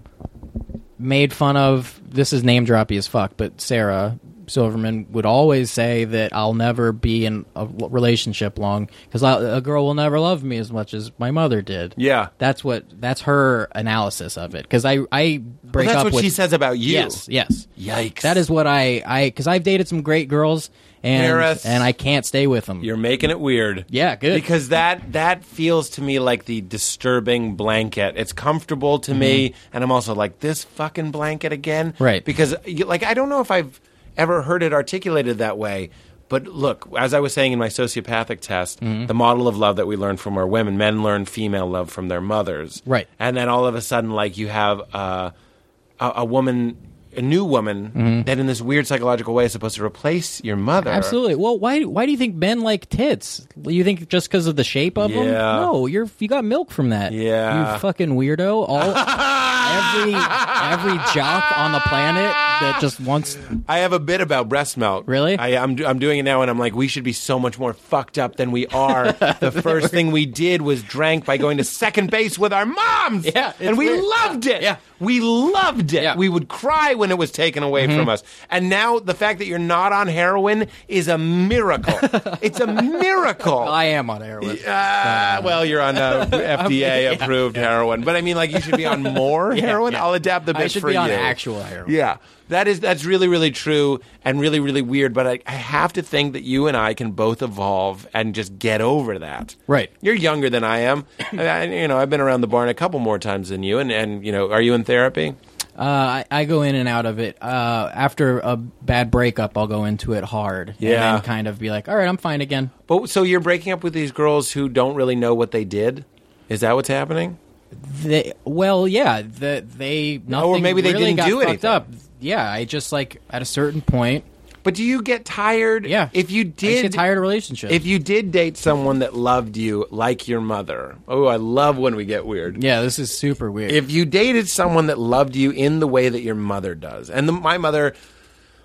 [SPEAKER 5] made fun of. This is name droppy as fuck, but Sarah Silverman would always say that I'll never be in a l- relationship long because a girl will never love me as much as my mother did.
[SPEAKER 3] Yeah.
[SPEAKER 5] that's what that's her analysis of it. Because I I break
[SPEAKER 3] that's
[SPEAKER 5] up
[SPEAKER 3] what
[SPEAKER 5] with
[SPEAKER 3] she says about you.
[SPEAKER 5] Yes, yes.
[SPEAKER 3] Yikes.
[SPEAKER 5] That is what I I because I've dated some great girls and
[SPEAKER 3] Harris.
[SPEAKER 5] and I can't stay with them.
[SPEAKER 3] You're making it weird.
[SPEAKER 5] Mm. Yeah, good.
[SPEAKER 3] Because that that feels to me like the disturbing blanket. It's comfortable to me, and I'm also like this fucking blanket again.
[SPEAKER 5] Mm-hmm. Right.
[SPEAKER 3] Because you- like I don't know if I've ever heard it articulated that way. But look, as I was saying in my sociopathic test,
[SPEAKER 5] Mm-hmm.
[SPEAKER 3] the model of love that we learn from our women, men learn female love from their mothers.
[SPEAKER 5] Right.
[SPEAKER 3] And then all of a sudden, like you have uh, a, a woman, a new woman, that in this weird psychological way is supposed to replace your mother.
[SPEAKER 5] Mm-hmm. Absolutely. Well, why why do you think men like tits? You think just because of the shape of them?
[SPEAKER 3] Yeah.
[SPEAKER 5] No, you're you got milk from that.
[SPEAKER 3] Yeah.
[SPEAKER 5] You fucking weirdo.
[SPEAKER 3] *laughs*
[SPEAKER 5] All every every jock on the planet that just wants
[SPEAKER 3] I have a bit about breast milk.
[SPEAKER 5] Really?
[SPEAKER 3] I, I'm I'm doing it now, and I'm like, we should be so much more fucked up than
[SPEAKER 5] *laughs*
[SPEAKER 3] we are. the first thing we did was drank by going to second base with our
[SPEAKER 5] *laughs*
[SPEAKER 3] moms.
[SPEAKER 5] Yeah,
[SPEAKER 3] and
[SPEAKER 5] it's
[SPEAKER 3] we
[SPEAKER 5] weird.
[SPEAKER 3] loved it.
[SPEAKER 5] Yeah.
[SPEAKER 3] we loved it.
[SPEAKER 5] Yeah. Mm-hmm.
[SPEAKER 3] We would cry when it was taken away from us. And now the fact that you're not on heroin is
[SPEAKER 5] *laughs*
[SPEAKER 3] a miracle. it's a miracle.
[SPEAKER 5] I am on heroin.
[SPEAKER 3] Ah, well, you're
[SPEAKER 5] *laughs*
[SPEAKER 3] on uh, FDA approved heroin, but I mean, like, you should be on more heroin.
[SPEAKER 5] yeah.
[SPEAKER 3] I'll adapt the bit
[SPEAKER 5] I should
[SPEAKER 3] for
[SPEAKER 5] be on
[SPEAKER 3] you.
[SPEAKER 5] actual heroin.
[SPEAKER 3] Yeah, that is that's really really true and really really weird. But I, I have to think that you and I can both evolve and just get over that.
[SPEAKER 5] Right.
[SPEAKER 3] You're younger than I
[SPEAKER 5] *coughs*
[SPEAKER 3] am. I, I- you know, I've been around the barn a couple more times than you. And and you know, are you in therapy?
[SPEAKER 5] Uh, I, I go in and out of it. Uh, after a bad breakup, I'll go into it hard.
[SPEAKER 3] Yeah.
[SPEAKER 5] And then kind of be like, all right, I'm fine again.
[SPEAKER 3] But so you're breaking up with these girls who don't really know what they did. Is that what's happening?
[SPEAKER 5] They, well, yeah, the, they nothing.
[SPEAKER 3] or maybe they
[SPEAKER 5] really
[SPEAKER 3] didn't
[SPEAKER 5] got
[SPEAKER 3] do
[SPEAKER 5] fucked
[SPEAKER 3] anything.
[SPEAKER 5] Up. Yeah, I just like at a certain point.
[SPEAKER 3] But do you get tired?
[SPEAKER 5] Yeah,
[SPEAKER 3] If you
[SPEAKER 5] I just
[SPEAKER 3] did,
[SPEAKER 5] get tired of relationships.
[SPEAKER 3] If you did date someone that loved you like your mother, oh, I love when we get weird.
[SPEAKER 5] yeah, this is super weird.
[SPEAKER 3] If you dated someone that loved you in the way that your mother does, and the, my mother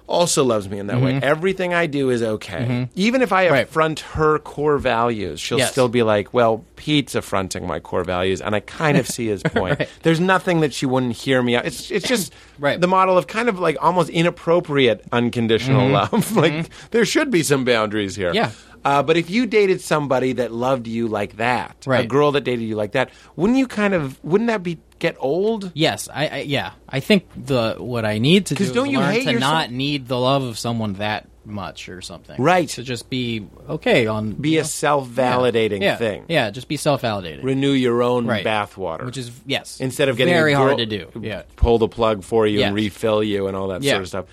[SPEAKER 3] also loves me in that way, everything I do is okay. Even if I
[SPEAKER 5] Mm-hmm. Right.
[SPEAKER 3] affront her core values, she'll
[SPEAKER 5] Yes.
[SPEAKER 3] still be like, well, Pete's affronting my core values, and I kind
[SPEAKER 5] *laughs*
[SPEAKER 3] of see his point. There's nothing that she wouldn't hear me out. It's, it's just
[SPEAKER 5] Right.
[SPEAKER 3] the model of kind of like almost inappropriate unconditional love. *laughs* like, there should be some boundaries here.
[SPEAKER 5] Mm-hmm. Yeah.
[SPEAKER 3] Uh, but if you dated somebody that loved you like that, a
[SPEAKER 5] Right.
[SPEAKER 3] girl that dated you like that, wouldn't you kind of wouldn't that be get old?
[SPEAKER 5] yes, I, I yeah, I think the what I need to do
[SPEAKER 3] 'Cause
[SPEAKER 5] is
[SPEAKER 3] don't you
[SPEAKER 5] learn
[SPEAKER 3] hate
[SPEAKER 5] to
[SPEAKER 3] yourself?
[SPEAKER 5] not need the love of someone that much or something.
[SPEAKER 3] Right.
[SPEAKER 5] To just be okay on
[SPEAKER 3] Be a self-validating
[SPEAKER 5] yeah,
[SPEAKER 3] thing.
[SPEAKER 5] Yeah, just be self-validated,
[SPEAKER 3] Renew your own
[SPEAKER 5] Right.
[SPEAKER 3] bathwater,
[SPEAKER 5] which is yes.
[SPEAKER 3] instead of getting a
[SPEAKER 5] very
[SPEAKER 3] girl-
[SPEAKER 5] hard to do. Yeah.
[SPEAKER 3] pull the plug for you and
[SPEAKER 5] Yes.
[SPEAKER 3] refill you and all that
[SPEAKER 5] Yeah.
[SPEAKER 3] sort of stuff.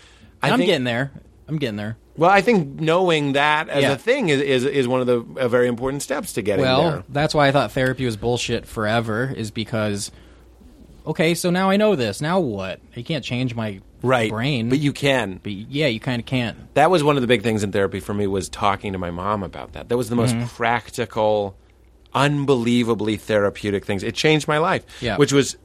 [SPEAKER 3] I
[SPEAKER 5] I am
[SPEAKER 3] think-
[SPEAKER 5] getting there. I'm getting there.
[SPEAKER 3] Well, I think knowing that as
[SPEAKER 5] Yeah.
[SPEAKER 3] a thing is, is is one of the uh, very important steps to getting
[SPEAKER 5] well,
[SPEAKER 3] there.
[SPEAKER 5] that's why I thought therapy was bullshit forever, is because, okay, so now I know this. Now what? You can't change my
[SPEAKER 3] Right,
[SPEAKER 5] brain.
[SPEAKER 3] but you can.
[SPEAKER 5] But yeah, you kind of can't.
[SPEAKER 3] that was one of the big things in therapy for me was talking to my mom about that. That was the most practical, unbelievably therapeutic things. It changed my life,
[SPEAKER 5] Yeah.
[SPEAKER 3] which was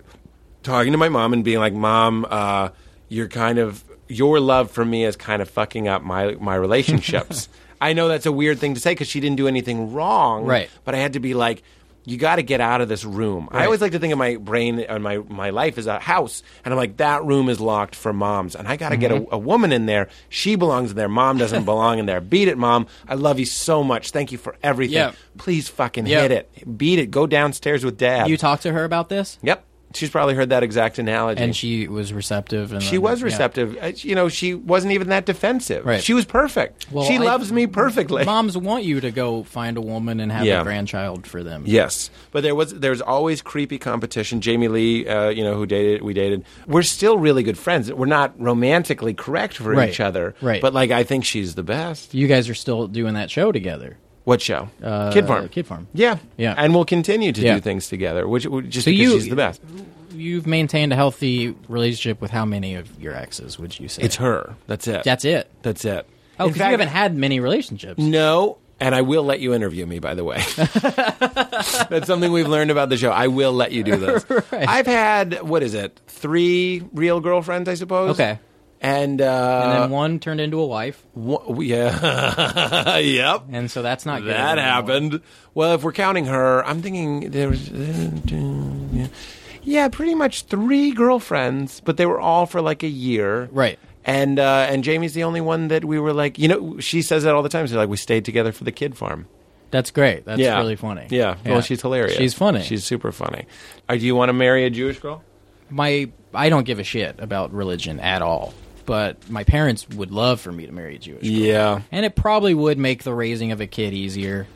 [SPEAKER 3] talking to my mom and being like, "Mom, uh, you're kind of your love for me is kind of fucking up my my relationships." I know that's a weird thing to say because she didn't do anything wrong.
[SPEAKER 5] Right.
[SPEAKER 3] But I had to be like, you got to get out of this room. I always like to think of my brain and my, my life as a house. And I'm like, that room is locked for moms. And I got to get
[SPEAKER 5] Mm-hmm.
[SPEAKER 3] a, a woman in there. She belongs in there.
[SPEAKER 5] *laughs*
[SPEAKER 3] Mom doesn't belong in there. Beat it, mom. I love you so much. Thank you for everything.
[SPEAKER 5] Yeah.
[SPEAKER 3] Please fucking
[SPEAKER 5] Yeah.
[SPEAKER 3] hit it. Beat it. Go downstairs with dad.
[SPEAKER 5] You talked to her about this,
[SPEAKER 3] Yep. She's probably heard that exact analogy.
[SPEAKER 5] and she was receptive. And
[SPEAKER 3] She was
[SPEAKER 5] yeah.
[SPEAKER 3] receptive. Uh, You know, she wasn't even that defensive.
[SPEAKER 5] Right.
[SPEAKER 3] She was perfect.
[SPEAKER 5] Well,
[SPEAKER 3] she
[SPEAKER 5] I-
[SPEAKER 3] loves me perfectly.
[SPEAKER 5] Moms want you to go find a woman and have
[SPEAKER 3] Yeah.
[SPEAKER 5] a grandchild for them.
[SPEAKER 3] Yes, but there was there was always creepy competition. Jamie Lee, uh, you know, who dated we dated. We're still really good friends. We're not romantically correct for
[SPEAKER 5] Right.
[SPEAKER 3] each other,
[SPEAKER 5] Right.
[SPEAKER 3] But like, I think she's the best.
[SPEAKER 5] You guys are still doing that show together.
[SPEAKER 3] What show?
[SPEAKER 5] Uh,
[SPEAKER 3] Kid Farm.
[SPEAKER 5] Kid Farm.
[SPEAKER 3] Yeah,
[SPEAKER 5] Yeah.
[SPEAKER 3] and we'll continue to
[SPEAKER 5] Yeah.
[SPEAKER 3] do things together, which which- just
[SPEAKER 5] So
[SPEAKER 3] because
[SPEAKER 5] you-
[SPEAKER 3] she's the best.
[SPEAKER 5] You've maintained a healthy relationship with how many of your exes? Would you say
[SPEAKER 3] It's her. That's it.
[SPEAKER 5] That's it.
[SPEAKER 3] That's it.
[SPEAKER 5] Oh,
[SPEAKER 3] In
[SPEAKER 5] because you
[SPEAKER 3] fact-
[SPEAKER 5] haven't had many relationships.
[SPEAKER 3] No, and I will let you interview me. By the
[SPEAKER 5] *laughs*
[SPEAKER 3] way, that's something we've learned about the show. I will let you
[SPEAKER 5] *laughs*
[SPEAKER 3] do this. I've had what is it? Three real girlfriends, I suppose.
[SPEAKER 5] Okay.
[SPEAKER 3] and uh,
[SPEAKER 5] and then one turned into a wife,
[SPEAKER 3] Wha- yeah, *laughs* yep.
[SPEAKER 5] and so that's not good.
[SPEAKER 3] That
[SPEAKER 5] anymore.
[SPEAKER 3] happened. Well, if we're counting her, I'm thinking there was, yeah. yeah, pretty much three girlfriends, but they were all for like a year,
[SPEAKER 5] Right.
[SPEAKER 3] And uh, and Jamie's the only one that we were like, you know, she says that all the time. She's like, we stayed together for the kid farm.
[SPEAKER 5] That's great. That's
[SPEAKER 3] yeah,
[SPEAKER 5] really funny.
[SPEAKER 3] Yeah. well, she's hilarious.
[SPEAKER 5] She's funny.
[SPEAKER 3] She's super funny. Uh, do you want to marry a Jewish girl?
[SPEAKER 5] my I don't give a shit about religion at all. But my parents would love for me to marry a Jewish girl.
[SPEAKER 3] Yeah,
[SPEAKER 5] And it probably would make the raising of a kid easier.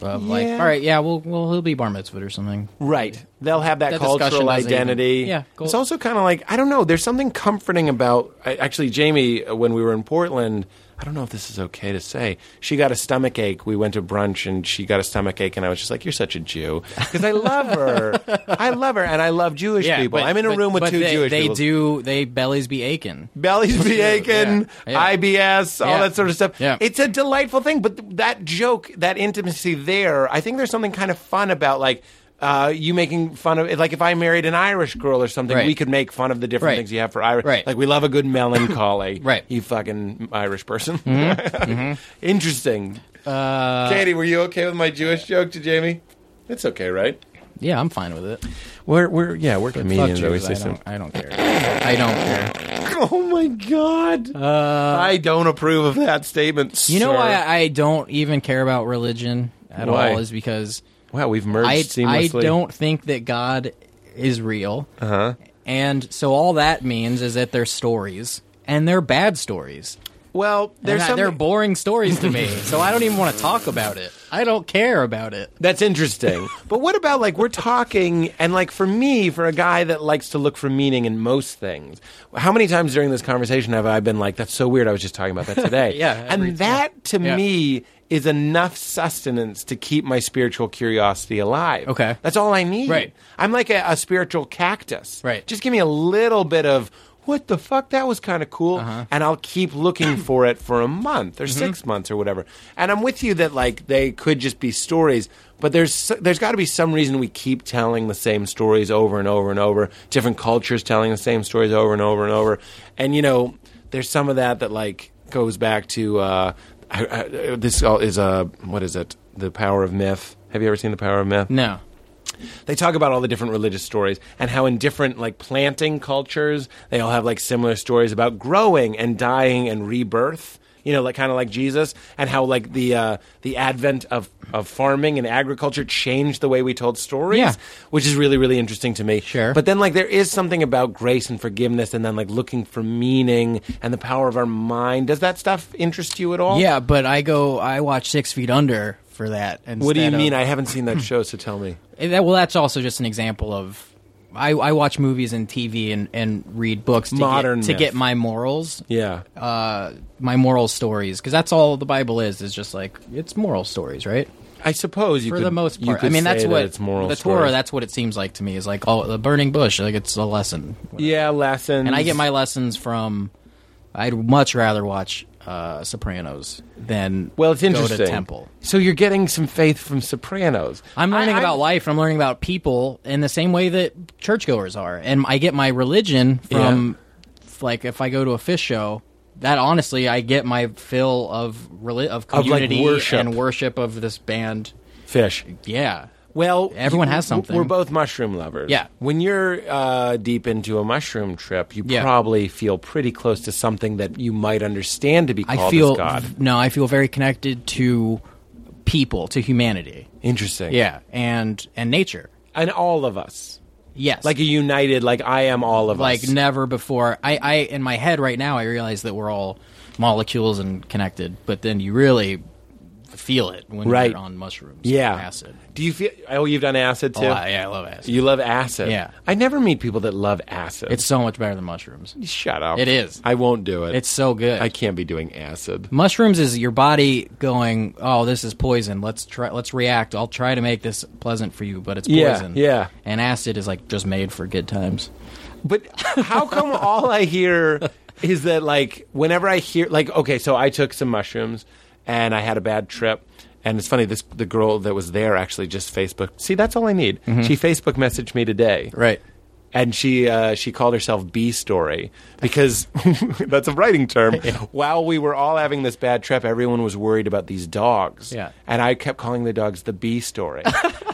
[SPEAKER 5] Of like,
[SPEAKER 3] Yeah.
[SPEAKER 5] all right, yeah, well, well, he'll be bar mitzvah or something.
[SPEAKER 3] Right. They'll have that,
[SPEAKER 5] That discussion
[SPEAKER 3] cultural
[SPEAKER 5] doesn't even-
[SPEAKER 3] identity.
[SPEAKER 5] Yeah, cool.
[SPEAKER 3] It's also kind of like, I don't know, there's something comforting about. I, actually, Jamie, uh, when we were in Portland, I don't know if this is okay to say. She got a stomach ache. We went to brunch and she got a stomach ache, and I was just like, "You're such a Jew," because I
[SPEAKER 5] *laughs*
[SPEAKER 3] love her. I love her, and I love Jewish people.
[SPEAKER 5] but-
[SPEAKER 3] I'm in a
[SPEAKER 5] but-
[SPEAKER 3] room with
[SPEAKER 5] but
[SPEAKER 3] two
[SPEAKER 5] they,
[SPEAKER 3] Jewish
[SPEAKER 5] They
[SPEAKER 3] people.
[SPEAKER 5] do. They bellies be aching. *laughs*
[SPEAKER 3] Bellies be aching,
[SPEAKER 5] Yeah, yeah.
[SPEAKER 3] IBS, all
[SPEAKER 5] Yeah.
[SPEAKER 3] that sort of stuff.
[SPEAKER 5] Yeah.
[SPEAKER 3] It's a delightful thing, but th- that joke, that intimacy there, I think there's something kind of fun about like uh, you making fun of like if I married an Irish girl or something,
[SPEAKER 5] Right.
[SPEAKER 3] we could make fun of the different
[SPEAKER 5] Right.
[SPEAKER 3] things you have for Irish.
[SPEAKER 5] Right.
[SPEAKER 3] Like we love a good melancholy.
[SPEAKER 5] *coughs* Right. Mm-hmm.
[SPEAKER 3] You fucking Irish person. *laughs* Interesting.
[SPEAKER 5] Uh,
[SPEAKER 3] Katie, were you okay with my Jewish joke to Jamie? It's okay, right?
[SPEAKER 5] Yeah, I'm fine with it.
[SPEAKER 3] We're we're yeah we're
[SPEAKER 5] Fuck
[SPEAKER 3] comedians.
[SPEAKER 5] Jews,
[SPEAKER 3] I always
[SPEAKER 5] I,
[SPEAKER 3] say so.
[SPEAKER 5] don't, I don't care. I don't care.
[SPEAKER 3] *laughs* Oh my god! I don't approve of that statement.
[SPEAKER 5] Uh, You know
[SPEAKER 3] sir.
[SPEAKER 5] why I don't even care about religion at
[SPEAKER 3] Why?
[SPEAKER 5] all is because
[SPEAKER 3] Wow, we've merged
[SPEAKER 5] I, I
[SPEAKER 3] seamlessly.
[SPEAKER 5] don't think that God is real. Uh-huh. And so all that means is that they're stories, and they're bad stories.
[SPEAKER 3] Well,
[SPEAKER 5] They're,
[SPEAKER 3] there's something
[SPEAKER 5] they're boring stories to
[SPEAKER 3] *laughs*
[SPEAKER 5] me, so I don't even want to talk about it. I don't care about it. *laughs*
[SPEAKER 3] that's interesting. but what about like we're talking and like for me, for a guy that likes to look for meaning in most things, how many times during this conversation have I been like, "That's so weird"? I was just talking about that
[SPEAKER 5] *laughs*
[SPEAKER 3] today.
[SPEAKER 5] Yeah, every-
[SPEAKER 3] and that to
[SPEAKER 5] yeah.
[SPEAKER 3] me is enough sustenance to keep my spiritual curiosity alive.
[SPEAKER 5] Okay.
[SPEAKER 3] that's all I need.
[SPEAKER 5] Right.
[SPEAKER 3] I'm like a, a spiritual cactus.
[SPEAKER 5] Right.
[SPEAKER 3] just give me a little bit of. What the fuck? That was kind of cool. And I'll keep looking for it for a month or six months or whatever. And I'm with you that like they could just be stories, but there's there's got to be some reason we keep telling the same stories over and over and over. Different cultures telling the same stories over and over and over. And you know, there's some of that that like goes back to uh, I, I, this all is uh, what is it? The power of myth. Have you ever seen the power of myth?
[SPEAKER 5] No.
[SPEAKER 3] they talk about all the different religious stories and how in different like planting cultures they all have like similar stories about growing and dying and rebirth you know like kind of like jesus and how like the uh, the advent of of farming and agriculture changed the way we told stories
[SPEAKER 5] Yeah.
[SPEAKER 3] which is really really interesting to me
[SPEAKER 5] Sure.
[SPEAKER 3] but then like there is something about grace and forgiveness and then like looking for meaning and the power of our mind does that stuff interest you at all
[SPEAKER 5] Yeah, but I go. I watch Six Feet Under for that. Instead
[SPEAKER 3] what do you mean
[SPEAKER 5] Of,
[SPEAKER 3] i haven't seen that show so tell me
[SPEAKER 5] And that- well, that's also just an example of. I, I watch movies and TV and, and read books to,
[SPEAKER 3] Modern
[SPEAKER 5] get, to
[SPEAKER 3] myth.
[SPEAKER 5] get my morals
[SPEAKER 3] yeah
[SPEAKER 5] uh, my moral stories because that's all the Bible is is just like it's moral stories, right?
[SPEAKER 3] I suppose you
[SPEAKER 5] For
[SPEAKER 3] could,
[SPEAKER 5] the most
[SPEAKER 3] you
[SPEAKER 5] part, I
[SPEAKER 3] could
[SPEAKER 5] mean that's
[SPEAKER 3] say that
[SPEAKER 5] what
[SPEAKER 3] it's moral
[SPEAKER 5] the Torah.
[SPEAKER 3] stories.
[SPEAKER 5] That's what it seems like to me is like oh the burning bush, like it's a lesson,
[SPEAKER 3] Yeah, lessons.
[SPEAKER 5] and I get my lessons from. I'd much rather watch uh, Sopranos than
[SPEAKER 3] well. It's interesting.
[SPEAKER 5] Go to temple.
[SPEAKER 3] So you're getting some faith from Sopranos.
[SPEAKER 5] I'm learning
[SPEAKER 3] I- I-
[SPEAKER 5] about life. I'm learning about people in the same way that churchgoers are, and I get my religion from, like, if I go to a fish show, that honestly, I get my fill of reli- of
[SPEAKER 3] like,
[SPEAKER 5] community
[SPEAKER 3] worship.
[SPEAKER 5] and worship of this band.
[SPEAKER 3] Fish.
[SPEAKER 5] Yeah,
[SPEAKER 3] Well,
[SPEAKER 5] Everyone
[SPEAKER 3] you-
[SPEAKER 5] has something.
[SPEAKER 3] We're both mushroom lovers.
[SPEAKER 5] Yeah.
[SPEAKER 3] When you're uh, deep into a mushroom trip, you
[SPEAKER 5] Yeah.
[SPEAKER 3] probably feel pretty close to something that you might understand to be called
[SPEAKER 5] I feel
[SPEAKER 3] as God.
[SPEAKER 5] no, I feel very connected to people, to humanity.
[SPEAKER 3] Interesting.
[SPEAKER 5] Yeah, and and nature.
[SPEAKER 3] And all of us.
[SPEAKER 5] Yes,
[SPEAKER 3] Like a united, like I am all of
[SPEAKER 5] like
[SPEAKER 3] us.
[SPEAKER 5] never before. I, I in my head right now, I realize that we're all molecules and connected, but then you really feel it when
[SPEAKER 3] Right.
[SPEAKER 5] you're on mushrooms.
[SPEAKER 3] yeah.
[SPEAKER 5] or acid.
[SPEAKER 3] Do you feel? Oh, you've done acid too.
[SPEAKER 5] Oh, I- yeah, I love acid.
[SPEAKER 3] You love acid.
[SPEAKER 5] Yeah.
[SPEAKER 3] I never meet people that love acid.
[SPEAKER 5] it's so much better than mushrooms.
[SPEAKER 3] shut up.
[SPEAKER 5] It is.
[SPEAKER 3] I won't do it.
[SPEAKER 5] It's so good.
[SPEAKER 3] I can't be doing acid.
[SPEAKER 5] mushrooms is your body going, oh, this is poison. Let's try. Let's react. I'll try to make this pleasant for you, but it's
[SPEAKER 3] Yeah,
[SPEAKER 5] poison.
[SPEAKER 3] yeah.
[SPEAKER 5] And acid is like just made for good times.
[SPEAKER 3] But how come all I hear is that like whenever I hear like okay, so I took some mushrooms and I had a bad trip. And it's funny, this the girl that was there actually just Facebook. See, that's all I need. She Facebook messaged me today,
[SPEAKER 5] Mm-hmm. Right.
[SPEAKER 3] And she uh, she called herself B Story because *laughs* that's a
[SPEAKER 5] *laughs*
[SPEAKER 3] writing term. While we were all having this bad trip, everyone was worried about these dogs.
[SPEAKER 5] Yeah.
[SPEAKER 3] And I kept calling the dogs the B Story.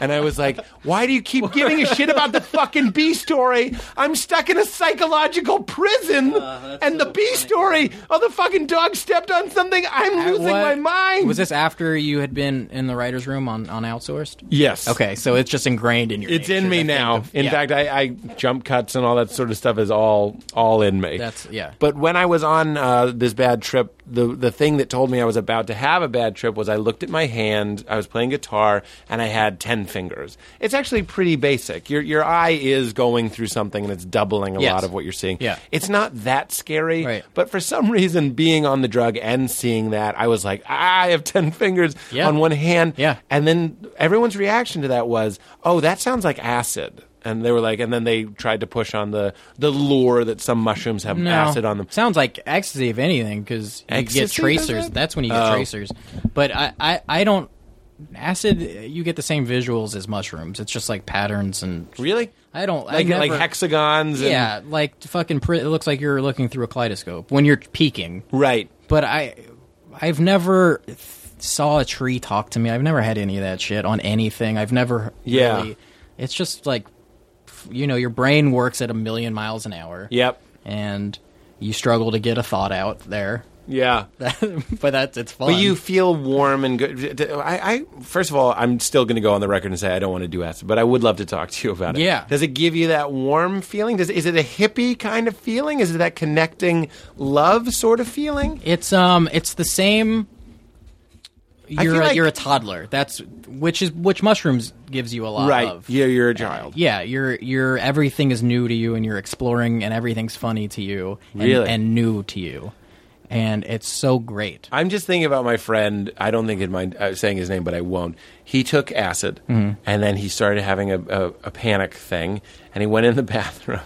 [SPEAKER 3] and I was like, why do you keep giving a shit about the fucking B Story? I'm stuck in a psychological prison,
[SPEAKER 5] Uh,
[SPEAKER 3] and the B Story. Oh, the fucking dog stepped on something. I'm losing my
[SPEAKER 5] What-
[SPEAKER 3] mind.
[SPEAKER 5] Was this after you had been in the writers' room on on outsourced?
[SPEAKER 3] Yes.
[SPEAKER 5] Okay, so it's just ingrained in your.
[SPEAKER 3] It's
[SPEAKER 5] nature,
[SPEAKER 3] in
[SPEAKER 5] I
[SPEAKER 3] me
[SPEAKER 5] think,
[SPEAKER 3] now.
[SPEAKER 5] of-
[SPEAKER 3] in
[SPEAKER 5] yeah.
[SPEAKER 3] fact, I, I jump cuts and all that sort of stuff is all all in me.
[SPEAKER 5] That's- yeah.
[SPEAKER 3] But when I was on uh, this bad trip, the the thing that told me I was about to have a bad trip was I looked at my hand. I was playing guitar and I had ten fingers. It's actually pretty basic. Your your eye is going through something and it's doubling a
[SPEAKER 5] Yes.
[SPEAKER 3] lot of what you're seeing.
[SPEAKER 5] Yeah.
[SPEAKER 3] It's not that scary.
[SPEAKER 5] Right.
[SPEAKER 3] But for some *laughs* reason, being on the drug and seeing that, I was like, I have ten fingers
[SPEAKER 5] Yeah.
[SPEAKER 3] on one hand.
[SPEAKER 5] Yeah.
[SPEAKER 3] And then everyone's reaction to that was, "Oh, that sounds like acid." And they were like, and then they tried to push on the the lure that some mushrooms have
[SPEAKER 5] No.
[SPEAKER 3] acid on them.
[SPEAKER 5] Sounds like ecstasy, if anything, because you
[SPEAKER 3] Ecstasy
[SPEAKER 5] get
[SPEAKER 3] does
[SPEAKER 5] tracers.
[SPEAKER 3] that?
[SPEAKER 5] That's when you get
[SPEAKER 3] Oh.
[SPEAKER 5] tracers. But I, I, I don't. Acid, you get the same visuals as mushrooms. It's just like patterns and.
[SPEAKER 3] Really?
[SPEAKER 5] I don't I
[SPEAKER 3] Like like
[SPEAKER 5] never-
[SPEAKER 3] hexagons. And,
[SPEAKER 5] Yeah, like fucking. Pri- it looks like you're looking through a kaleidoscope when you're peeking.
[SPEAKER 3] Right.
[SPEAKER 5] But I, I've never th- saw a tree talk to me. I've never had any of that shit on anything. I've never.
[SPEAKER 3] Yeah.
[SPEAKER 5] really- it's just like, f- you know, your brain works at a million miles an hour.
[SPEAKER 3] Yep.
[SPEAKER 5] and you struggle to get a thought out there. *laughs*
[SPEAKER 3] Yeah.
[SPEAKER 5] but that's it's fun.
[SPEAKER 3] But you feel warm and good. I, I first of all, I'm still going to go on the record and say I don't want to do acid, but I would love to talk to you about it.
[SPEAKER 5] Yeah.
[SPEAKER 3] Does it give you that warm feeling? Does is it a hippie kind of feeling? Is it that connecting love sort of feeling?
[SPEAKER 5] it's um it's the same. You're
[SPEAKER 3] I
[SPEAKER 5] a,
[SPEAKER 3] feel like-
[SPEAKER 5] you're a toddler. That's which is which mushrooms gives you a lot
[SPEAKER 3] right.
[SPEAKER 5] of.
[SPEAKER 3] Yeah, you're a child.
[SPEAKER 5] Yeah, you're you're everything is new to you, and you're exploring, and everything's funny to you, and,
[SPEAKER 3] Really?
[SPEAKER 5] and new to you, and it's so great.
[SPEAKER 3] I'm just thinking about my friend. I don't think it mind uh, saying his name, but I won't. He took acid, and then he started having a, a, a panic thing, and he went in the *laughs* bathroom.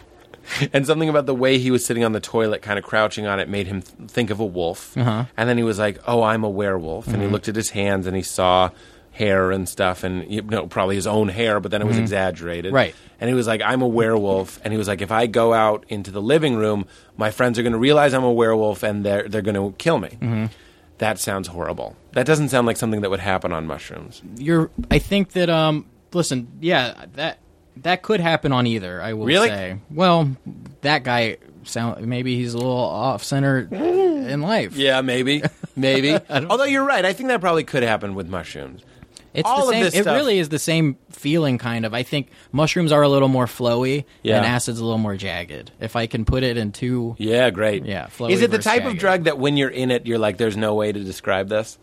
[SPEAKER 3] And something about the way he was sitting on the toilet, kind of crouching on it, made him th- think of a wolf. And then he was like, "Oh, I'm a werewolf." And he looked at his hands, and he saw hair and stuff, and you know, probably his own hair, but then it was exaggerated,
[SPEAKER 5] Right.
[SPEAKER 3] and he was like, I'm a werewolf. And he was like, if I go out into the living room, my friends are going to realize I'm a werewolf and they're, they're going to kill me. That sounds horrible. That doesn't sound like something that would happen on mushrooms.
[SPEAKER 5] You're. I think that um. Listen, yeah, that that could happen on either. I will
[SPEAKER 3] Really?
[SPEAKER 5] say. Well, that guy sound maybe he's a little off center in life.
[SPEAKER 3] Yeah, maybe.
[SPEAKER 5] *laughs*
[SPEAKER 3] Maybe. *laughs* Although you're right. I think that probably could happen with mushrooms.
[SPEAKER 5] It's
[SPEAKER 3] All of
[SPEAKER 5] the same.
[SPEAKER 3] this
[SPEAKER 5] it
[SPEAKER 3] stuff-
[SPEAKER 5] really is the same feeling, kind of. I think mushrooms are a little more flowy,
[SPEAKER 3] Yeah.
[SPEAKER 5] and acid's a little more jagged. If I can put it in two,
[SPEAKER 3] Yeah, great.
[SPEAKER 5] Yeah, flowy
[SPEAKER 3] Is it the
[SPEAKER 5] versus
[SPEAKER 3] type of
[SPEAKER 5] jagged.
[SPEAKER 3] drug that when you're in it, you're like, there's no way to describe this?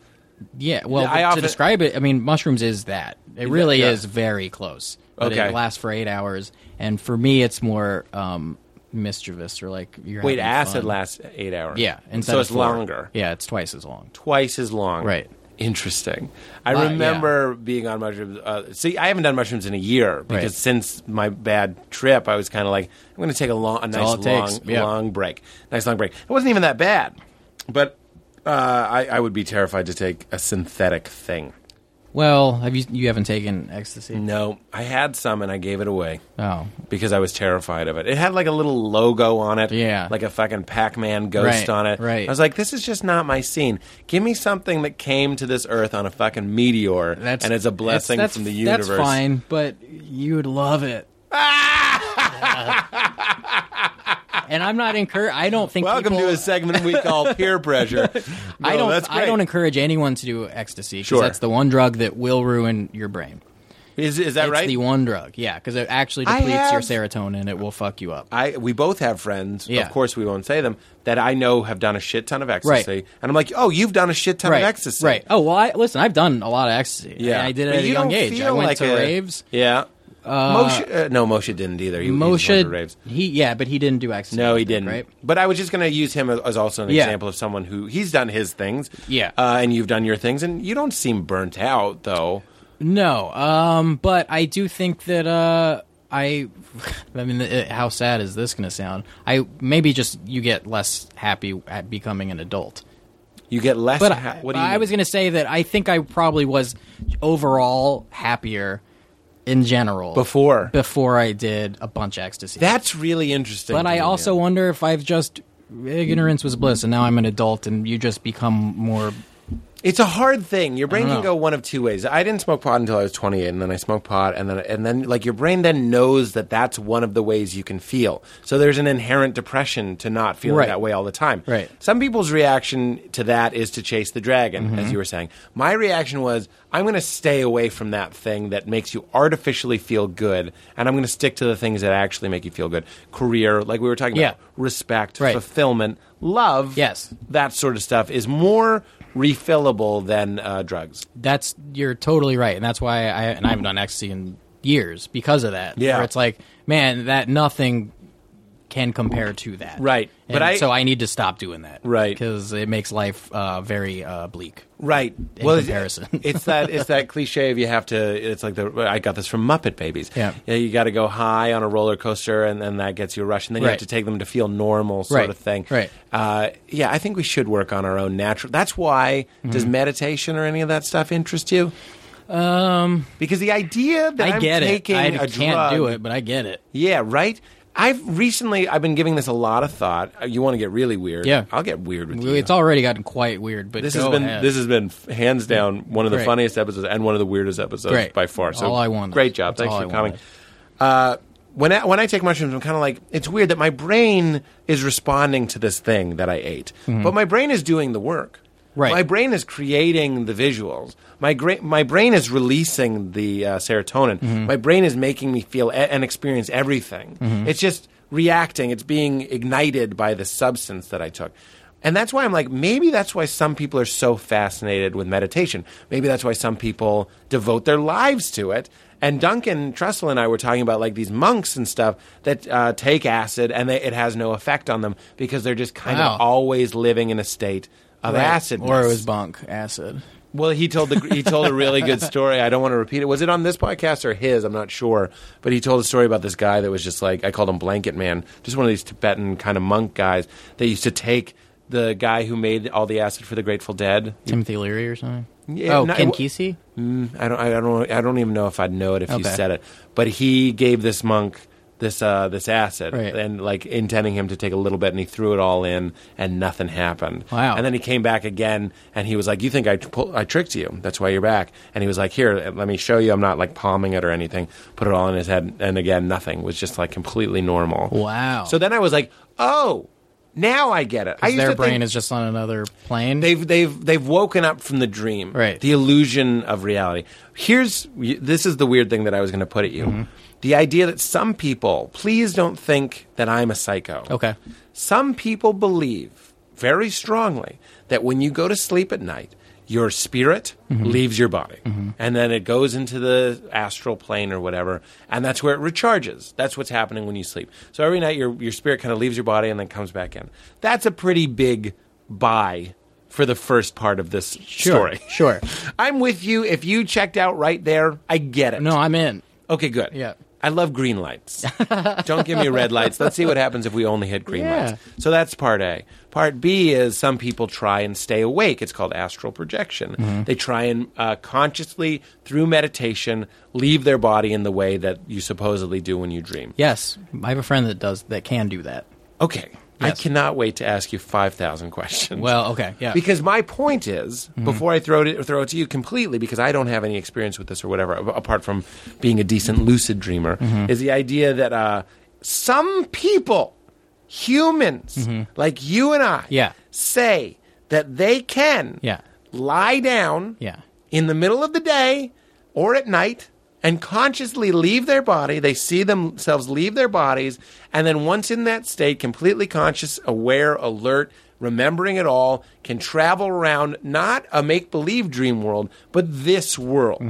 [SPEAKER 5] yeah. Well,
[SPEAKER 3] I
[SPEAKER 5] to
[SPEAKER 3] often-
[SPEAKER 5] describe it, I mean, mushrooms is that. It really
[SPEAKER 3] yeah.
[SPEAKER 5] is very close. But
[SPEAKER 3] Okay.
[SPEAKER 5] It lasts for eight hours, and for me, it's more um, mischievous or like you're
[SPEAKER 3] Wait,
[SPEAKER 5] having
[SPEAKER 3] acid
[SPEAKER 5] fun.
[SPEAKER 3] lasts eight hours.
[SPEAKER 5] Yeah, instead
[SPEAKER 3] so
[SPEAKER 5] of
[SPEAKER 3] it's
[SPEAKER 5] four.
[SPEAKER 3] longer.
[SPEAKER 5] Yeah, it's twice as long.
[SPEAKER 3] twice as long.
[SPEAKER 5] Right.
[SPEAKER 3] Interesting. I
[SPEAKER 5] Wow,
[SPEAKER 3] remember being on mushrooms. Uh, see, I haven't done mushrooms in a year because
[SPEAKER 5] Right.
[SPEAKER 3] since my bad trip, I was kind of like, I'm going to take a long, a
[SPEAKER 5] all
[SPEAKER 3] nice
[SPEAKER 5] it
[SPEAKER 3] long,
[SPEAKER 5] takes. Yeah.
[SPEAKER 3] long break. Nice long break. It wasn't even that bad, but uh, I, I would be terrified to take a synthetic thing.
[SPEAKER 5] Well, have you you haven't taken ecstasy?
[SPEAKER 3] No, I had some and I gave it away
[SPEAKER 5] Oh,
[SPEAKER 3] because I was terrified of it. It had like a little logo on it,
[SPEAKER 5] Yeah.
[SPEAKER 3] like a fucking Pac-Man
[SPEAKER 5] Right,
[SPEAKER 3] ghost on it.
[SPEAKER 5] right.
[SPEAKER 3] I was like, this is just not my scene. Give me something that came to this earth on a fucking meteor,
[SPEAKER 5] that's
[SPEAKER 3] and it's a blessing
[SPEAKER 5] that's-
[SPEAKER 3] from the
[SPEAKER 5] that's-
[SPEAKER 3] universe. Ah!
[SPEAKER 5] That's fine, but you would love it.
[SPEAKER 3] *laughs*
[SPEAKER 5] and I'm not encourage. I don't think
[SPEAKER 3] Welcome
[SPEAKER 5] people-
[SPEAKER 3] to a segment we
[SPEAKER 5] *laughs*
[SPEAKER 3] call peer pressure.
[SPEAKER 5] I
[SPEAKER 3] No,
[SPEAKER 5] don't.
[SPEAKER 3] That's
[SPEAKER 5] I don't
[SPEAKER 3] great.
[SPEAKER 5] encourage anyone to do ecstasy because
[SPEAKER 3] Sure.
[SPEAKER 5] that's the one drug that will ruin your brain.
[SPEAKER 3] Is, is that
[SPEAKER 5] it's
[SPEAKER 3] right?
[SPEAKER 5] the one drug, yeah, because it actually
[SPEAKER 3] I
[SPEAKER 5] depletes your
[SPEAKER 3] have-
[SPEAKER 5] serotonin. It will fuck you up.
[SPEAKER 3] I we both have friends.
[SPEAKER 5] Yeah.
[SPEAKER 3] Of course, we won't say them that I know have done a shit ton of ecstasy,
[SPEAKER 5] Right.
[SPEAKER 3] and I'm like, oh, you've done a shit ton
[SPEAKER 5] right,
[SPEAKER 3] of ecstasy,
[SPEAKER 5] right? Oh well, I, listen, I've done a lot of ecstasy.
[SPEAKER 3] Yeah,
[SPEAKER 5] and I did it
[SPEAKER 3] But
[SPEAKER 5] at a
[SPEAKER 3] you
[SPEAKER 5] young
[SPEAKER 3] don't
[SPEAKER 5] age. I
[SPEAKER 3] feel
[SPEAKER 5] went
[SPEAKER 3] like
[SPEAKER 5] to
[SPEAKER 3] a-
[SPEAKER 5] raves.
[SPEAKER 3] Yeah. Moshe, uh, no, Moshe didn't either. He, he was going to
[SPEAKER 5] Moshe,
[SPEAKER 3] raves.
[SPEAKER 5] he yeah, but he didn't do ecstasy.
[SPEAKER 3] No,
[SPEAKER 5] I
[SPEAKER 3] he
[SPEAKER 5] think,
[SPEAKER 3] didn't.
[SPEAKER 5] Right?
[SPEAKER 3] But I was just going to use him as- as also an
[SPEAKER 5] Yeah.
[SPEAKER 3] example of someone who he's done his things.
[SPEAKER 5] Yeah.
[SPEAKER 3] Uh, and you've done your things, and you don't seem burnt out though.
[SPEAKER 5] No, um, but I do think that uh, I, *laughs* I mean, uh, how sad is this going to sound? I maybe just you get less happy at becoming an adult.
[SPEAKER 3] You get less.
[SPEAKER 5] But
[SPEAKER 3] ha-
[SPEAKER 5] I,
[SPEAKER 3] what do you
[SPEAKER 5] I
[SPEAKER 3] mean?
[SPEAKER 5] was going to say that I think I probably was overall happier in general
[SPEAKER 3] Before.
[SPEAKER 5] before I did a bunch of ecstasy.
[SPEAKER 3] That's really interesting.
[SPEAKER 5] but
[SPEAKER 3] to me,
[SPEAKER 5] I also
[SPEAKER 3] man.
[SPEAKER 5] wonder if I've just ignorance was bliss, and now I'm an adult, and you just become more.
[SPEAKER 3] It's a hard thing. Your brain
[SPEAKER 5] don't
[SPEAKER 3] can
[SPEAKER 5] know.
[SPEAKER 3] go one of two ways. I didn't smoke pot until I was 28, and then I smoked pot, and then and then like your brain then knows that that's one of the ways you can feel. So there's an inherent depression to not feeling
[SPEAKER 5] Right.
[SPEAKER 3] that way all the time.
[SPEAKER 5] Right.
[SPEAKER 3] Some people's reaction to that is to chase the dragon,
[SPEAKER 5] Mm-hmm.
[SPEAKER 3] as you were saying. My reaction was I'm going to stay away from that thing that makes you artificially feel good, and I'm going to stick to the things that actually make you feel good. Career, like we were talking about,
[SPEAKER 5] Yeah.
[SPEAKER 3] respect,
[SPEAKER 5] Right.
[SPEAKER 3] fulfillment, love
[SPEAKER 5] Yes.
[SPEAKER 3] that sort of stuff is more refillable than uh, drugs.
[SPEAKER 5] that's you're totally right, and that's why I and I haven't done ecstasy in years because of that.
[SPEAKER 3] Yeah.
[SPEAKER 5] where it's like, man, that nothing can compare to that.
[SPEAKER 3] Right. But
[SPEAKER 5] but
[SPEAKER 3] I-
[SPEAKER 5] so I need to stop doing that.
[SPEAKER 3] Right.
[SPEAKER 5] because it makes life uh, very uh, bleak.
[SPEAKER 3] Right.
[SPEAKER 5] In
[SPEAKER 3] it's-
[SPEAKER 5] comparison.
[SPEAKER 3] *laughs* it's that it's that cliche of you have to. It's like the I got this from Muppet Babies.
[SPEAKER 5] Yeah.
[SPEAKER 3] You, got to go high on a roller coaster, and then that gets you a rush, and then you
[SPEAKER 5] Right.
[SPEAKER 3] have to take them to feel normal, sort
[SPEAKER 5] Right.
[SPEAKER 3] of thing.
[SPEAKER 5] Right.
[SPEAKER 3] Uh, yeah, I think we should work on our own natural. That's why
[SPEAKER 5] Mm-hmm.
[SPEAKER 3] does meditation or any of that stuff interest you?
[SPEAKER 5] Um,
[SPEAKER 3] Because the idea that
[SPEAKER 5] I
[SPEAKER 3] am
[SPEAKER 5] get it.
[SPEAKER 3] taking
[SPEAKER 5] I
[SPEAKER 3] a
[SPEAKER 5] can't
[SPEAKER 3] drug
[SPEAKER 5] do it, but I get it.
[SPEAKER 3] Yeah, right. I've recently I've been giving this a lot of thought. Uh, You want to get really weird?
[SPEAKER 5] Yeah.
[SPEAKER 3] I'll get weird with you.
[SPEAKER 5] It's already gotten quite weird, but
[SPEAKER 3] this
[SPEAKER 5] go
[SPEAKER 3] has been
[SPEAKER 5] ahead.
[SPEAKER 3] this has been f- hands down one of the
[SPEAKER 5] Great.
[SPEAKER 3] funniest episodes and one of the weirdest episodes
[SPEAKER 5] Great.
[SPEAKER 3] by far. So
[SPEAKER 5] All I wanted.
[SPEAKER 3] Great job.
[SPEAKER 5] That's
[SPEAKER 3] Thanks
[SPEAKER 5] all
[SPEAKER 3] for
[SPEAKER 5] I
[SPEAKER 3] coming.
[SPEAKER 5] wanted.
[SPEAKER 3] Uh, when I, when I take mushrooms, I'm kind of like it's weird that my brain is responding to this thing that I ate, but my brain is doing the work.
[SPEAKER 5] Mm-hmm. Right.
[SPEAKER 3] My brain is creating the visuals. My gra- my brain is releasing the uh, serotonin.
[SPEAKER 5] Mm-hmm.
[SPEAKER 3] My brain is making me feel a- and experience everything.
[SPEAKER 5] Mm-hmm.
[SPEAKER 3] It's just reacting. It's being ignited by the substance that I took. And that's why I'm like, maybe that's why some people are so fascinated with meditation. Maybe that's why some people devote their lives to it. And Duncan Trussell and I were talking about like these monks and stuff that uh, take acid and they, it has no effect on them because they're just kind
[SPEAKER 5] Wow.
[SPEAKER 3] of always living in a state of
[SPEAKER 5] Right.
[SPEAKER 3] acid.
[SPEAKER 5] or it was bunk acid.
[SPEAKER 3] Well, he told the he told a really good story. I don't want to repeat it. Was it on this podcast or his? I'm not sure. But he told a story about this guy that was just like I called him Blanket Man, just one of these Tibetan kind of monk guys that used to take the guy who made all the acid for the Grateful Dead.
[SPEAKER 5] Timothy Leary or something.
[SPEAKER 3] Yeah,
[SPEAKER 5] oh,
[SPEAKER 3] no,
[SPEAKER 5] Ken
[SPEAKER 3] it-
[SPEAKER 5] Kesey.
[SPEAKER 3] I don't I don't I don't even know if I'd know it if you
[SPEAKER 5] Okay.
[SPEAKER 3] said it. But he gave this monk this uh, this acid
[SPEAKER 5] Right.
[SPEAKER 3] and like intending him to take a little bit and he threw it all in and nothing happened.
[SPEAKER 5] Wow.
[SPEAKER 3] And then he came back again and he was like, "You think I pu- I tricked you? That's why you're back." And he was like, "Here, let me show you. I'm not like palming it or anything." Put it all in his head and again nothing was just like completely normal.
[SPEAKER 5] Wow.
[SPEAKER 3] So then I was like, "Oh, now I get it." I used
[SPEAKER 5] Their
[SPEAKER 3] to
[SPEAKER 5] brain
[SPEAKER 3] think-
[SPEAKER 5] is just on another plane.
[SPEAKER 3] They've they've they've woken up from the dream,
[SPEAKER 5] Right.
[SPEAKER 3] The illusion of reality. Here's this is the weird thing that I was going to put at you: the idea that some people, please don't think that I'm a psycho.
[SPEAKER 5] okay.
[SPEAKER 3] Some people believe very strongly that when you go to sleep at night, your spirit
[SPEAKER 5] Mm-hmm.
[SPEAKER 3] leaves your body and then it goes into the astral plane or whatever, and that's where it recharges. That's what's happening when you sleep. So every night, your, your spirit kind of leaves your body and then comes back in. That's a pretty big buy for the first part of this story. *laughs*
[SPEAKER 5] Sure.
[SPEAKER 3] I'm with you. If you checked out right there, I get it.
[SPEAKER 5] No, I'm in.
[SPEAKER 3] Okay, good.
[SPEAKER 5] Yeah.
[SPEAKER 3] I love green lights. Don't give me red lights. Let's see what happens if we only had green
[SPEAKER 5] Yeah.
[SPEAKER 3] lights. So that's part A. Part B is some people try and stay awake. It's called astral projection.
[SPEAKER 5] Mm-hmm.
[SPEAKER 3] They try and uh, consciously, through meditation, leave their body in the way that you supposedly do when you dream.
[SPEAKER 5] Yes, I have a friend that does that can do that.
[SPEAKER 3] Okay. I
[SPEAKER 5] Yes.
[SPEAKER 3] cannot wait to ask you 5,000 questions.
[SPEAKER 5] Well, okay, yeah.
[SPEAKER 3] Because my point is, before I throw it throw it to you completely, because I don't have any experience with this or whatever, a- apart from being a decent lucid dreamer,
[SPEAKER 5] Mm-hmm.
[SPEAKER 3] is the idea that uh, some people, humans like you and I,
[SPEAKER 5] Mm-hmm. Yeah.
[SPEAKER 3] say that they can
[SPEAKER 5] Yeah.
[SPEAKER 3] lie down
[SPEAKER 5] Yeah.
[SPEAKER 3] in the middle of the day or at night and consciously leave their body. They see themselves leave their bodies. And then once in that state, completely conscious, aware, alert, remembering it all, can travel around not a make believe dream world, but this world.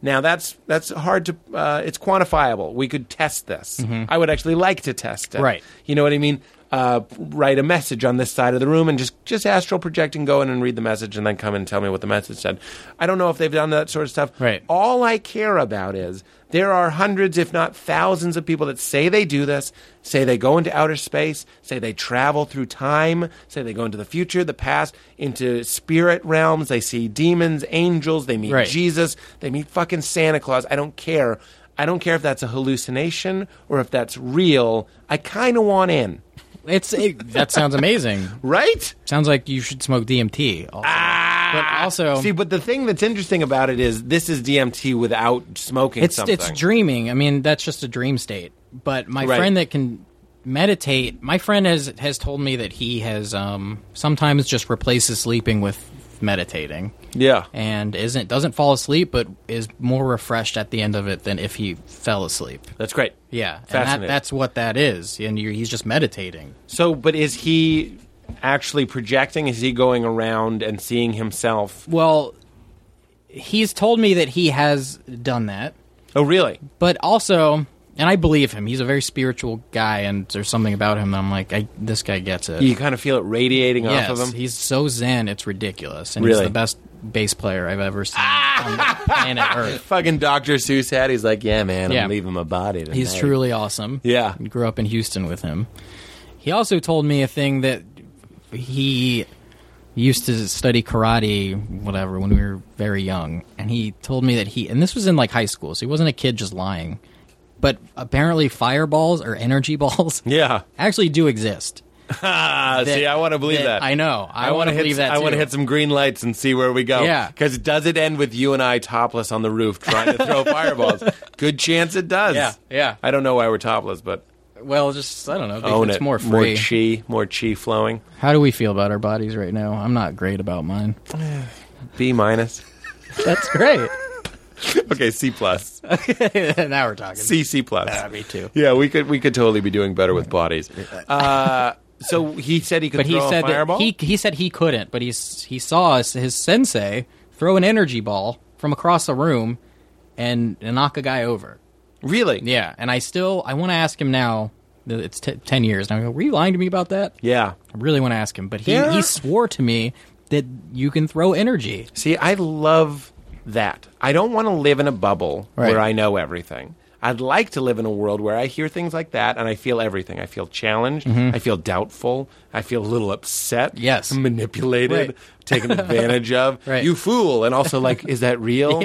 [SPEAKER 3] Now that's that's hard to uh, it's quantifiable. We could test this. I would actually like to test it.
[SPEAKER 5] Right.
[SPEAKER 3] You know what I mean? Uh, write a message on this side of the room and just just astral project and go in and read the message and then come and tell me what the message said. I don't know if they've done that sort of stuff.
[SPEAKER 5] Right.
[SPEAKER 3] All I care about is there are hundreds, if not thousands, of people that say they do this, say they go into outer space, say they travel through time, say they go into the future, the past, into spirit realms. They see demons, angels. They meet
[SPEAKER 5] Right.
[SPEAKER 3] Jesus. Jesus. They meet fucking Santa Claus. I don't care. I don't care if that's a hallucination or if that's real. I kind of want in,
[SPEAKER 5] It's it, that sounds amazing.
[SPEAKER 3] right?
[SPEAKER 5] Sounds like you should smoke DMT. Also. but also,
[SPEAKER 3] Ah! See, but the thing that's interesting about it is this is DMT without smoking
[SPEAKER 5] it's
[SPEAKER 3] something.
[SPEAKER 5] it's dreaming. I mean, that's just a dream state. But my
[SPEAKER 3] Right.
[SPEAKER 5] friend that can meditate, my friend has has told me that he has um, sometimes just replaces sleeping with meditating
[SPEAKER 3] yeah.
[SPEAKER 5] and isn't doesn't fall asleep, but is more refreshed at the end of it than if he fell asleep.
[SPEAKER 3] That's great.
[SPEAKER 5] Yeah, and that,
[SPEAKER 3] Fascinating.
[SPEAKER 5] that's what that is, and you he's just meditating.
[SPEAKER 3] So, but is he actually projecting? Is he going around and seeing himself?
[SPEAKER 5] Well, he's told me that he has done that.
[SPEAKER 3] Oh, really?
[SPEAKER 5] but also and i believe him he's a very spiritual guy and there's something about him that i'm like I, this guy gets it
[SPEAKER 3] You kind of feel it radiating
[SPEAKER 5] yes
[SPEAKER 3] off of him?
[SPEAKER 5] he's so zen it's ridiculous and he's
[SPEAKER 3] Really? Ah!
[SPEAKER 5] the best bass player i've ever seen on the planet earth
[SPEAKER 3] *laughs* Fucking Dr. Seuss had. He's like, yeah, man,
[SPEAKER 5] Yeah.
[SPEAKER 3] I'm leaving my body. Tonight.
[SPEAKER 5] he's truly awesome
[SPEAKER 3] Yeah.
[SPEAKER 5] I grew up in houston with him he also told me a thing that he used to study karate whatever when we were very young and he told me that he and this was in like high school so he wasn't a kid just lying but apparently fireballs or energy *laughs* balls
[SPEAKER 3] Yeah.
[SPEAKER 5] actually do exist.
[SPEAKER 3] Ah, see, I want to believe that.
[SPEAKER 5] I know. I,
[SPEAKER 3] I
[SPEAKER 5] want
[SPEAKER 3] wanna
[SPEAKER 5] to
[SPEAKER 3] hit,
[SPEAKER 5] believe that.
[SPEAKER 3] I want to
[SPEAKER 5] too.
[SPEAKER 3] hit some green lights and see where we go.
[SPEAKER 5] Yeah.
[SPEAKER 3] Because does it end with you and I topless on the roof trying
[SPEAKER 5] *laughs*
[SPEAKER 3] to throw fireballs? Good chance it does.
[SPEAKER 5] Yeah, yeah.
[SPEAKER 3] I don't know why we're topless, but
[SPEAKER 5] Well, just I don't know.
[SPEAKER 3] own
[SPEAKER 5] it's
[SPEAKER 3] it.
[SPEAKER 5] more free.
[SPEAKER 3] chi, more chi flowing.
[SPEAKER 5] How do we feel about our bodies right now? I'm not great about mine.
[SPEAKER 3] *laughs* B minus. *laughs*
[SPEAKER 5] That's great. *laughs*
[SPEAKER 3] Okay, C plus.
[SPEAKER 5] now we're talking.
[SPEAKER 3] C C plus.
[SPEAKER 5] me too.
[SPEAKER 3] Yeah, we could we could totally be doing better
[SPEAKER 5] *laughs*
[SPEAKER 3] with bodies. Uh, so he said he could
[SPEAKER 5] But he
[SPEAKER 3] throw a
[SPEAKER 5] said that
[SPEAKER 3] fireball.
[SPEAKER 5] he he said he couldn't, but he s- he saw us, his sensei throw an energy ball from across the room and, and knock a guy over.
[SPEAKER 3] really?
[SPEAKER 5] Yeah, and I still I want to ask him now. that It's t- ten years, and I go, "Were you lying to me about that?"
[SPEAKER 3] Yeah.
[SPEAKER 5] I really want to ask him, but he,
[SPEAKER 3] Yeah.
[SPEAKER 5] he swore to me that you can throw energy.
[SPEAKER 3] See, I love that. I don't want to live in a bubble
[SPEAKER 5] Right.
[SPEAKER 3] where I know everything. I'd like to live in a world where I hear things like that and I feel everything. I feel challenged. I feel doubtful. I feel a little upset.
[SPEAKER 5] Mm-hmm. Yes.
[SPEAKER 3] Manipulated,
[SPEAKER 5] Right. *laughs*
[SPEAKER 3] taken advantage of.
[SPEAKER 5] Right.
[SPEAKER 3] You fool. And also, like, is that real?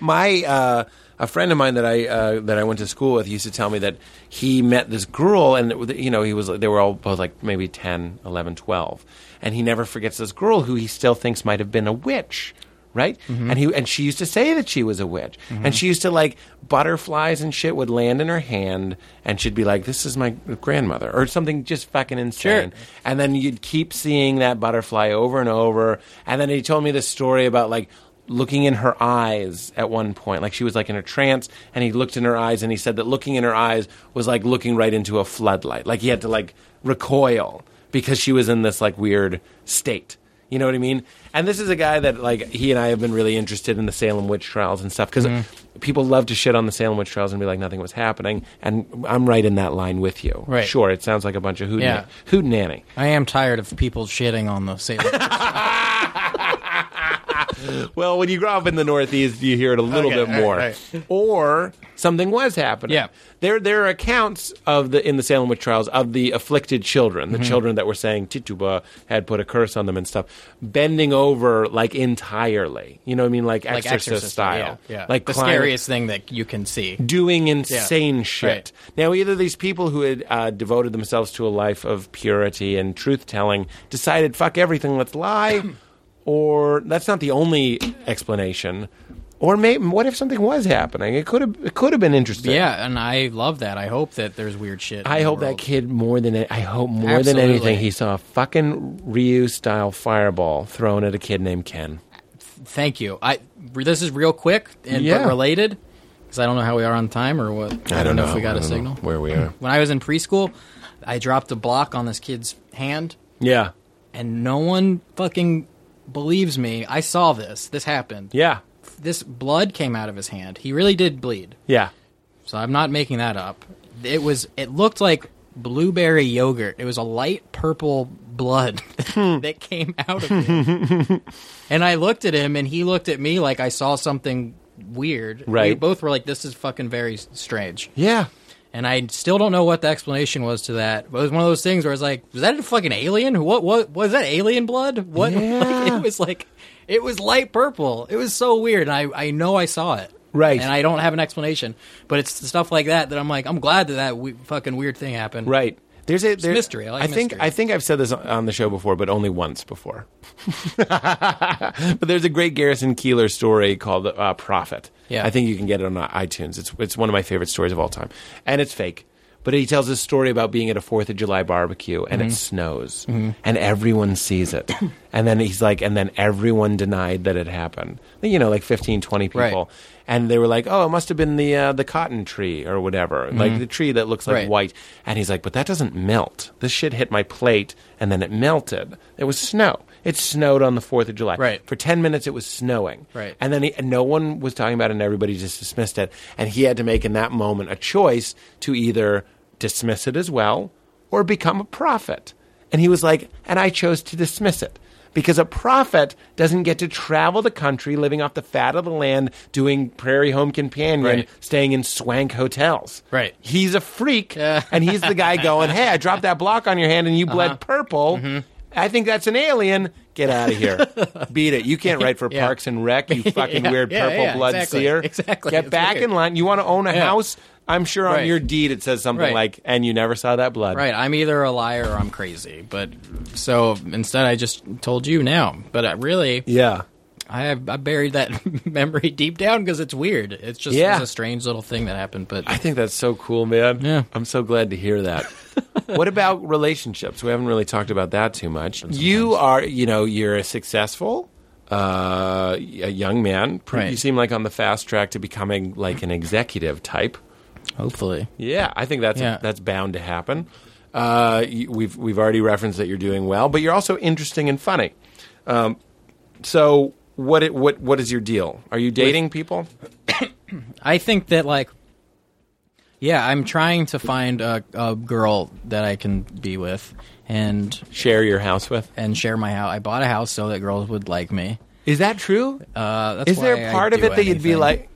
[SPEAKER 3] my uh, a friend of mine that I uh, that I went to school with used to tell me that he met this girl and you know he was they were all both like maybe 10 11 12 and he never forgets this girl who he still thinks might have been a witch right and he and she used to say that she was a witch and she used to like butterflies and shit would land in her hand and she'd be like this is my grandmother or something just fucking insane and then you'd keep seeing that butterfly over and over and then he told me this story about like looking in her eyes at one point. Like she was like in a trance, and he looked in her eyes, and he said that looking in her eyes was like looking right into a floodlight. Like he had to like recoil because she was in this like weird state. You know what I mean? And this is a guy that like he and I have been really interested in the Salem witch trials and stuff because
[SPEAKER 5] Mm-hmm.
[SPEAKER 3] people love to shit on the Salem witch trials and be like nothing was happening. And I'm right in that line with you.
[SPEAKER 5] Right.
[SPEAKER 3] Sure, it sounds like a bunch of hootin-
[SPEAKER 5] Yeah.
[SPEAKER 3] hootenanny.
[SPEAKER 5] I am tired of people shitting on the sailor.
[SPEAKER 3] Well, when you grow up in the Northeast, you hear it a little
[SPEAKER 4] Okay,
[SPEAKER 3] bit more.
[SPEAKER 4] right,
[SPEAKER 3] Or something was happening.
[SPEAKER 5] Yeah.
[SPEAKER 3] There, there are accounts of the in the Salem witch trials of the afflicted children, the children that were saying Tituba had put a curse on them and stuff, bending over like entirely. You know what I mean? Like,
[SPEAKER 5] like
[SPEAKER 3] exorcist,
[SPEAKER 5] Exorcist
[SPEAKER 3] style.
[SPEAKER 5] Yeah, yeah.
[SPEAKER 3] Like
[SPEAKER 5] the
[SPEAKER 3] climbing-
[SPEAKER 5] scariest thing that you can see.
[SPEAKER 3] doing insane shit.
[SPEAKER 5] right.
[SPEAKER 3] Now, either these people who had uh, devoted themselves to a life of purity and truth telling decided, fuck everything,
[SPEAKER 5] *clears throat*
[SPEAKER 3] let's lie, or that's not the only explanation. Or maybe, what if something was happening? It could have, it could have been interesting.
[SPEAKER 5] Yeah, and I love that. I hope that there's weird shit.
[SPEAKER 3] I
[SPEAKER 5] in the
[SPEAKER 3] hope that
[SPEAKER 5] world.
[SPEAKER 3] kid more than I hope more
[SPEAKER 5] Absolutely.
[SPEAKER 3] than anything he saw a fucking Ryu style fireball thrown at a kid named Ken.
[SPEAKER 5] Thank you. I this is real quick and
[SPEAKER 3] Yeah.
[SPEAKER 5] but related because I don't know how we are on time or what. I if we got
[SPEAKER 3] I
[SPEAKER 5] a
[SPEAKER 3] don't know
[SPEAKER 5] signal.
[SPEAKER 3] where we are.
[SPEAKER 5] When I was in preschool, I dropped a block on this kid's hand,
[SPEAKER 3] Yeah,
[SPEAKER 5] and no one fucking believes me. I saw this. This happened.
[SPEAKER 3] yeah,
[SPEAKER 5] This blood came out of his hand. He really did bleed.
[SPEAKER 3] yeah.
[SPEAKER 5] So I'm not making that up. It was. It looked like blueberry yogurt. It was a light purple blood *laughs* that came out of him. and I looked at him, and he looked at me like I saw something weird. We
[SPEAKER 3] Right.
[SPEAKER 5] both were like, "This is fucking very s- strange."
[SPEAKER 3] Yeah.
[SPEAKER 5] And I still don't know what the explanation was to that. But it was one of those things where I was like, "Was that a fucking alien? What? What was that alien blood? What?" *laughs* Like, it was like. It was light purple. It was so weird. And I, I know I saw it.
[SPEAKER 3] Right.
[SPEAKER 5] And I don't have an explanation, but it's the stuff like that that I'm like, I'm glad that that we- fucking weird thing happened.
[SPEAKER 3] Right. There's a there-
[SPEAKER 5] mystery. I like
[SPEAKER 3] think
[SPEAKER 5] mystery.
[SPEAKER 3] I think I've said this on- on the show before, but only once before. *laughs* but there's a great Garrison Keeler story called uh, "Prophet."
[SPEAKER 5] Yeah.
[SPEAKER 3] I think you can get it on uh, iTunes. It's it's one of my favorite stories of all time, and it's fake. But he tells this story about being at a Fourth of July barbecue and it
[SPEAKER 5] Mm-hmm.
[SPEAKER 3] snows, and everyone
[SPEAKER 5] *coughs*
[SPEAKER 3] sees it, and then he's like, and then everyone denied that it happened. You know, like 15, 20 people,
[SPEAKER 5] Right.
[SPEAKER 3] and they were like, "Oh, it must have been the uh, the cotton tree or whatever, like the tree that looks like
[SPEAKER 5] Mm-hmm. Right.
[SPEAKER 3] white." white. And he's like, but that doesn't melt. This shit hit my plate and then it melted. It was snow. It snowed on the 4th of July.
[SPEAKER 5] Right.
[SPEAKER 3] For 10 minutes, it was snowing.
[SPEAKER 5] Right.
[SPEAKER 3] And then he, and no one was talking about it and everybody just dismissed it. And he had to make in that moment a choice to either dismiss it as well or become a prophet. And he was like, and I chose to dismiss it. Because a prophet doesn't get to travel the country living off the fat of the land, doing prairie home companion,
[SPEAKER 5] Right.
[SPEAKER 3] staying in swank hotels
[SPEAKER 5] Right.
[SPEAKER 3] he's a freak and he's the guy going, "Hey, I dropped that block on your hand and you
[SPEAKER 5] Uh-huh.
[SPEAKER 3] bled purple.
[SPEAKER 5] Mm-hmm.
[SPEAKER 3] I think that's an alien. Get out
[SPEAKER 5] *laughs*
[SPEAKER 3] of here. Beat it. You can't write for
[SPEAKER 5] Yeah.
[SPEAKER 3] Parks and Rec,
[SPEAKER 5] *laughs*
[SPEAKER 3] you fucking weird
[SPEAKER 5] yeah,
[SPEAKER 3] purple
[SPEAKER 5] yeah,
[SPEAKER 3] blood
[SPEAKER 5] exactly,
[SPEAKER 3] seer.
[SPEAKER 5] exactly.
[SPEAKER 3] Get
[SPEAKER 5] It's
[SPEAKER 3] back
[SPEAKER 5] weird.
[SPEAKER 3] in line. You want to own a
[SPEAKER 5] Yeah.
[SPEAKER 3] house? I'm sure on
[SPEAKER 5] Right.
[SPEAKER 3] your deed it says something
[SPEAKER 5] Right.
[SPEAKER 3] like, "And you never saw that blood."
[SPEAKER 5] Right. I'm either a liar or I'm crazy. But so instead, I just told you now. But I really,
[SPEAKER 3] Yeah.
[SPEAKER 5] I, I buried that *laughs* memory deep down because it's weird. It's just
[SPEAKER 3] Yeah.
[SPEAKER 5] it's a strange little thing that happened. But
[SPEAKER 3] I think that's so cool, man.
[SPEAKER 5] Yeah.
[SPEAKER 3] I'm so glad to hear
[SPEAKER 5] *laughs*
[SPEAKER 3] that. what about relationships? We haven't really talked about that too much. You are, you know, you're a successful uh, a young man. Pre-
[SPEAKER 5] Right.
[SPEAKER 3] You seem like on the fast track to becoming like an executive type.
[SPEAKER 5] hopefully,
[SPEAKER 3] Yeah, I think that's
[SPEAKER 5] Yeah.
[SPEAKER 3] that's bound to happen. Uh, you- we've we've already referenced that you're doing well, but you're also interesting and funny. Um, so what it, what what is your deal? Are you dating people?
[SPEAKER 5] I think that like, yeah, I'm trying to find a, a girl that I can be with and
[SPEAKER 3] Share your house with?
[SPEAKER 5] and share my house. I bought a house so that girls would like me.
[SPEAKER 3] Is that true?
[SPEAKER 5] Uh, that's
[SPEAKER 3] Is
[SPEAKER 5] why
[SPEAKER 3] there
[SPEAKER 5] I
[SPEAKER 3] part of
[SPEAKER 5] do
[SPEAKER 3] it that you'd be
[SPEAKER 5] anything.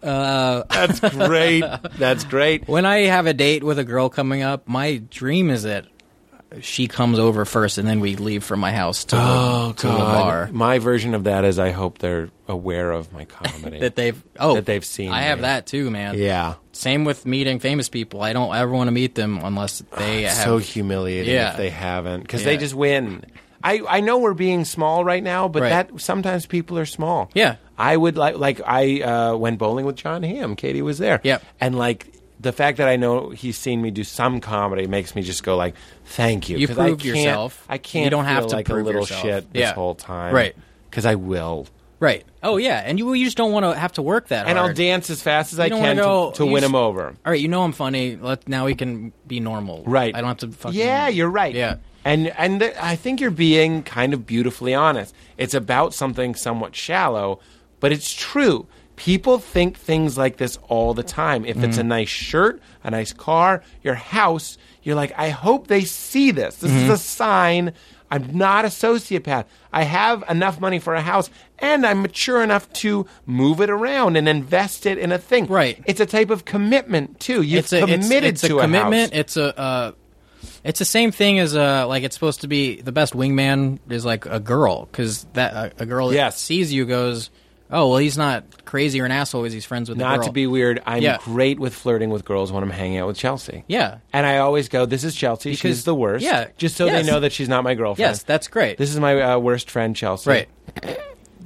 [SPEAKER 5] Uh, *laughs*
[SPEAKER 3] like, "Mm, "That's great, that's great"?
[SPEAKER 5] when I have a date with a girl coming up, my dream is that she comes over first and then we leave from my house to, the, to the bar.
[SPEAKER 3] Oh, My version of that is, I hope they're aware of my
[SPEAKER 5] *laughs*
[SPEAKER 3] comedy.
[SPEAKER 5] That they've oh
[SPEAKER 3] That they've seen
[SPEAKER 5] I have
[SPEAKER 3] me.
[SPEAKER 5] that too, man.
[SPEAKER 3] yeah,
[SPEAKER 5] Same with meeting famous people. I don't ever want to meet them unless they have
[SPEAKER 3] Ah, so humiliating
[SPEAKER 5] Yeah.
[SPEAKER 3] if they haven't because
[SPEAKER 5] Yeah.
[SPEAKER 3] they just win. I, I know we're being small right now, but
[SPEAKER 5] Right.
[SPEAKER 3] that sometimes people are small.
[SPEAKER 5] Yeah.
[SPEAKER 3] I would like like I uh, went bowling with John Hamm. Katie was there.
[SPEAKER 5] Yep.
[SPEAKER 3] and like the fact that I know he's seen me do some comedy makes me just go like, "Thank you."
[SPEAKER 5] You
[SPEAKER 3] 'cause I
[SPEAKER 5] proved
[SPEAKER 3] can't-
[SPEAKER 5] yourself.
[SPEAKER 3] I can't.
[SPEAKER 5] You don't have
[SPEAKER 3] feel
[SPEAKER 5] to
[SPEAKER 3] like
[SPEAKER 5] prove
[SPEAKER 3] a little
[SPEAKER 5] yourself.
[SPEAKER 3] shit this
[SPEAKER 5] Yeah.
[SPEAKER 3] whole time,
[SPEAKER 5] Right.
[SPEAKER 3] Because I will,
[SPEAKER 5] right. Oh yeah, and you you just don't want to have to work that
[SPEAKER 3] and
[SPEAKER 5] hard.
[SPEAKER 3] I'll dance as fast as I
[SPEAKER 5] don't wanna
[SPEAKER 3] can to-
[SPEAKER 5] go-
[SPEAKER 3] to,
[SPEAKER 5] you
[SPEAKER 3] win
[SPEAKER 5] s-
[SPEAKER 3] him over.
[SPEAKER 5] All right, you know I'm funny. Let now we can be normal.
[SPEAKER 3] Right.
[SPEAKER 5] I don't have to fucking
[SPEAKER 3] Yeah, you're right.
[SPEAKER 5] Yeah.
[SPEAKER 3] And and th- I think you're being kind of beautifully honest. It's about something somewhat shallow, but it's true. People think things like this all the time. If
[SPEAKER 5] Mm-hmm.
[SPEAKER 3] it's a nice shirt, a
[SPEAKER 5] Mm-hmm.
[SPEAKER 3] nice car, your house, you're like, I hope they see this. This is a sign. I'm not a sociopath. I have enough money for a house, and I'm mature enough to move it around and invest it in a thing.
[SPEAKER 5] Right.
[SPEAKER 3] It's a type of commitment too. You've
[SPEAKER 5] it's a, it's-
[SPEAKER 3] committed
[SPEAKER 5] it's, a
[SPEAKER 3] to a,
[SPEAKER 5] commitment.
[SPEAKER 3] house.
[SPEAKER 5] It's a uh, it's the same thing as a like it's supposed to be the best wingman is like a girl because that uh, a, a girl that
[SPEAKER 3] Yes.
[SPEAKER 5] sees you goes oh well he's not crazy or an asshole because he's friends with the
[SPEAKER 3] Not
[SPEAKER 5] girl."
[SPEAKER 3] to be weird, I'm
[SPEAKER 5] Yeah.
[SPEAKER 3] great with flirting with girls when I'm hanging out with Chelsea.
[SPEAKER 5] yeah
[SPEAKER 3] And I always go, "This is Chelsea.
[SPEAKER 5] Because-
[SPEAKER 3] she's the worst."
[SPEAKER 5] yeah,
[SPEAKER 3] Just so
[SPEAKER 5] yes.
[SPEAKER 3] they know that she's not my girlfriend.
[SPEAKER 5] yes that's great
[SPEAKER 3] This is my uh, worst friend, Chelsea.
[SPEAKER 5] right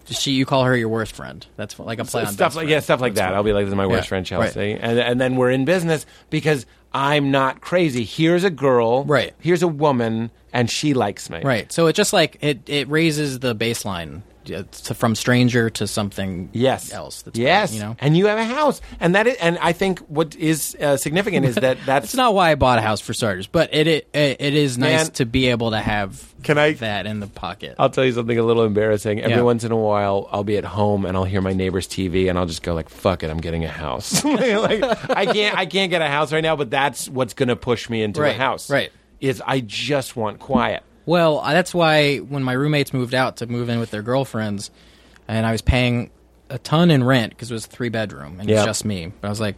[SPEAKER 5] she you call her your worst friend that's fu- like a play on
[SPEAKER 3] stuff
[SPEAKER 5] best
[SPEAKER 3] like
[SPEAKER 5] friend.
[SPEAKER 3] yeah, stuff like that. I'll be like, "This is my worst
[SPEAKER 5] Yeah,
[SPEAKER 3] friend,
[SPEAKER 5] right.
[SPEAKER 3] Chelsea," and and then we're in business because I'm not crazy. Here's a girl,
[SPEAKER 5] Right.
[SPEAKER 3] Here's a woman, and she likes me,
[SPEAKER 5] right so it just like it it raises the baseline uh, to, from stranger to something
[SPEAKER 3] Yes.
[SPEAKER 5] else that's
[SPEAKER 3] yes.
[SPEAKER 5] you know
[SPEAKER 3] And you have a house, and that is, and I think what is uh, significant is
[SPEAKER 5] *laughs*
[SPEAKER 3] that that's
[SPEAKER 5] It's not why I bought a house for starters, but it it, it is nice
[SPEAKER 3] Man.
[SPEAKER 5] to be able to have
[SPEAKER 3] Can I-
[SPEAKER 5] that in the pocket.
[SPEAKER 3] I'll tell you something a little embarrassing. Every
[SPEAKER 5] Yeah.
[SPEAKER 3] once in a while, I'll be at home and I'll hear my neighbor's TV, and I'll just go like, "Fuck it, I'm getting
[SPEAKER 5] *laughs*
[SPEAKER 3] a house." Like, I can't, I can't get a house right now, but that's what's going to push me into
[SPEAKER 5] Right,
[SPEAKER 3] a house.
[SPEAKER 5] right.
[SPEAKER 3] Is I just want quiet.
[SPEAKER 5] Well, I- that's why when my roommates moved out to move in with their girlfriends, and I was paying a ton in rent because it was a three bedroom and
[SPEAKER 3] Yeah.
[SPEAKER 5] it's just me. But I was like,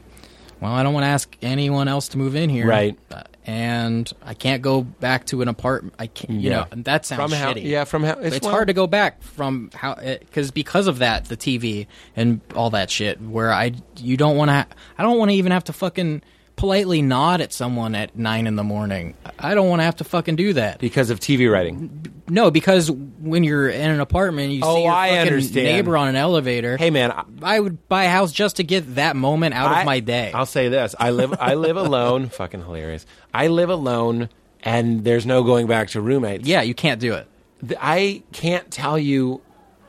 [SPEAKER 5] well, I don't want to ask anyone else to move in here,
[SPEAKER 3] Right.
[SPEAKER 5] Uh, And I can't go back to an apartment. I can't, you
[SPEAKER 3] Yeah.
[SPEAKER 5] know, and that sounds
[SPEAKER 3] From how-
[SPEAKER 5] shitty.
[SPEAKER 3] yeah, from how-
[SPEAKER 5] it's,
[SPEAKER 3] it's
[SPEAKER 5] hard
[SPEAKER 3] one-
[SPEAKER 5] to go back from how because because of that the TV and all that shit where I you don't want to I don't want to even have to fucking politely nod at someone at nine in the morning. I don't want to have to fucking do that.
[SPEAKER 3] Because of TV writing,
[SPEAKER 5] No, because when you're in an apartment, you
[SPEAKER 3] Oh,
[SPEAKER 5] see your
[SPEAKER 3] I
[SPEAKER 5] fucking
[SPEAKER 3] understand.
[SPEAKER 5] neighbor on an elevator.
[SPEAKER 3] Hey man, I,
[SPEAKER 5] I would buy a house just to get that moment out
[SPEAKER 3] I-
[SPEAKER 5] of my day.
[SPEAKER 3] I'll say this: I live, I live alone. *laughs* Fucking hilarious. I live alone, and there's no going back to roommates.
[SPEAKER 5] yeah, you can't do it.
[SPEAKER 3] Th- I can't tell you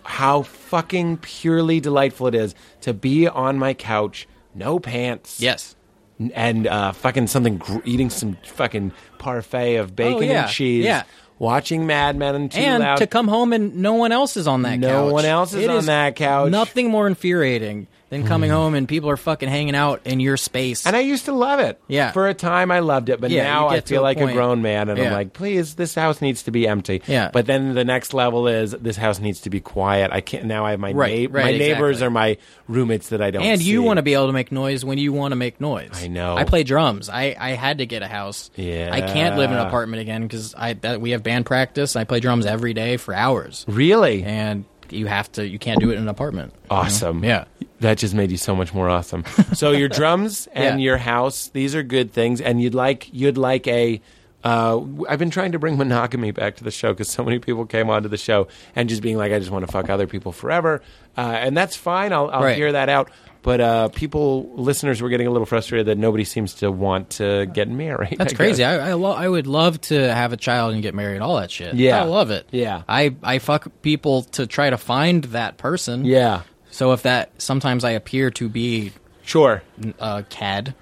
[SPEAKER 3] how fucking purely delightful it is to be on my couch, no pants.
[SPEAKER 5] Yes.
[SPEAKER 3] n- and uh, fucking something, gr- eating some fucking parfait of bacon
[SPEAKER 5] Oh, yeah,
[SPEAKER 3] and cheese.
[SPEAKER 5] yeah.
[SPEAKER 3] Watching Mad Men and Too
[SPEAKER 5] and
[SPEAKER 3] Loud.
[SPEAKER 5] to come home and no one else is on that
[SPEAKER 3] No
[SPEAKER 5] couch.
[SPEAKER 3] one else is
[SPEAKER 5] It
[SPEAKER 3] on that couch.
[SPEAKER 5] Nothing more infuriating than coming home and people are fucking hanging out in your space.
[SPEAKER 3] And I used to love it.
[SPEAKER 5] Yeah.
[SPEAKER 3] For a time, I loved it, but
[SPEAKER 5] Yeah,
[SPEAKER 3] now
[SPEAKER 5] you
[SPEAKER 3] I
[SPEAKER 5] get to
[SPEAKER 3] feel
[SPEAKER 5] a
[SPEAKER 3] like
[SPEAKER 5] point.
[SPEAKER 3] a grown man, and I'm
[SPEAKER 5] Yeah.
[SPEAKER 3] like, please, this house needs to be empty.
[SPEAKER 5] Yeah.
[SPEAKER 3] But then the next level is this house needs to be quiet. I can't. Now I have my
[SPEAKER 5] Right,
[SPEAKER 3] neigh-
[SPEAKER 5] right,
[SPEAKER 3] my neighbors
[SPEAKER 5] exactly.
[SPEAKER 3] are my roommates that I don't.
[SPEAKER 5] and you
[SPEAKER 3] see.
[SPEAKER 5] want to be able to make noise when you want to make noise.
[SPEAKER 3] I know.
[SPEAKER 5] I play drums. I, I had to get a house.
[SPEAKER 3] Yeah.
[SPEAKER 5] I can't live in an apartment again because I that, we have band practice. I play drums every day for hours,
[SPEAKER 3] really
[SPEAKER 5] and you have to. You can't do it in an apartment.
[SPEAKER 3] awesome.
[SPEAKER 5] Mm-hmm. Yeah.
[SPEAKER 3] That just made you so much more awesome.
[SPEAKER 5] *laughs*
[SPEAKER 3] So your drums and
[SPEAKER 5] Yeah.
[SPEAKER 3] your house, these are good things, and you'd like you'd like a. Uh, w- I've been trying to bring monogamy back to the show because so many people came onto the show and just being like, I just want to fuck other people forever, uh, and that's fine. I'll, I'll
[SPEAKER 5] Right.
[SPEAKER 3] hear that out. But uh, people, listeners, were getting a little frustrated that nobody seems to want to get *laughs* married.
[SPEAKER 5] That's
[SPEAKER 3] I
[SPEAKER 5] crazy.
[SPEAKER 3] guess.
[SPEAKER 5] I I, lo- I would love to have a child and get married. All that shit.
[SPEAKER 3] Yeah.
[SPEAKER 5] I love it.
[SPEAKER 3] Yeah.
[SPEAKER 5] I I fuck people to try to find that person.
[SPEAKER 3] Yeah,
[SPEAKER 5] So if that sometimes I appear to be *laughs*
[SPEAKER 3] sure. *laughs*
[SPEAKER 5] a cad.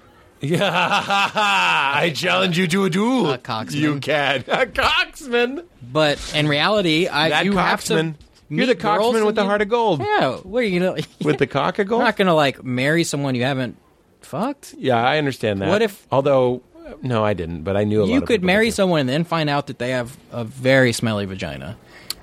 [SPEAKER 3] Yeah, I challenge you to a duel.
[SPEAKER 5] A cocksman.
[SPEAKER 3] You can a coxman.
[SPEAKER 5] But in reality, I
[SPEAKER 3] That
[SPEAKER 5] you
[SPEAKER 3] cocksman.
[SPEAKER 5] have to.
[SPEAKER 3] You're the
[SPEAKER 5] meet girls
[SPEAKER 3] cocksman
[SPEAKER 5] and
[SPEAKER 3] with the
[SPEAKER 5] you-
[SPEAKER 3] heart of gold.
[SPEAKER 5] Yeah, what are you gonna?
[SPEAKER 3] *laughs* With the cock
[SPEAKER 5] *laughs*
[SPEAKER 3] of
[SPEAKER 5] You're
[SPEAKER 3] gold?
[SPEAKER 5] not gonna like marry someone you haven't fucked.
[SPEAKER 3] Yeah, I understand that.
[SPEAKER 5] What if-
[SPEAKER 3] Although, no, I didn't. But I knew a lot.
[SPEAKER 5] You
[SPEAKER 3] of
[SPEAKER 5] could
[SPEAKER 3] people
[SPEAKER 5] marry
[SPEAKER 3] that did.
[SPEAKER 5] someone and then find out that they have a very smelly vagina.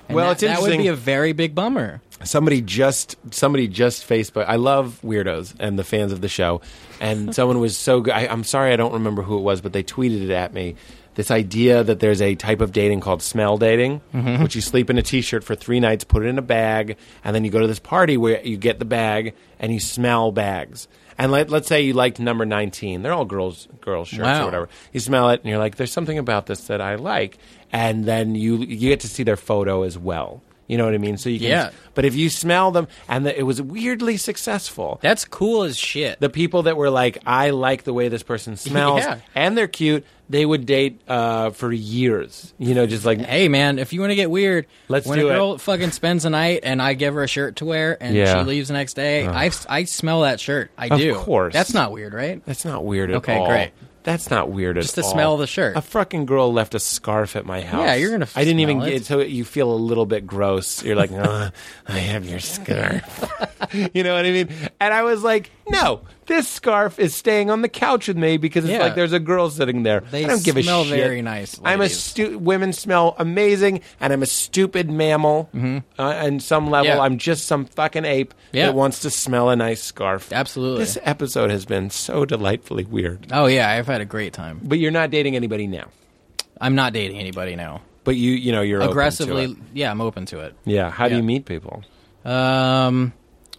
[SPEAKER 5] And
[SPEAKER 3] Well,
[SPEAKER 5] that,
[SPEAKER 3] it's
[SPEAKER 5] that would
[SPEAKER 3] interesting.
[SPEAKER 5] be a very big bummer.
[SPEAKER 3] somebody just somebody just Facebook. I love weirdos and the fans of the show.
[SPEAKER 5] *laughs*
[SPEAKER 3] And someone was so good. I, I'm sorry, I don't remember who it was, but they tweeted it at me. This idea that there's a type of dating called smell dating,
[SPEAKER 5] Mm-hmm.
[SPEAKER 3] which you sleep in a t-shirt for three nights, put it in a bag, and then you go to this party where you get the bag and you smell bags. And let, let's say you liked number 19. They're all girls girls shirts
[SPEAKER 5] Wow.
[SPEAKER 3] or whatever. You smell it and you're like, there's something about this that I like. And then you you get to see their photo as well. You know what I mean? So you can,
[SPEAKER 5] Yeah.
[SPEAKER 3] But if you smell them, and the, it was weirdly successful.
[SPEAKER 5] That's cool as shit.
[SPEAKER 3] The people that were like, I like the way this person smells,
[SPEAKER 5] Yeah.
[SPEAKER 3] and they're cute, they would date uh, for years. You know, just like,
[SPEAKER 5] hey man, if you want to get weird,
[SPEAKER 3] Let's
[SPEAKER 5] when
[SPEAKER 3] do
[SPEAKER 5] a
[SPEAKER 3] it.
[SPEAKER 5] girl fucking spends the night and I give her a shirt to wear and
[SPEAKER 3] Yeah.
[SPEAKER 5] she leaves the next day, I, I smell that shirt. I
[SPEAKER 3] Of
[SPEAKER 5] do.
[SPEAKER 3] course.
[SPEAKER 5] That's not weird, right?
[SPEAKER 3] that's not weird at
[SPEAKER 5] Okay,
[SPEAKER 3] all.
[SPEAKER 5] great.
[SPEAKER 3] That's not weird at
[SPEAKER 5] Just the
[SPEAKER 3] all.
[SPEAKER 5] smell of the shirt.
[SPEAKER 3] A fucking girl left a scarf at my house.
[SPEAKER 5] Yeah, you're gonna
[SPEAKER 3] I didn't even
[SPEAKER 5] smell
[SPEAKER 3] get
[SPEAKER 5] it.
[SPEAKER 3] so you feel a little bit gross. You're like, "Ugh, I have your scarf. *laughs* you know what I mean? And I was like, no, this scarf is staying on the couch with me because it's
[SPEAKER 5] Yeah.
[SPEAKER 3] like there's a girl sitting there.
[SPEAKER 5] They
[SPEAKER 3] I don't give a
[SPEAKER 5] smell
[SPEAKER 3] shit.
[SPEAKER 5] very nice,
[SPEAKER 3] I'm a
[SPEAKER 5] ladies.
[SPEAKER 3] stu- women smell amazing, and I'm a stupid mammal. Uh, on some level,
[SPEAKER 5] Mm-hmm. Yeah.
[SPEAKER 3] I'm just some fucking ape
[SPEAKER 5] Yeah.
[SPEAKER 3] that wants to smell a nice scarf.
[SPEAKER 5] Absolutely.
[SPEAKER 3] This episode has been so delightfully weird.
[SPEAKER 5] Oh yeah, I've had a great time.
[SPEAKER 3] But you're not dating anybody now.
[SPEAKER 5] I'm not dating anybody now.
[SPEAKER 3] But you, you know, you're open to
[SPEAKER 5] Aggressively,
[SPEAKER 3] it.
[SPEAKER 5] yeah, I'm open to it.
[SPEAKER 3] Yeah. How do
[SPEAKER 5] Yeah.
[SPEAKER 3] you meet people?
[SPEAKER 5] Um,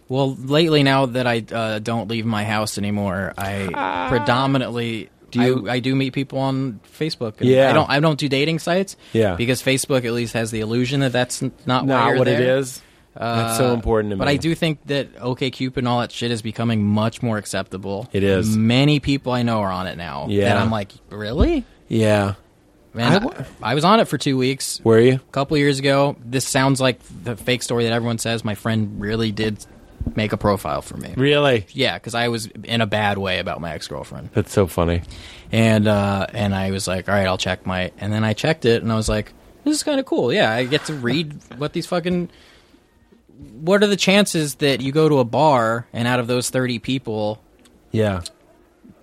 [SPEAKER 5] well, lately now that I uh, don't leave my house anymore, I predominantly
[SPEAKER 3] Ah. Do you-
[SPEAKER 5] I, I do meet people on Facebook. And
[SPEAKER 3] Yeah.
[SPEAKER 5] I don't I don't do dating sites.
[SPEAKER 3] Yeah.
[SPEAKER 5] because Facebook at least has the illusion that that's n- not why
[SPEAKER 3] Not
[SPEAKER 5] you're
[SPEAKER 3] what it
[SPEAKER 5] there.
[SPEAKER 3] is. That's so
[SPEAKER 5] Uh,
[SPEAKER 3] important to
[SPEAKER 5] but
[SPEAKER 3] me.
[SPEAKER 5] I do think that OKCupid and all that shit is becoming much more acceptable.
[SPEAKER 3] It is.
[SPEAKER 5] Many people I know are on it now.
[SPEAKER 3] Yeah.
[SPEAKER 5] and I'm like, really?
[SPEAKER 3] Yeah.
[SPEAKER 5] Man,
[SPEAKER 3] I
[SPEAKER 5] I
[SPEAKER 3] wa-
[SPEAKER 5] I was on it for two weeks
[SPEAKER 3] Were you?
[SPEAKER 5] couple years ago. This sounds like the fake story that everyone says. My friend really did make a profile for me.
[SPEAKER 3] Really?
[SPEAKER 5] Yeah, because I was in a bad way about my ex girlfriend,
[SPEAKER 3] That's so funny.
[SPEAKER 5] and uh, and I was like, all right, I'll check my. And then I checked it, and I was like, this is kind of cool. Yeah, I get to read what these fucking. What are the chances that you go to a bar and out of those thirty people,
[SPEAKER 3] Yeah.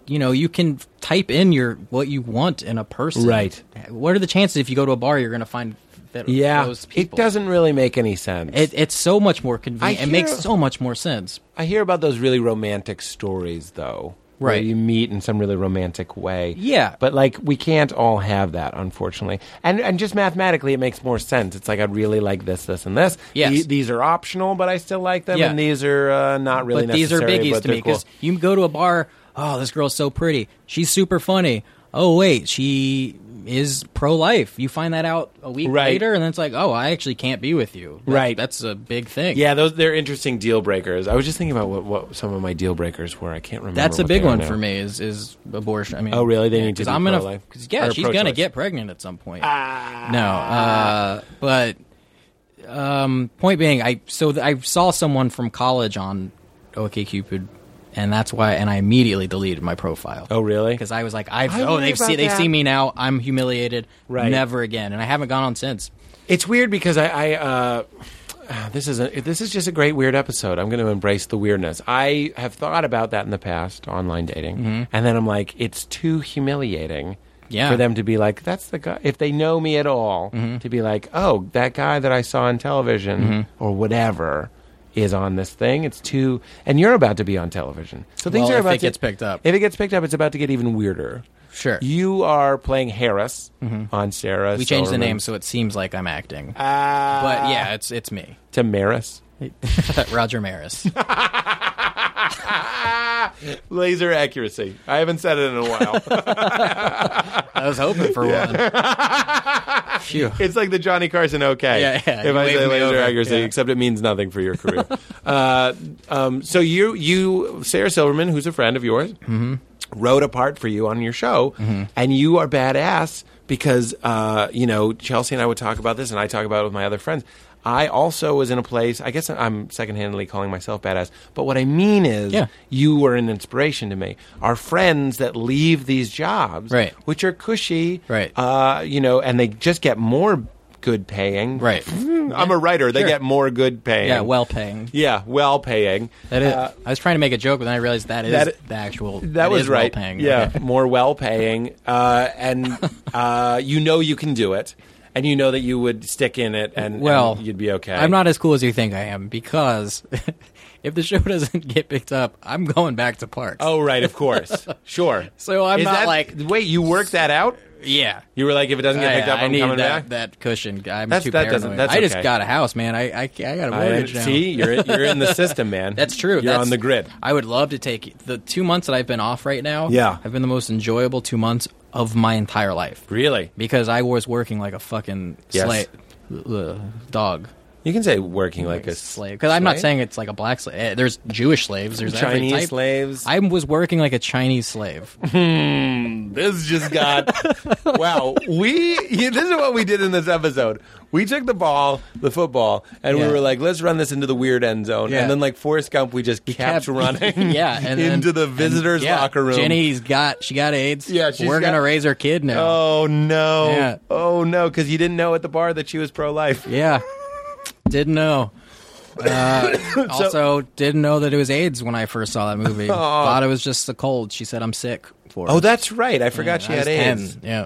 [SPEAKER 5] you know, you can type in your what you want in a person,
[SPEAKER 3] Right.
[SPEAKER 5] What are the chances if you go to a bar you're going to find that
[SPEAKER 3] Yeah.
[SPEAKER 5] those
[SPEAKER 3] It
[SPEAKER 5] people?
[SPEAKER 3] doesn't really make any sense.
[SPEAKER 5] It, it's so much more convenient.
[SPEAKER 3] I
[SPEAKER 5] it makes
[SPEAKER 3] hear-
[SPEAKER 5] so much more sense.
[SPEAKER 3] I hear about those really romantic stories, though. where
[SPEAKER 5] Right.
[SPEAKER 3] you meet in some really romantic way.
[SPEAKER 5] Yeah.
[SPEAKER 3] But, like, we can't all have that, unfortunately. And, and just mathematically, it makes more sense. It's like, I really like this, this, and this.
[SPEAKER 5] Yes.
[SPEAKER 3] The- these are optional, but I still like them.
[SPEAKER 5] Yeah.
[SPEAKER 3] And these are uh, not really
[SPEAKER 5] but these are
[SPEAKER 3] necessary,
[SPEAKER 5] biggies
[SPEAKER 3] but
[SPEAKER 5] to
[SPEAKER 3] they're
[SPEAKER 5] me
[SPEAKER 3] cool.
[SPEAKER 5] because you go to a bar. Oh, this girl's so pretty. She's super funny. Oh wait, she is pro life. You find that out a week
[SPEAKER 3] Right.
[SPEAKER 5] later, and then it's like, oh, I actually can't be with you. That-
[SPEAKER 3] Right.
[SPEAKER 5] That's a big thing.
[SPEAKER 3] Yeah, those they're interesting deal breakers. I was just thinking about what, what some of my deal breakers were. I can't remember.
[SPEAKER 5] That's a
[SPEAKER 3] what
[SPEAKER 5] big
[SPEAKER 3] they are
[SPEAKER 5] one
[SPEAKER 3] now.
[SPEAKER 5] for me. Is is abortion? I mean,
[SPEAKER 3] Oh, really? They need to
[SPEAKER 5] because
[SPEAKER 3] be
[SPEAKER 5] I'm gonna,
[SPEAKER 3] pro-life?
[SPEAKER 5] 'cause, yeah,
[SPEAKER 3] Or
[SPEAKER 5] she's gonna
[SPEAKER 3] pro-choice? Ah.
[SPEAKER 5] get pregnant at some point. No, uh, but um, point being, I so th- I saw someone from college on OkCupid, and that's why, and I immediately deleted my profile.
[SPEAKER 3] Oh, really?
[SPEAKER 5] Because I was like, I've
[SPEAKER 3] I
[SPEAKER 5] oh
[SPEAKER 3] worry
[SPEAKER 5] they've
[SPEAKER 3] about
[SPEAKER 5] see, they've
[SPEAKER 3] that.
[SPEAKER 5] seen me now. I'm humiliated.
[SPEAKER 3] Right.
[SPEAKER 5] Never again, and I haven't gone on since.
[SPEAKER 3] It's weird because I, I uh, *sighs* this is a, this is just a great weird episode. I'm going to embrace the weirdness. I have thought about that in the past, online dating, and then I'm like, it's too humiliating.
[SPEAKER 5] Mm-hmm. Yeah. Mm-hmm.
[SPEAKER 3] For them to be like, that's the guy. If they know me at all, to be like, oh, that guy that I saw on television
[SPEAKER 5] Mm-hmm.
[SPEAKER 3] or whatever is on this thing. It's too, and you're about to be on television, so things
[SPEAKER 5] Well,
[SPEAKER 3] are
[SPEAKER 5] if
[SPEAKER 3] about
[SPEAKER 5] it
[SPEAKER 3] to
[SPEAKER 5] gets picked up.
[SPEAKER 3] If it gets picked up, it's about to get even weirder.
[SPEAKER 5] Sure. Mm-hmm.
[SPEAKER 3] You are playing Harris on Sarah.
[SPEAKER 5] We changed the
[SPEAKER 3] Silverman.
[SPEAKER 5] name so it seems like I'm acting,
[SPEAKER 3] Ah.
[SPEAKER 5] but yeah, it's it's me,
[SPEAKER 3] to Maris.
[SPEAKER 5] Roger Maris.
[SPEAKER 3] Laser accuracy. I haven't said it in a while.
[SPEAKER 5] I was hoping
[SPEAKER 3] *laughs*
[SPEAKER 5] for one. Phew.
[SPEAKER 3] it's like the Johnny Carson okay.
[SPEAKER 5] Yeah, yeah,
[SPEAKER 3] if
[SPEAKER 5] you
[SPEAKER 3] I
[SPEAKER 5] waved
[SPEAKER 3] say
[SPEAKER 5] me
[SPEAKER 3] laser
[SPEAKER 5] over,
[SPEAKER 3] accuracy,
[SPEAKER 5] yeah.
[SPEAKER 3] except it means nothing for
[SPEAKER 5] *laughs*
[SPEAKER 3] your career. uh, um, so you, you, Sarah Silverman, who's a friend of yours,
[SPEAKER 5] Mm-hmm.
[SPEAKER 3] wrote a part for you on your show, and you are badass because uh, you know Chelsea and I would talk about this, and I talk about it with my other friends. I also was in a place. I guess I'm secondhandedly calling myself badass, but what I mean is,
[SPEAKER 5] Yeah.
[SPEAKER 3] you were an inspiration to me. Our friends that leave these jobs,
[SPEAKER 5] Right.
[SPEAKER 3] which are cushy,
[SPEAKER 5] Right.
[SPEAKER 3] Uh, you know, and they just get more good paying, Mm,
[SPEAKER 5] Right.
[SPEAKER 3] I'm a writer; they
[SPEAKER 5] Sure.
[SPEAKER 3] get more good paying.
[SPEAKER 5] Yeah, well paying.
[SPEAKER 3] yeah, well paying.
[SPEAKER 5] That is.
[SPEAKER 3] Uh,
[SPEAKER 5] I was trying to make a joke, but then I realized that is
[SPEAKER 3] that-
[SPEAKER 5] the actual.
[SPEAKER 3] that, was
[SPEAKER 5] is
[SPEAKER 3] right.
[SPEAKER 5] Well-paying.
[SPEAKER 3] Yeah,
[SPEAKER 5] Okay. *laughs*
[SPEAKER 3] more well paying, uh, and uh, you know you can do it, and you know that you would stick in it, and
[SPEAKER 5] Well,
[SPEAKER 3] and you'd be okay.
[SPEAKER 5] I'm not as cool as you think I am because *laughs* if the show doesn't get picked up, I'm going back to parks.
[SPEAKER 3] Oh right,
[SPEAKER 5] *laughs*
[SPEAKER 3] of course, sure.
[SPEAKER 5] So I'm not
[SPEAKER 3] that,
[SPEAKER 5] like-
[SPEAKER 3] wait. You worked that out.
[SPEAKER 5] yeah.
[SPEAKER 3] You were like, if it doesn't get
[SPEAKER 5] I-
[SPEAKER 3] picked up,
[SPEAKER 5] I
[SPEAKER 3] am
[SPEAKER 5] need
[SPEAKER 3] coming
[SPEAKER 5] that,
[SPEAKER 3] back.
[SPEAKER 5] that cushion. I'm
[SPEAKER 3] That's-
[SPEAKER 5] too
[SPEAKER 3] that
[SPEAKER 5] paranoid.
[SPEAKER 3] doesn't- that's
[SPEAKER 5] I just
[SPEAKER 3] okay.
[SPEAKER 5] got a house, man. I I, I got a
[SPEAKER 3] I,
[SPEAKER 5] mortgage now.
[SPEAKER 3] see, you're in- you're
[SPEAKER 5] *laughs*
[SPEAKER 3] in the system, man.
[SPEAKER 5] That's true.
[SPEAKER 3] You're
[SPEAKER 5] That's-
[SPEAKER 3] on the grid.
[SPEAKER 5] I would love to take the two months that I've been off right now.
[SPEAKER 3] Yeah.
[SPEAKER 5] have been the most enjoyable two months of my entire life
[SPEAKER 3] Really?
[SPEAKER 5] because I was working like a fucking
[SPEAKER 3] Yes.
[SPEAKER 5] slave dog.
[SPEAKER 3] You can say working like, a
[SPEAKER 5] slave because I'm not
[SPEAKER 3] slave?
[SPEAKER 5] saying it's like a black slave. Eh, There's Jewish slaves. There's every
[SPEAKER 3] Chinese
[SPEAKER 5] type.
[SPEAKER 3] slaves.
[SPEAKER 5] I was working like a Chinese slave.
[SPEAKER 3] This
[SPEAKER 5] *laughs*
[SPEAKER 3] just got wow. We yeah, this is what we did in this episode. We took the ball, the football, and
[SPEAKER 5] Yeah.
[SPEAKER 3] we were like, let's run this into the weird end zone.
[SPEAKER 5] Yeah.
[SPEAKER 3] And then like Forrest Gump, we just kept,
[SPEAKER 5] kept- *laughs*
[SPEAKER 3] running.
[SPEAKER 5] yeah, and then-
[SPEAKER 3] into the
[SPEAKER 5] and-
[SPEAKER 3] visitors'
[SPEAKER 5] yeah,
[SPEAKER 3] locker room.
[SPEAKER 5] Jenny's got she got AIDS.
[SPEAKER 3] Yeah, she's
[SPEAKER 5] we're gonna
[SPEAKER 3] got-
[SPEAKER 5] raise her kid now.
[SPEAKER 3] Oh no!
[SPEAKER 5] Yeah.
[SPEAKER 3] Oh no! Because you didn't know at the bar that she was pro-life.
[SPEAKER 5] Yeah, didn't know.
[SPEAKER 3] *coughs*
[SPEAKER 5] Uh, also, didn't know that it was AIDS when I first saw that
[SPEAKER 3] *laughs*
[SPEAKER 5] movie. Thought it was just the cold. She said, "I'm sick." For
[SPEAKER 3] Oh,
[SPEAKER 5] it.
[SPEAKER 3] that's right. I forgot she
[SPEAKER 5] I was
[SPEAKER 3] had
[SPEAKER 5] 10.
[SPEAKER 3] AIDS.
[SPEAKER 5] Yeah,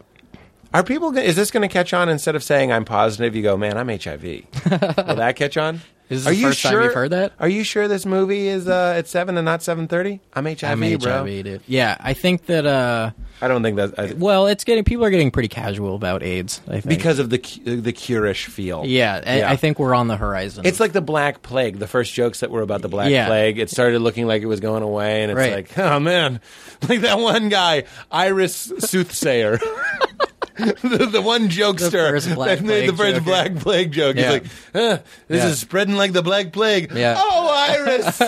[SPEAKER 3] Are people? go- Is this going to catch on? Instead of saying I'm positive, you go, man, I'm HIV. Will that catch on?
[SPEAKER 5] Is this
[SPEAKER 3] Are
[SPEAKER 5] the
[SPEAKER 3] you
[SPEAKER 5] first time
[SPEAKER 3] sure-
[SPEAKER 5] you've heard that?
[SPEAKER 3] Are you sure this movie is uh, at seven and not seven thirty? I'm HIV,
[SPEAKER 5] I'm
[SPEAKER 3] bro.
[SPEAKER 5] HIV, dude. Yeah, I think that. uh
[SPEAKER 3] I don't think that's I,
[SPEAKER 5] Well, it's getting people are getting pretty casual about AIDS. I think
[SPEAKER 3] because of the cu- the curish feel.
[SPEAKER 5] yeah, I, I think we're on the horizon.
[SPEAKER 3] It's like the Black Plague. The first jokes that were about the Black
[SPEAKER 5] Yeah.
[SPEAKER 3] Plague, it started looking like it was going away, and it's
[SPEAKER 5] Right.
[SPEAKER 3] like, oh man, *laughs* like that one guy, Iris Soothsayer, *laughs* the, the one jokester,
[SPEAKER 5] first Black
[SPEAKER 3] that made the
[SPEAKER 5] Plague
[SPEAKER 3] first
[SPEAKER 5] joke.
[SPEAKER 3] Black Plague joke.
[SPEAKER 5] Yeah.
[SPEAKER 3] He's like, huh, this
[SPEAKER 5] Yeah.
[SPEAKER 3] is spreading like the Black Plague.
[SPEAKER 5] Yeah.
[SPEAKER 3] Oh,
[SPEAKER 5] *laughs*
[SPEAKER 3] Iris,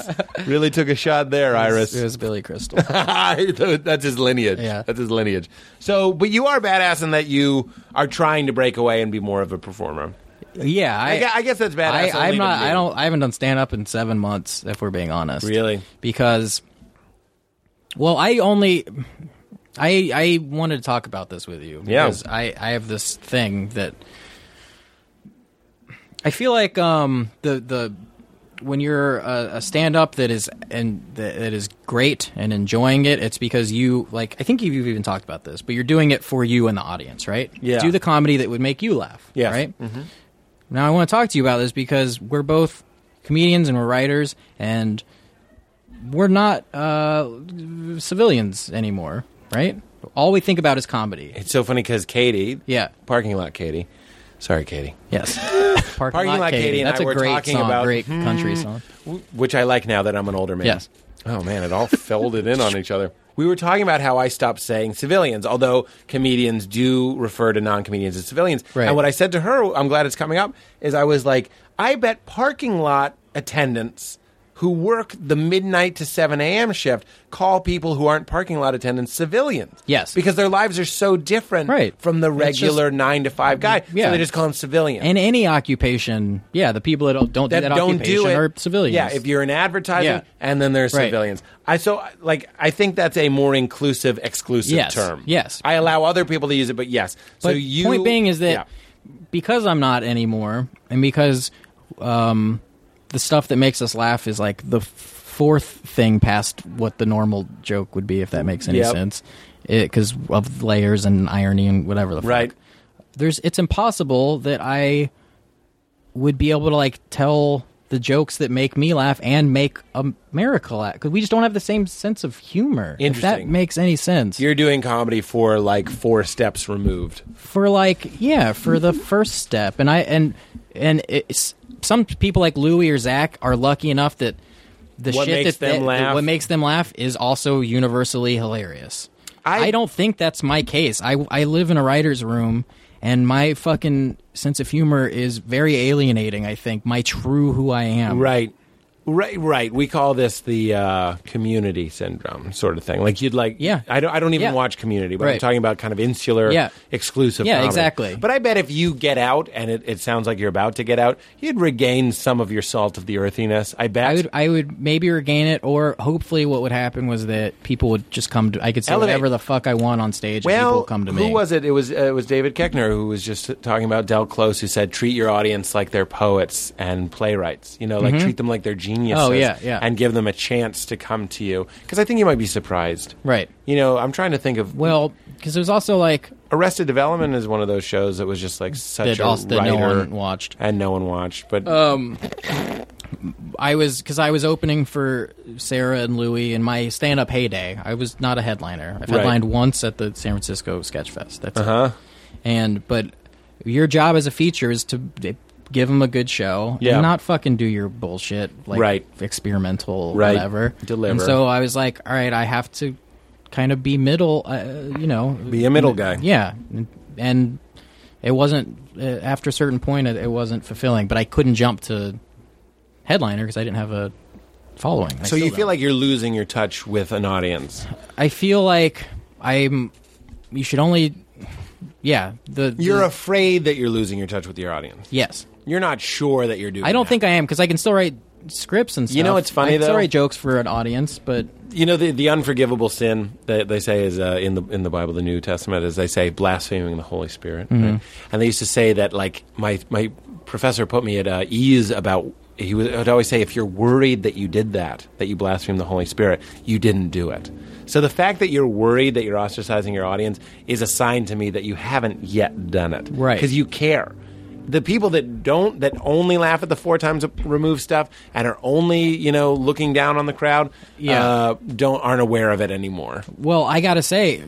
[SPEAKER 3] really took a shot there, Iris.
[SPEAKER 5] It was Billy Crystal. *laughs*
[SPEAKER 3] *laughs* That's his lineage.
[SPEAKER 5] Yeah.
[SPEAKER 3] That's his lineage. So, but you are badass in that you are trying to break away and be more of a performer.
[SPEAKER 5] yeah, I,
[SPEAKER 3] I, gu- I guess that's badass.
[SPEAKER 5] I,
[SPEAKER 3] only
[SPEAKER 5] I'm
[SPEAKER 3] to
[SPEAKER 5] not.
[SPEAKER 3] me.
[SPEAKER 5] I don't. I haven't done stand up in seven months. If we're being honest,
[SPEAKER 3] Really?
[SPEAKER 5] because, well, I only, I I wanted to talk about this with you.
[SPEAKER 3] Yeah.
[SPEAKER 5] because I I have this thing that I feel like um the the when you're a, a stand up that is and that, that is great and enjoying it, it's because you like. I think you've you've even talked about this, but you're doing it for you and the audience, right?
[SPEAKER 3] Yeah.
[SPEAKER 5] Do the comedy that would make you laugh.
[SPEAKER 3] Yes.
[SPEAKER 5] Right. Now I want to talk to you about this because we're both comedians and we're writers and we're not uh, civilians anymore, right? All we think about is comedy.
[SPEAKER 3] It's so funny because Katie,
[SPEAKER 5] Yeah.
[SPEAKER 3] parking lot Katie. Sorry, Katie. *laughs*
[SPEAKER 5] Yes. Parking,
[SPEAKER 3] Lot Katie and
[SPEAKER 5] That's
[SPEAKER 3] I
[SPEAKER 5] a
[SPEAKER 3] were
[SPEAKER 5] great
[SPEAKER 3] talking
[SPEAKER 5] song,
[SPEAKER 3] about- Hmm.
[SPEAKER 5] great country song.
[SPEAKER 3] Which I like now that I'm an older man.
[SPEAKER 5] Yes.
[SPEAKER 3] Oh man, it all folded in
[SPEAKER 5] *laughs*
[SPEAKER 3] on each other. We were talking about how I stopped saying civilians, although comedians do refer to non-comedians as civilians.
[SPEAKER 5] Right.
[SPEAKER 3] And what I said to her, I'm glad it's coming up, is I was like, I bet parking lot attendants who work the midnight to 7 a.m. shift call people who aren't parking lot attendants civilians.
[SPEAKER 5] Yes.
[SPEAKER 3] Because their lives are so different
[SPEAKER 5] Right.
[SPEAKER 3] from the
[SPEAKER 5] It's just-
[SPEAKER 3] regular 9 to 5 guy.
[SPEAKER 5] Yeah.
[SPEAKER 3] So they just call them civilians.
[SPEAKER 5] In any occupation, yeah, the people that don't, don't do
[SPEAKER 3] that,
[SPEAKER 5] that
[SPEAKER 3] don't
[SPEAKER 5] occupation
[SPEAKER 3] do it
[SPEAKER 5] are civilians.
[SPEAKER 3] Yeah, if you're in advertising,
[SPEAKER 5] Yeah.
[SPEAKER 3] and then there's
[SPEAKER 5] Right.
[SPEAKER 3] civilians. I so like I think that's a more inclusive, exclusive
[SPEAKER 5] Yes,
[SPEAKER 3] term.
[SPEAKER 5] yes.
[SPEAKER 3] I allow other people to use it, but yes. so
[SPEAKER 5] But
[SPEAKER 3] you
[SPEAKER 5] point being is that
[SPEAKER 3] Yeah.
[SPEAKER 5] because I'm not anymore, and because um, the stuff that makes us laugh is like the f- fourth thing past what the normal joke would be, if that makes any
[SPEAKER 3] Yep.
[SPEAKER 5] sense, because of layers and irony and whatever the
[SPEAKER 3] right.
[SPEAKER 5] fuck. There's it's impossible that I would be able to like tell the jokes that make me laugh and make America laugh because we just don't have the same sense of humor. If that
[SPEAKER 3] Interesting.
[SPEAKER 5] makes any sense
[SPEAKER 3] You're doing comedy for like four steps removed.
[SPEAKER 5] for like yeah for the first step and i and and it's some people like louie or zach are lucky enough that the
[SPEAKER 3] What
[SPEAKER 5] shit
[SPEAKER 3] makes
[SPEAKER 5] that they-
[SPEAKER 3] them laugh.
[SPEAKER 5] what makes them laugh is also universally hilarious
[SPEAKER 3] I-
[SPEAKER 5] i, don't think that's my case I, I live in a writer's room and my fucking sense of humor is very alienating i think my true who i am
[SPEAKER 3] Right. Right, right. We call this the uh, community syndrome sort of thing. Like you'd like,
[SPEAKER 5] Yeah.
[SPEAKER 3] I don't, I don't even
[SPEAKER 5] Yeah.
[SPEAKER 3] watch Community, but I'm
[SPEAKER 5] Right.
[SPEAKER 3] talking about kind of insular,
[SPEAKER 5] Yeah.
[SPEAKER 3] exclusive.
[SPEAKER 5] Yeah,
[SPEAKER 3] comedy.
[SPEAKER 5] exactly.
[SPEAKER 3] But I bet if you get out, and it, it sounds like you're about to get out, you'd regain some of your salt of the earthiness. I bet.
[SPEAKER 5] I would, I would maybe regain it, or hopefully, what would happen was that people would just come to. I could say
[SPEAKER 3] Elevate.
[SPEAKER 5] whatever the fuck I want on stage, and
[SPEAKER 3] well,
[SPEAKER 5] people come to
[SPEAKER 3] who
[SPEAKER 5] me.
[SPEAKER 3] was it? It was uh, it was David Keckner who was just talking about Del Close, who said treat your audience like they're poets and playwrights. You know, like treat them like they're
[SPEAKER 5] Mm-hmm.
[SPEAKER 3] geniuses.
[SPEAKER 5] Oh, yeah, yeah.
[SPEAKER 3] and give them a chance to come to you because I think you might be surprised.
[SPEAKER 5] Right.
[SPEAKER 3] You know, I'm trying to think of
[SPEAKER 5] Well, because it was also like
[SPEAKER 3] Arrested Development is one of those shows that was just like such
[SPEAKER 5] that,
[SPEAKER 3] a
[SPEAKER 5] also, that no
[SPEAKER 3] writer-
[SPEAKER 5] one watched. Uh,
[SPEAKER 3] and no one watched. But
[SPEAKER 5] I was because I was opening for Sarah and Louie in my stand-up heyday. I was not a headliner. I've
[SPEAKER 3] Right.
[SPEAKER 5] headlined once at the San Francisco Sketch Fest. That's uh-huh. And but your job as a feature is to d- give them a good show.
[SPEAKER 3] Yeah.
[SPEAKER 5] and not fucking do your bullshit like
[SPEAKER 3] Right.
[SPEAKER 5] experimental
[SPEAKER 3] Right.
[SPEAKER 5] whatever.
[SPEAKER 3] Deliver.
[SPEAKER 5] And so I was like, all right, I have to kind of be middle. Uh, you know,
[SPEAKER 3] be a middle guy.
[SPEAKER 5] Yeah, and It wasn't uh, after a certain point. It, it wasn't fulfilling, but I couldn't jump to headliner because I didn't have a following. I
[SPEAKER 3] So you
[SPEAKER 5] still
[SPEAKER 3] feel like you're losing your touch with an audience.
[SPEAKER 5] don't. I feel like I'm. You should only. Yeah, the
[SPEAKER 3] You're
[SPEAKER 5] the-
[SPEAKER 3] afraid that you're losing your touch with your audience.
[SPEAKER 5] yes.
[SPEAKER 3] You're not sure that you're doing.
[SPEAKER 5] I don't
[SPEAKER 3] that.
[SPEAKER 5] think I am because I can still write scripts and stuff.
[SPEAKER 3] You know what's funny,
[SPEAKER 5] I can still
[SPEAKER 3] though?
[SPEAKER 5] write jokes for an audience, but
[SPEAKER 3] you know the the unforgivable sin that they say is uh, in the in the Bible, the New Testament, is they say blaspheming the Holy Spirit, right? and they used to say that like my my professor put me at uh, ease about. He would I'd always say, if you're worried that you did that, that you blasphemed the Holy Spirit, you didn't do it. So the fact that you're worried that you're ostracizing your audience is a sign to me that you haven't yet done it,
[SPEAKER 5] Right.
[SPEAKER 3] Because you care. The people that don't, that only laugh at the four times removed stuff and are only, you know, looking down on the crowd,
[SPEAKER 5] Yeah.
[SPEAKER 3] uh, don't aren't aware of it anymore.
[SPEAKER 5] well, I gotta say,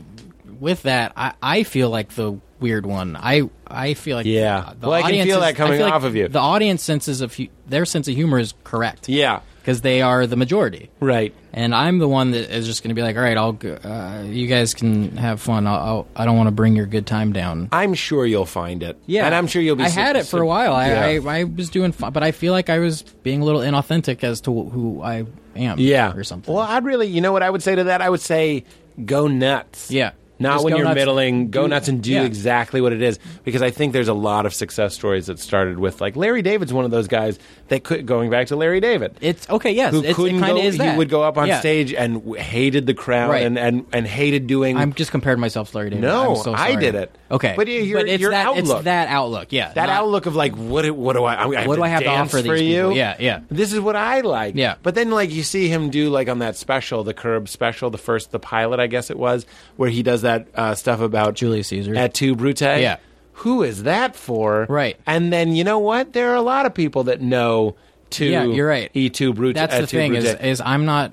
[SPEAKER 5] with that, I, I feel like the weird one. I I feel like
[SPEAKER 3] Yeah.
[SPEAKER 5] The
[SPEAKER 3] Well, I can
[SPEAKER 5] audience
[SPEAKER 3] feel
[SPEAKER 5] is-
[SPEAKER 3] that coming
[SPEAKER 5] I feel like
[SPEAKER 3] off of you.
[SPEAKER 5] The audience senses of hu- their sense of humor is correct.
[SPEAKER 3] Yeah.
[SPEAKER 5] because they are the majority.
[SPEAKER 3] Right.
[SPEAKER 5] And I'm the one that is just going to be like, all right, I'll. Go, uh, you guys can have fun. I'll, I'll, I don't want to bring your good time down.
[SPEAKER 3] I'm sure you'll find it. And I'm sure you'll be
[SPEAKER 5] I
[SPEAKER 3] su-
[SPEAKER 5] had it for a
[SPEAKER 3] su-
[SPEAKER 5] while. I,
[SPEAKER 3] Yeah.
[SPEAKER 5] I, I was doing fine, but I feel like I was being a little inauthentic as to who I am.
[SPEAKER 3] yeah.
[SPEAKER 5] or something.
[SPEAKER 3] Well, I'd really, you know what I would say to that? I would say go nuts.
[SPEAKER 5] Yeah.
[SPEAKER 3] Not
[SPEAKER 5] Just
[SPEAKER 3] when
[SPEAKER 5] go
[SPEAKER 3] you're
[SPEAKER 5] nuts.
[SPEAKER 3] middling, go
[SPEAKER 5] Do-
[SPEAKER 3] nuts and do
[SPEAKER 5] yeah.
[SPEAKER 3] exactly what it is. Because I think there's a lot of success stories that started with, like, Larry David's one of those guys that could, going back to Larry David.
[SPEAKER 5] it's okay. Yes,
[SPEAKER 3] who
[SPEAKER 5] it's,
[SPEAKER 3] couldn't
[SPEAKER 5] it kind
[SPEAKER 3] go,
[SPEAKER 5] of is that
[SPEAKER 3] he would go up on
[SPEAKER 5] Yeah.
[SPEAKER 3] stage and w- hated the crowd
[SPEAKER 5] Right.
[SPEAKER 3] and, and, and hated doing
[SPEAKER 5] I'm just comparing myself to Larry David.
[SPEAKER 3] No,
[SPEAKER 5] I'm so
[SPEAKER 3] I
[SPEAKER 5] sorry.
[SPEAKER 3] did it.
[SPEAKER 5] Okay,
[SPEAKER 3] But y- your-
[SPEAKER 5] it's
[SPEAKER 3] your
[SPEAKER 5] that,
[SPEAKER 3] outlook.
[SPEAKER 5] It's that outlook. Yeah,
[SPEAKER 3] that
[SPEAKER 5] not-
[SPEAKER 3] outlook of like what do- what do I, I have
[SPEAKER 5] What
[SPEAKER 3] to
[SPEAKER 5] do I have to
[SPEAKER 3] dance
[SPEAKER 5] offer these
[SPEAKER 3] for you?
[SPEAKER 5] people? Yeah, yeah.
[SPEAKER 3] This is what I like.
[SPEAKER 5] Yeah.
[SPEAKER 3] But then like you see him do like on that special, the Curb special, the first, the pilot, I guess it was, where he does that uh, stuff about
[SPEAKER 5] Julius Caesar.
[SPEAKER 3] at two Brute.
[SPEAKER 5] Yeah.
[SPEAKER 3] Who is that for?
[SPEAKER 5] Right.
[SPEAKER 3] And then you know what? There are a lot of people that know. To
[SPEAKER 5] Yeah, you're right.
[SPEAKER 3] E two Brute.
[SPEAKER 5] That's
[SPEAKER 3] et
[SPEAKER 5] the
[SPEAKER 3] tu
[SPEAKER 5] thing is,
[SPEAKER 3] Brute.
[SPEAKER 5] is I'm not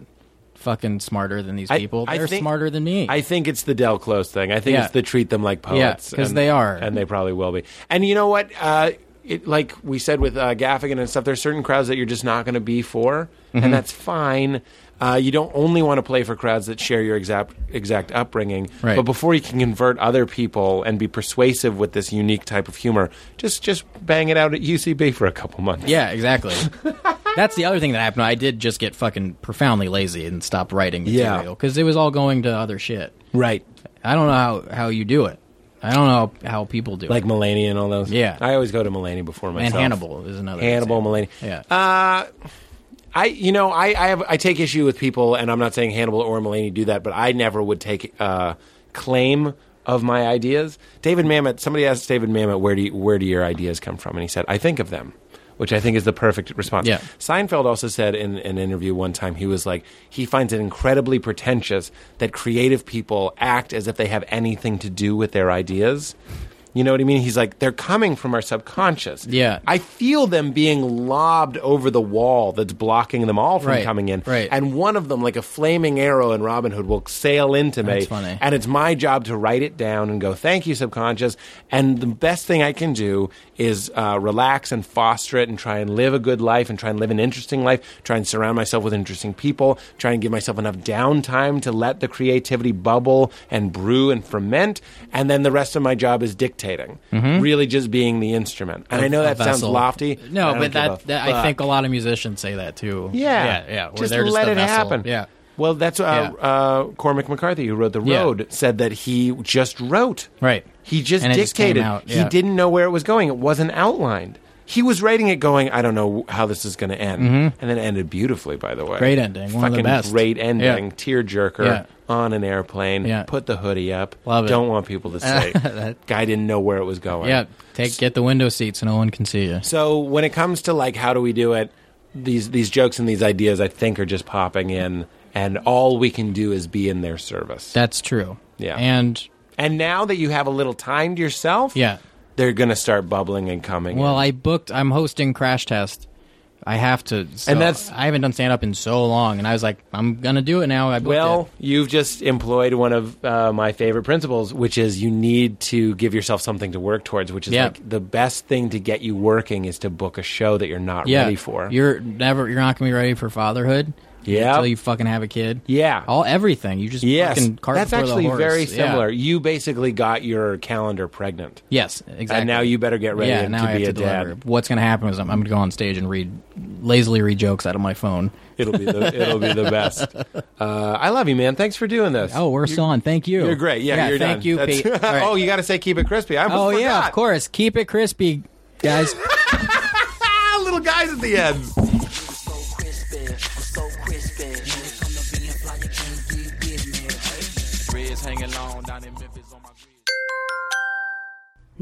[SPEAKER 5] fucking smarter than these
[SPEAKER 3] I-
[SPEAKER 5] people.
[SPEAKER 3] I
[SPEAKER 5] They're
[SPEAKER 3] think-
[SPEAKER 5] smarter than me.
[SPEAKER 3] I think it's the Del Close thing. I think
[SPEAKER 5] Yeah.
[SPEAKER 3] it's the treat them like
[SPEAKER 5] Yeah,
[SPEAKER 3] poets.
[SPEAKER 5] 'cause
[SPEAKER 3] and-
[SPEAKER 5] they are.
[SPEAKER 3] and they probably will be. And you know what? Uh, it, like we said with uh, Gaffigan and stuff, there's certain crowds that you're just not going to be for,
[SPEAKER 5] Mm-hmm.
[SPEAKER 3] and that's fine. Uh, you don't only want to play for crowds that share your exact exact upbringing,
[SPEAKER 5] Right.
[SPEAKER 3] but before you can convert other people and be persuasive with this unique type of humor, just just bang it out at UCB for a couple months.
[SPEAKER 5] Yeah, exactly. *laughs* That's the other thing that happened. I did just get fucking profoundly lazy and stopped writing
[SPEAKER 3] Yeah.
[SPEAKER 5] material because it was all going to other shit.
[SPEAKER 3] right.
[SPEAKER 5] I don't know how, how you do it. I don't know how, how people do
[SPEAKER 3] Like
[SPEAKER 5] it.
[SPEAKER 3] Mulaney and all those.
[SPEAKER 5] Yeah.
[SPEAKER 3] I always go to Mulaney before
[SPEAKER 5] And
[SPEAKER 3] myself.
[SPEAKER 5] Hannibal is another.
[SPEAKER 3] Hannibal
[SPEAKER 5] example.
[SPEAKER 3] Mulaney.
[SPEAKER 5] Yeah.
[SPEAKER 3] Uh, I you know I I, have, I take issue with people, and I'm not saying Hannibal or Mulaney do that, but I never would take uh, claim of my ideas. David Mamet. Somebody asked David Mamet, "Where do you, where do your ideas come from?" And he said, "I think of them." Which I think is the perfect response.
[SPEAKER 5] Yeah.
[SPEAKER 3] Seinfeld also said in an interview one time, he was like, he finds it incredibly pretentious that creative people act as if they have anything to do with their ideas. You know what I mean? He's like, they're coming from our subconscious.
[SPEAKER 5] Yeah.
[SPEAKER 3] I feel them being lobbed over the wall that's blocking them all from
[SPEAKER 5] Right,
[SPEAKER 3] coming in.
[SPEAKER 5] right.
[SPEAKER 3] And one of them, like a flaming arrow in Robin Hood, will sail into me.
[SPEAKER 5] That's funny.
[SPEAKER 3] And it's my job to write it down and go, thank you, subconscious. And the best thing I can do is uh, relax and foster it and try and live a good life and try and live an interesting life, try and surround myself with interesting people, try and give myself enough downtime to let the creativity bubble and brew and ferment. And then the rest of my job is dictating,
[SPEAKER 5] Mm-hmm.
[SPEAKER 3] really just being the instrument. And I know
[SPEAKER 5] A
[SPEAKER 3] that sounds
[SPEAKER 5] vessel.
[SPEAKER 3] lofty. I
[SPEAKER 5] No, but
[SPEAKER 3] don't give a
[SPEAKER 5] that, that I
[SPEAKER 3] fuck.
[SPEAKER 5] think a lot of musicians say that too.
[SPEAKER 3] Yeah,
[SPEAKER 5] yeah, yeah. where
[SPEAKER 3] Just
[SPEAKER 5] they're
[SPEAKER 3] let
[SPEAKER 5] the
[SPEAKER 3] it
[SPEAKER 5] vessel.
[SPEAKER 3] happen.
[SPEAKER 5] Yeah,
[SPEAKER 3] Well, that's uh,
[SPEAKER 5] Yeah.
[SPEAKER 3] uh, Cormac McCarthy, who wrote The
[SPEAKER 5] Yeah.
[SPEAKER 3] Road, said that he just wrote.
[SPEAKER 5] Right.
[SPEAKER 3] He just
[SPEAKER 5] And it just
[SPEAKER 3] dictated.
[SPEAKER 5] came out,
[SPEAKER 3] He
[SPEAKER 5] yeah.
[SPEAKER 3] didn't know where it was going. It wasn't outlined. He was writing it, going, "I don't know how this is going to end," and then it ended beautifully. By the way,
[SPEAKER 5] Mm-hmm. Great ending.
[SPEAKER 3] Fucking
[SPEAKER 5] One of the best.
[SPEAKER 3] great ending.
[SPEAKER 5] Yeah.
[SPEAKER 3] Tearjerker
[SPEAKER 5] Yeah.
[SPEAKER 3] on an airplane.
[SPEAKER 5] Yeah.
[SPEAKER 3] Put the hoodie up.
[SPEAKER 5] Love it.
[SPEAKER 3] Don't want
[SPEAKER 5] *laughs*
[SPEAKER 3] people to say that guy didn't know where it was going.
[SPEAKER 5] yeah. Take get the window seat so no one can see you.
[SPEAKER 3] So when it comes to like how do we do it, these these jokes and these ideas I think are just popping in, and all we can do is be in their service.
[SPEAKER 5] That's true.
[SPEAKER 3] Yeah.
[SPEAKER 5] and
[SPEAKER 3] and now that you have a little time to yourself,
[SPEAKER 5] yeah.
[SPEAKER 3] they're gonna start bubbling and coming.
[SPEAKER 5] Well,
[SPEAKER 3] in.
[SPEAKER 5] I booked. I'm hosting Crash Test. I have to. So
[SPEAKER 3] And that's-
[SPEAKER 5] I haven't done stand up in so long, and I was like, I'm gonna do it now. I booked
[SPEAKER 3] well,
[SPEAKER 5] it.
[SPEAKER 3] you've just employed one of uh, my favorite principles, which is you need to give yourself something to work towards. Which is
[SPEAKER 5] Yeah.
[SPEAKER 3] like the best thing to get you working is to book a show that you're not
[SPEAKER 5] yeah.
[SPEAKER 3] ready for.
[SPEAKER 5] You're never. You're not gonna be ready for fatherhood.
[SPEAKER 3] Yeah.
[SPEAKER 5] until you fucking have a kid.
[SPEAKER 3] Yeah.
[SPEAKER 5] all everything you just
[SPEAKER 3] Yes,
[SPEAKER 5] fucking cart
[SPEAKER 3] that's
[SPEAKER 5] before the
[SPEAKER 3] actually
[SPEAKER 5] horse.
[SPEAKER 3] very
[SPEAKER 5] Yeah.
[SPEAKER 3] similar. You basically got your calendar pregnant,
[SPEAKER 5] Yes, exactly.
[SPEAKER 3] and now you better get ready
[SPEAKER 5] yeah,
[SPEAKER 3] to
[SPEAKER 5] now I have
[SPEAKER 3] be
[SPEAKER 5] to
[SPEAKER 3] a dad.
[SPEAKER 5] deliver. What's going to happen is I'm, I'm going to go on stage and read lazily read jokes out of my phone.
[SPEAKER 3] *laughs* It'll be the it'll be
[SPEAKER 5] *laughs*
[SPEAKER 3] the best. Uh, I love you, man. Thanks for doing this.
[SPEAKER 5] Oh, we're still on. Thank you.
[SPEAKER 3] You're great. Yeah, you're
[SPEAKER 5] thank
[SPEAKER 3] done.
[SPEAKER 5] you,
[SPEAKER 3] That's- *laughs*
[SPEAKER 5] Pete. All right.
[SPEAKER 3] oh, you got to say keep it crispy. I almost
[SPEAKER 5] Oh, yeah,
[SPEAKER 3] forgot.
[SPEAKER 5] of course. Keep it crispy,
[SPEAKER 3] *laughs*
[SPEAKER 5] guys.
[SPEAKER 3] Ah, *laughs* little guys at the end.